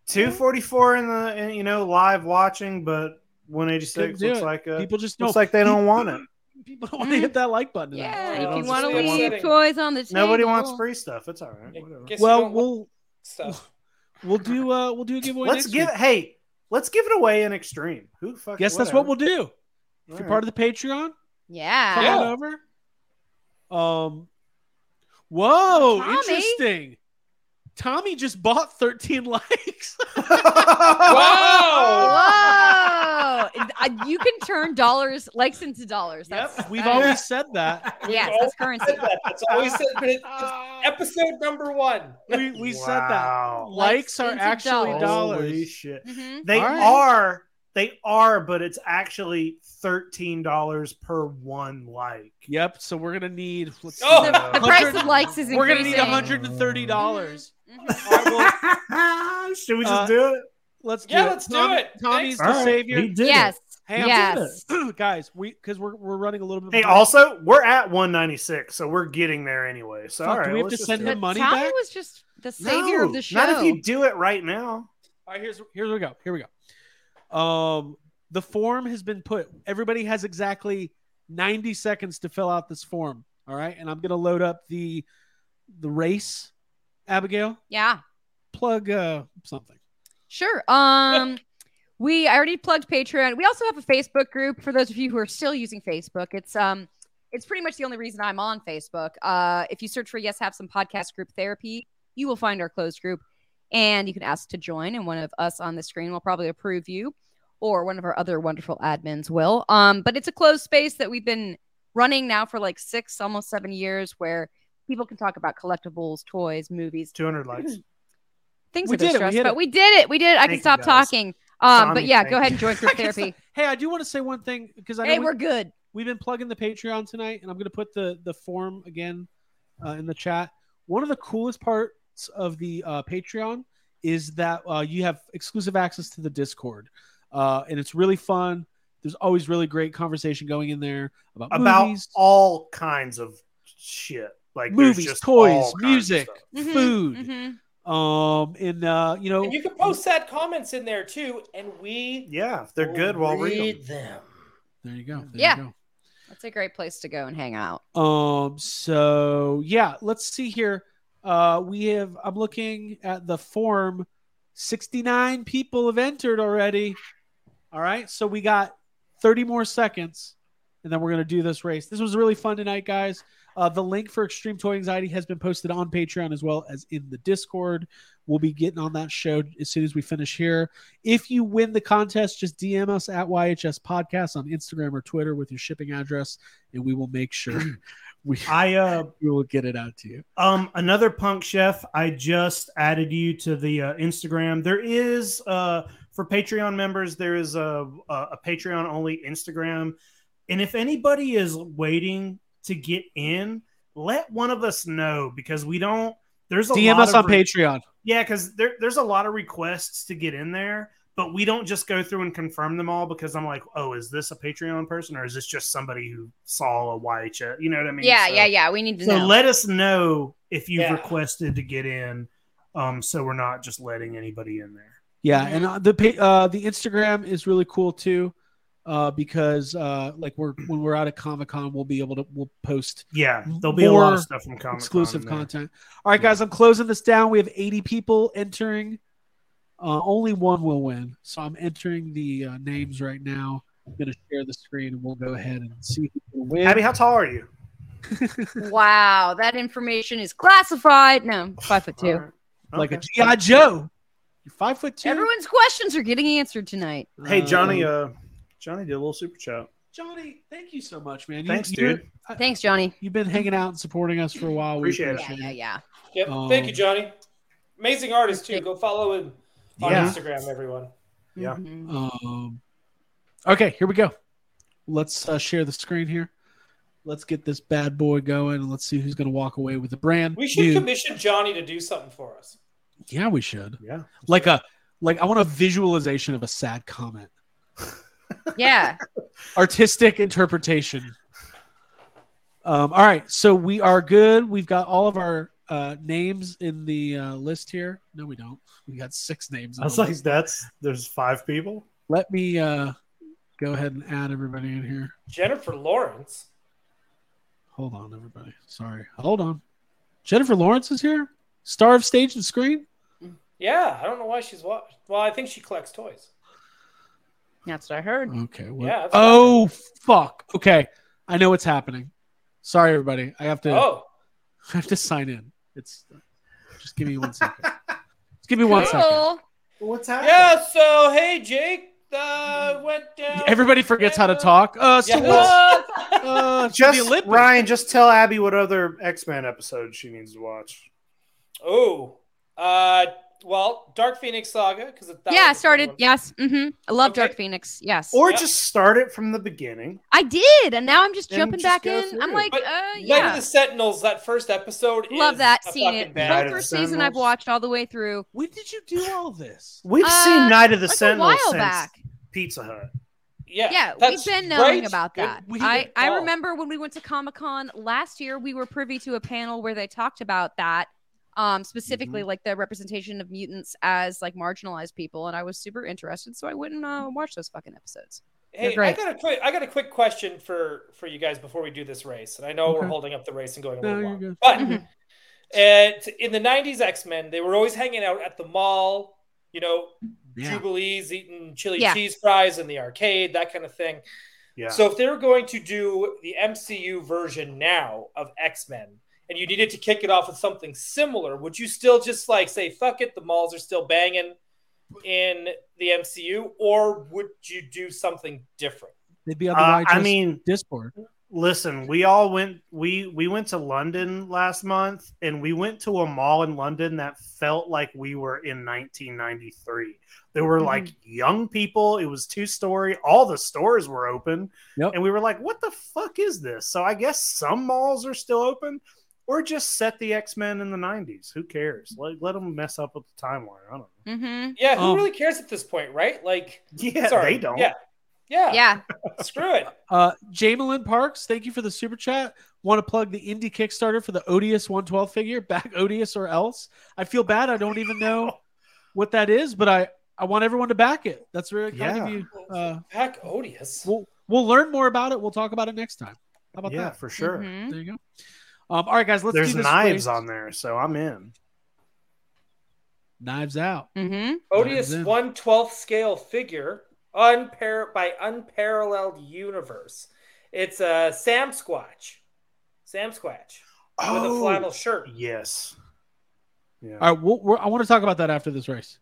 F: 244 in the in, you know live watching, but 186
D: Couldn't do
F: looks
D: it.
F: like uh,
D: People just know.
F: looks like they don't want it.
D: [LAUGHS] People don't want to hit that like
E: [LAUGHS]
D: button.
E: yeah,
A: Yeah,
D: [LAUGHS]
E: if you
A: it's
E: want to
A: just one
E: leave
A: setting.
E: toys on the table.
F: Nobody wants free stuff. It's all right. Whatever.
A: Guess you
D: Well,
A: don't
D: we'll [LAUGHS]
A: stuff.
D: we'll do uh we'll do a giveaway.
F: Let's
D: next
F: give
D: Week.
F: hey, let's give it away in extreme. Who fuck?
D: Guess that's what we'll do. If you're part of the Patreon,
E: Yeah.
D: come on over. Um. Whoa!
E: Tommy.
D: Interesting. Tommy just bought 13 [LAUGHS] likes.
A: Wow!
E: Whoa! Uh, you can turn dollars likes into dollars. That's,
D: We've
E: that is-
D: always said that.
E: yes,
A: We've
E: that's
A: always
E: currency.
A: said that. That's always said. But it's
D: [LAUGHS]
A: episode number one.
D: We, [LAUGHS] we said that.
F: Wow.
D: Likes
E: Likes
D: are
E: into
D: actually
E: Holy
F: Holy
D: dollars.
F: shit.
E: hmm
F: They
D: All right.
F: are they are, but it's actually thirteen dollars per one
D: [LAUGHS]
F: like.
D: Yep. So we're gonna need. Let's see.
A: Oh.
E: The, the price of likes is increasing.
D: We're gonna need
F: a
D: hundred and thirty dollars.
E: Mhm.
F: Should we just
D: Uh,
F: do it?
D: Let's do
A: Yeah,
D: it.
A: let's do
D: Tommy-
A: it.
D: Tommy's
A: Thanks.
D: the
F: All right. He
D: savior.
F: did it.
E: Yes.
D: Hey, I'm
E: yes.
D: [CLEARS THROAT] Guys, we because we're we're running a little bit.
F: Hey,
D: behind.
F: also we're at one ninety six, so we're getting there anyway. So
D: Fuck,
F: all
D: do
F: right,
D: we have
F: let's
D: to
F: just
D: send
F: do
D: him
F: it.
D: money
E: Tommy
D: back?
E: was just the savior of
F: No,
E: the show.
F: Not if you do it right now.
D: All right, here's here's we go. Here we go. Um, the form has been put. Everybody has exactly ninety seconds to fill out this form. All right, and I'm gonna load up the the race. Abigail,
E: yeah.
D: plug uh something.
E: Sure. Um, we I already plugged Patreon. We also have a Facebook group for those of you who are still using Facebook. It's um, it's pretty much the only reason I'm on Facebook. Uh, if you search for Yes Have Some Podcast Group Therapy, you will find our closed group, and you can ask to join. And one of us on the screen will probably approve you, or one of our other wonderful admins will. Um, but it's a closed space that we've been running now for like six, almost seven years, where people can talk about collectibles, toys, movies,
F: Two hundred likes.
E: [LAUGHS] things
D: We
E: are did
D: did it. We hit
E: but
D: it.
E: we did it. We did it. I
F: Thank
E: can
F: you,
E: stop
F: guys.
E: talking. Um,
F: Tommy,
E: but yeah,
F: thank
E: go ahead and
F: you.
E: join
D: [LAUGHS]
E: group therapy.
D: Hey, I do want to say one thing because I know
E: Hey,
D: we-
E: we're good.
D: we've been plugging the Patreon tonight, and I'm going to put the the form again uh, in the chat. One of the coolest parts of the uh, Patreon is that uh, you have exclusive access to the Discord, uh, and it's really fun. There's always really great conversation going in there about
F: About
D: movies,
F: all kinds of shit. Like there's
D: movies,
F: just all
D: toys,
F: kinds of
D: music,
F: stuff.
E: Mhm,
D: food.
E: mhm.
D: Um, and uh, you know,
A: Mm-hmm, And you can post sad comments in there too, and we
F: Yeah, if they're
A: will
F: good, we'll read them.
A: them.
D: there you go. There
E: Yeah.
D: You go.
E: That's a great place to go and hang out.
D: Um, so yeah, let's see here. Uh, we have I'm looking at the form 69 people have entered already. All right, so we got 30 more seconds, and then we're gonna do this race. This was really fun tonight, guys. Uh, the link for Extreme Toy Anxiety has been posted on Patreon as well as in the Discord. We'll be getting on that show as soon as we finish here. If you win the contest, just DM us at YHS Podcast on Instagram or Twitter with your shipping address, and we will make sure
G: [CLEARS THROAT]
D: we,
G: I uh,
D: we will get it out to you.
G: Um, another punk chef. I just added you to the uh, Instagram. There is uh, for Patreon members. There is a a, a Patreon only Instagram, and if anybody is waiting to get in, let one of us know because we don't. There's a
D: DM
G: lot
D: us
G: of
D: on
G: re-
D: Patreon.
G: Yeah, because there, there's a lot of requests to get in there, but we don't just go through and confirm them all because I'm like, oh, is this a Patreon person or is this just somebody who saw a YHS? You know what I mean?
E: yeah,
G: So-
E: yeah, yeah. We need to
G: So
E: know.
G: let us know if you've
A: Yeah.
G: requested to get in, um, so we're not just letting anybody in there.
D: Yeah,
E: Mhm.
D: and uh, the pa- uh, the Instagram is really cool too, uh, because uh, like we're when we're out at Comic Con, we'll be able to we'll post
G: Yeah, there'll be a lot
D: More
G: of stuff from Comic
D: exclusive content. All right, guys, I'm closing this down. We have 80 people entering. Uh, only one will win, so I'm entering the uh, names right now. I'm gonna share the screen, and we'll go ahead and see who will win.
F: Abby, how tall are you?
E: wow, that information is classified. No, five foot two.
G: All right.
D: like a
G: Okay.
D: GI Joe. You're five foot two.
E: Everyone's questions are getting answered tonight.
F: Hey, Johnny.
D: Um,
F: Uh, Johnny did a little super chat.
D: Johnny, thank you so much, man. You-
F: Thanks,
D: you're-
F: dude.
E: Thanks, Johnny.
D: You've been hanging out and supporting us for a while. We
F: Appreciate it.
E: Yeah, yeah, yeah.
A: Yep.
D: Um,
A: Thank you, Johnny. Amazing artist too. Go follow him on
D: Yeah.
A: Instagram, everyone.
F: Yeah.
E: Mhm.
D: Um, okay, here we go. Let's uh, share the screen here. Let's get this bad boy going, and let's see who's going to walk away with the brand.
A: We should
D: new-
A: commission Johnny to do something for us.
D: yeah, we should.
F: Yeah.
D: Like a like, I want a visualization of a sad comment,
E: Yeah.
D: artistic interpretation. Um, all right, so we are good. We've got all of our uh, names in the uh, list here. No, we don't. We got six names. in
F: I was
D: the
F: like,
D: list.
F: that's there's five people.
D: Let me uh, go ahead and add everybody in here.
A: Jennifer Lawrence.
D: Hold on, everybody. Sorry. Hold on. Jennifer Lawrence is here? Star of stage and screen?
A: Yeah, I don't know why she's what. Well, I think she collects toys.
E: That's what I
D: [LAUGHS]
E: heard.
D: Okay. What?
A: Yeah, that's
D: oh, fuck. Okay. I know what's happening. Sorry, everybody. I have to
A: Oh,
D: [LAUGHS] I have to sign in. It's just give
A: [LAUGHS]
D: me one second. Just give me one second.
G: What's happening?
A: yeah. So hey, Jake, uh, went down.
D: Everybody forgets how to talk. Uh, so
A: Yeah.
D: what's- uh, it's
F: [LAUGHS] Just
D: the Olympics.
F: Ryan, just tell Abby what other X Men episode she needs to watch.
A: oh, uh, well, Dark Phoenix Saga because
E: Yeah, I started. Yes. Mm-hmm. I love
A: Okay.
E: Dark Phoenix. Yes.
F: Or
A: Yep.
F: just start it from the beginning.
E: I did, and now I'm just
F: Then
E: jumping
F: just
E: back
F: go
E: in. I'm
F: through.
E: like,
A: But
E: uh,
A: Night of
E: yeah.
A: the Sentinels. That first episode.
E: Love
A: is
E: that.
A: a
E: Seen
A: fucking
E: it.
A: badass.
F: Night
E: The
F: of
E: first
F: the
E: season I've
F: Sentinels.
E: watched all the way through.
D: When did you do all this?
F: We've
E: Uh,
F: seen Night of the
E: Like a
F: Sentinel
E: while
F: since
E: back.
F: Pizza Hut.
A: Yeah,
E: Yeah,
A: that's
E: we've been knowing
A: right.
E: about
A: Good-
E: that.
A: we
E: I,
A: did
E: I
A: call.
E: remember when we went to Comic Con last year, we were privy to a panel where they talked about that, um, specifically
A: Mm-hmm.
E: like the representation of mutants as like marginalized people, and I was super interested, so I wouldn't uh, watch those fucking episodes.
A: Hey, I
E: great.
A: got a quick. I got a quick question for for you guys before we do this race, and I know we're
D: Okay.
A: holding up the race and going a
D: No,
A: little
D: you're
A: long,
D: good.
A: but
E: Mhm.
A: at, in the '90s X Men, they were always hanging out at the mall. You know,
D: Yeah.
A: Jubilees eating chili
E: Yeah.
A: cheese fries in the arcade, that kind of thing.
F: Yeah.
A: So if they were going to do the MCU version now of X Men, and you needed to kick it off with something similar, would you still just like say "fuck it"? The malls are still banging in the MCU, or would you do something different?
D: They'd be on the
F: Uh, I
D: YHS
F: mean,
D: Discord.
F: listen, we all went we we went to London last month and we went to a mall in London that felt like we were in 1993. There
D: Mm-hmm.
F: were like young people, it was two story, all the stores were open.
D: Yep.
F: And we were like, what the fuck is this? So I guess some malls are still open or just set the X-Men in the 90s. Who cares? Let, let them mess up with the timeline. I don't
D: [LAUGHS]
F: know.
E: Mm-hmm.
A: Yeah, who
D: Um,
A: really cares at this point, right? Like,
F: Yeah,
A: sorry,
F: they don't.
A: Yeah, yeah,
E: Yeah,
A: Screw it.
D: Uh, Jamelin Parks, thank you for the super chat. Want to plug the indie Kickstarter for the Odious 112 figure, back Odious or else. I feel bad. I don't even
F: [LAUGHS]
D: know what that is, but I, I want everyone to back it. That's really kind of
F: Yeah.
D: you. Uh,
A: Heck, odious.
D: we'll, we'll learn more about it. We'll talk about it next time. How about
F: Yeah, for sure.
A: Mm-hmm.
E: Mhm.
D: that? There you go. Um, all right, guys, let's
F: There's
D: do this.
F: knives
D: race.
F: on there, so I'm in.
D: Knives out.
E: Mhm.
A: Odious
D: Yeah.
A: one twelfth scale figure, unpar by unparalleled universe. It's a Sam Squatch. Sam Squatch with
D: Oh.
A: a flannel shirt.
G: Yes. Yeah.
D: All right, we'll, we're, I want to talk about that after this race.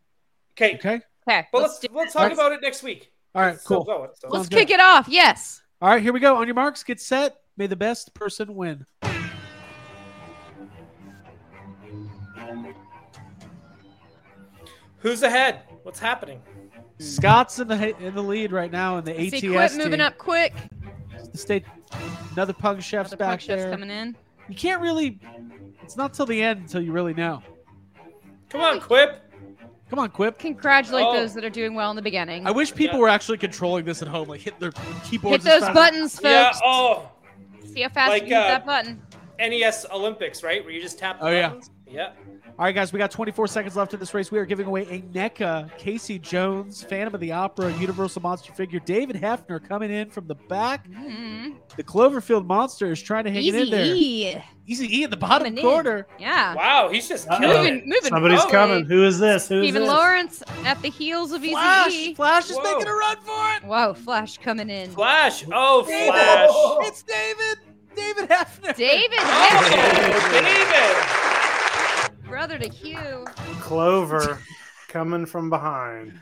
A: Okay,
D: Okay.
E: Okay.
A: well
E: let's
A: let's
E: do-
A: let's talk
D: Let's-
A: about it next week.
D: All right.
A: It's still
D: Cool.
A: going, so.
E: let's
D: sounds good.
E: kick it off. Yes.
D: All right, here we go. On your marks, get set. May the best person win.
A: Who's ahead? What's happening?
D: Scott's in the in the lead right now in the ATS.
E: Hmm. See, quit moving
D: team.
E: up quick.
D: Stay. Another pug chef's
E: Another
D: back
E: puck shift's
D: there.
E: coming in.
D: You can't really. It's not till the end until you really know.
A: Come on, Quip.
D: Come on, Quip.
E: Congratulate
A: Oh.
E: those that are doing well in the beginning.
D: I wish people
A: Yeah.
D: were actually controlling this at home, like hit their
E: Hit
D: keyboards. as
E: those
D: fast-
E: buttons, folks.
A: Yeah. Oh,
E: See how fast
A: Like,
E: you can hit
A: uh,
E: that button.
A: NES Olympics, right? Where you just tap. the
D: Oh, yeah.
A: buttons? Yeah.
D: All right, guys, we got 24 seconds left in this race. We are giving away a NECA Casey Jones Phantom of the Opera Universal Monster figure. David Hefner coming in from the back.
E: Mm.
D: The Cloverfield Monster is trying to hang it in
E: Easy
D: there.
E: E.
D: Easy E in the bottom
E: Coming in.
D: corner.
E: Yeah.
A: Wow, he's just
G: Uh-oh.
A: killing
E: Moving,
A: it.
E: moving.
G: Somebody's
E: forward.
G: coming. Who is this? Who is
E: Stephen
G: this?
E: Lawrence at the heels of Easy
D: Flash,
E: E.
D: Flash is
A: Whoa.
D: making a run for it.
E: Whoa, Flash coming in.
A: Flash. Oh,
D: David,
A: Flash.
D: it's David, David Hefner.
E: David,
A: Oh,
E: brother to Hugh. [LAUGHS]
G: Clover coming from behind.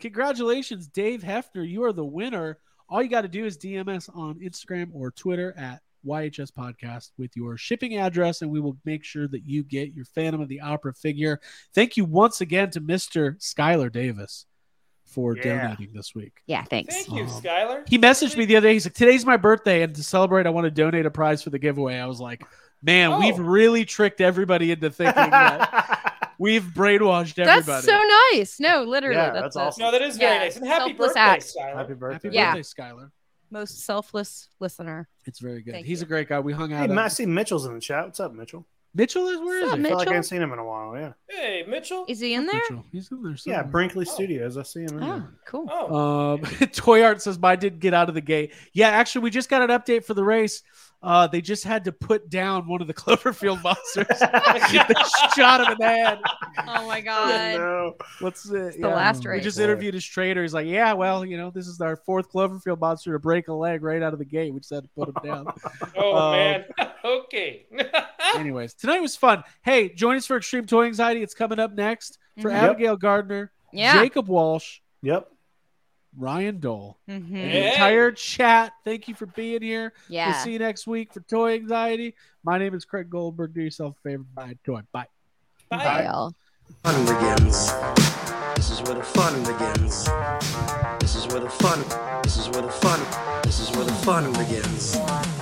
D: Congratulations, Dave Hefner. You are the winner. All you got to do is DM us on Instagram or Twitter at YHS Podcast with your shipping address, and we will make sure that you get your Phantom of the Opera figure. Thank you once again to Mr. Skylar Davis for
G: Yeah.
D: donating this week.
E: Yeah,
A: David.
E: thanks.
A: Thank you,
D: Um,
A: Skylar.
D: He messaged me the other day. He's like, "Today's my birthday, and to celebrate, I want to donate a prize for the giveaway." I was like, "Man,
A: Oh.
D: we've really tricked everybody into thinking that
G: [LAUGHS]
D: we've brainwashed
E: That's
D: everybody."
E: so nice. No, literally,
G: Yeah, that's
E: that's, the
G: awesome.
A: No, that is very
E: Yeah,
A: nice. And happy
E: selfless
A: birthday,
E: act.
A: Skylar.
G: Happy birthday.
D: Happy
E: Yeah.
D: birthday, Skylar.
E: most selfless listener.
D: It's very good.
E: Thank
D: He's
E: you.
D: a great guy. We hung
G: Hey,
D: out.
G: Matt, I
D: at-
G: see Mitchell's in the chat. What's up, Mitchell?
D: Mitchell is where is
E: What's
D: he?
E: up,
G: I feel like I
E: Mitchell?
G: ain't seen him in a while. Yeah.
A: Hey, Mitchell.
E: Is he in there?
D: Mitchell. He's in there.
G: Yeah,
D: Somewhere.
G: Brinkley Studios. I see him. In
E: Hmm. Oh,
G: there.
E: cool.
A: Oh,
D: Um, [LAUGHS] Toy Art says mine didn't get out of the gate. Yeah, actually, we just got an update for the race. Uh, they just had to put down one of the [LAUGHS] Cloverfield monsters. [LAUGHS] they shot him in the head.
E: [LAUGHS] Oh
G: [LAUGHS]
E: my
G: Oh,
E: god.
G: no.
D: What's uh,
E: the last
D: We
E: race.
D: just interviewed his trainer. He's like, "Yeah, well, you know, this is our fourth Cloverfield monster to break a leg right out of the gate. We just had to put him down."
E: [LAUGHS]
A: oh
D: um,
A: man. [LAUGHS] okay. [LAUGHS]
D: Anyways, tonight was fun. Hey, join us for Extreme Toy Anxiety. It's coming up next for
E: Mhm.
G: Yep.
D: Abigail Gardner,
E: Yeah.
D: Jacob Walsh,
G: Yep.
D: Ryan Dole, and
E: Mhm.
D: the
A: Hey.
D: entire chat. Thank you for being here. We'll
E: Yeah.
D: see you next week for Toy Anxiety. My name is Craig Goldberg. Do yourself a favor, buy a toy. Bye.
E: Bye, y'all.
B: Fun begins. This is where the fun begins. This is where the fun. This is where the fun. This is where the fun begins.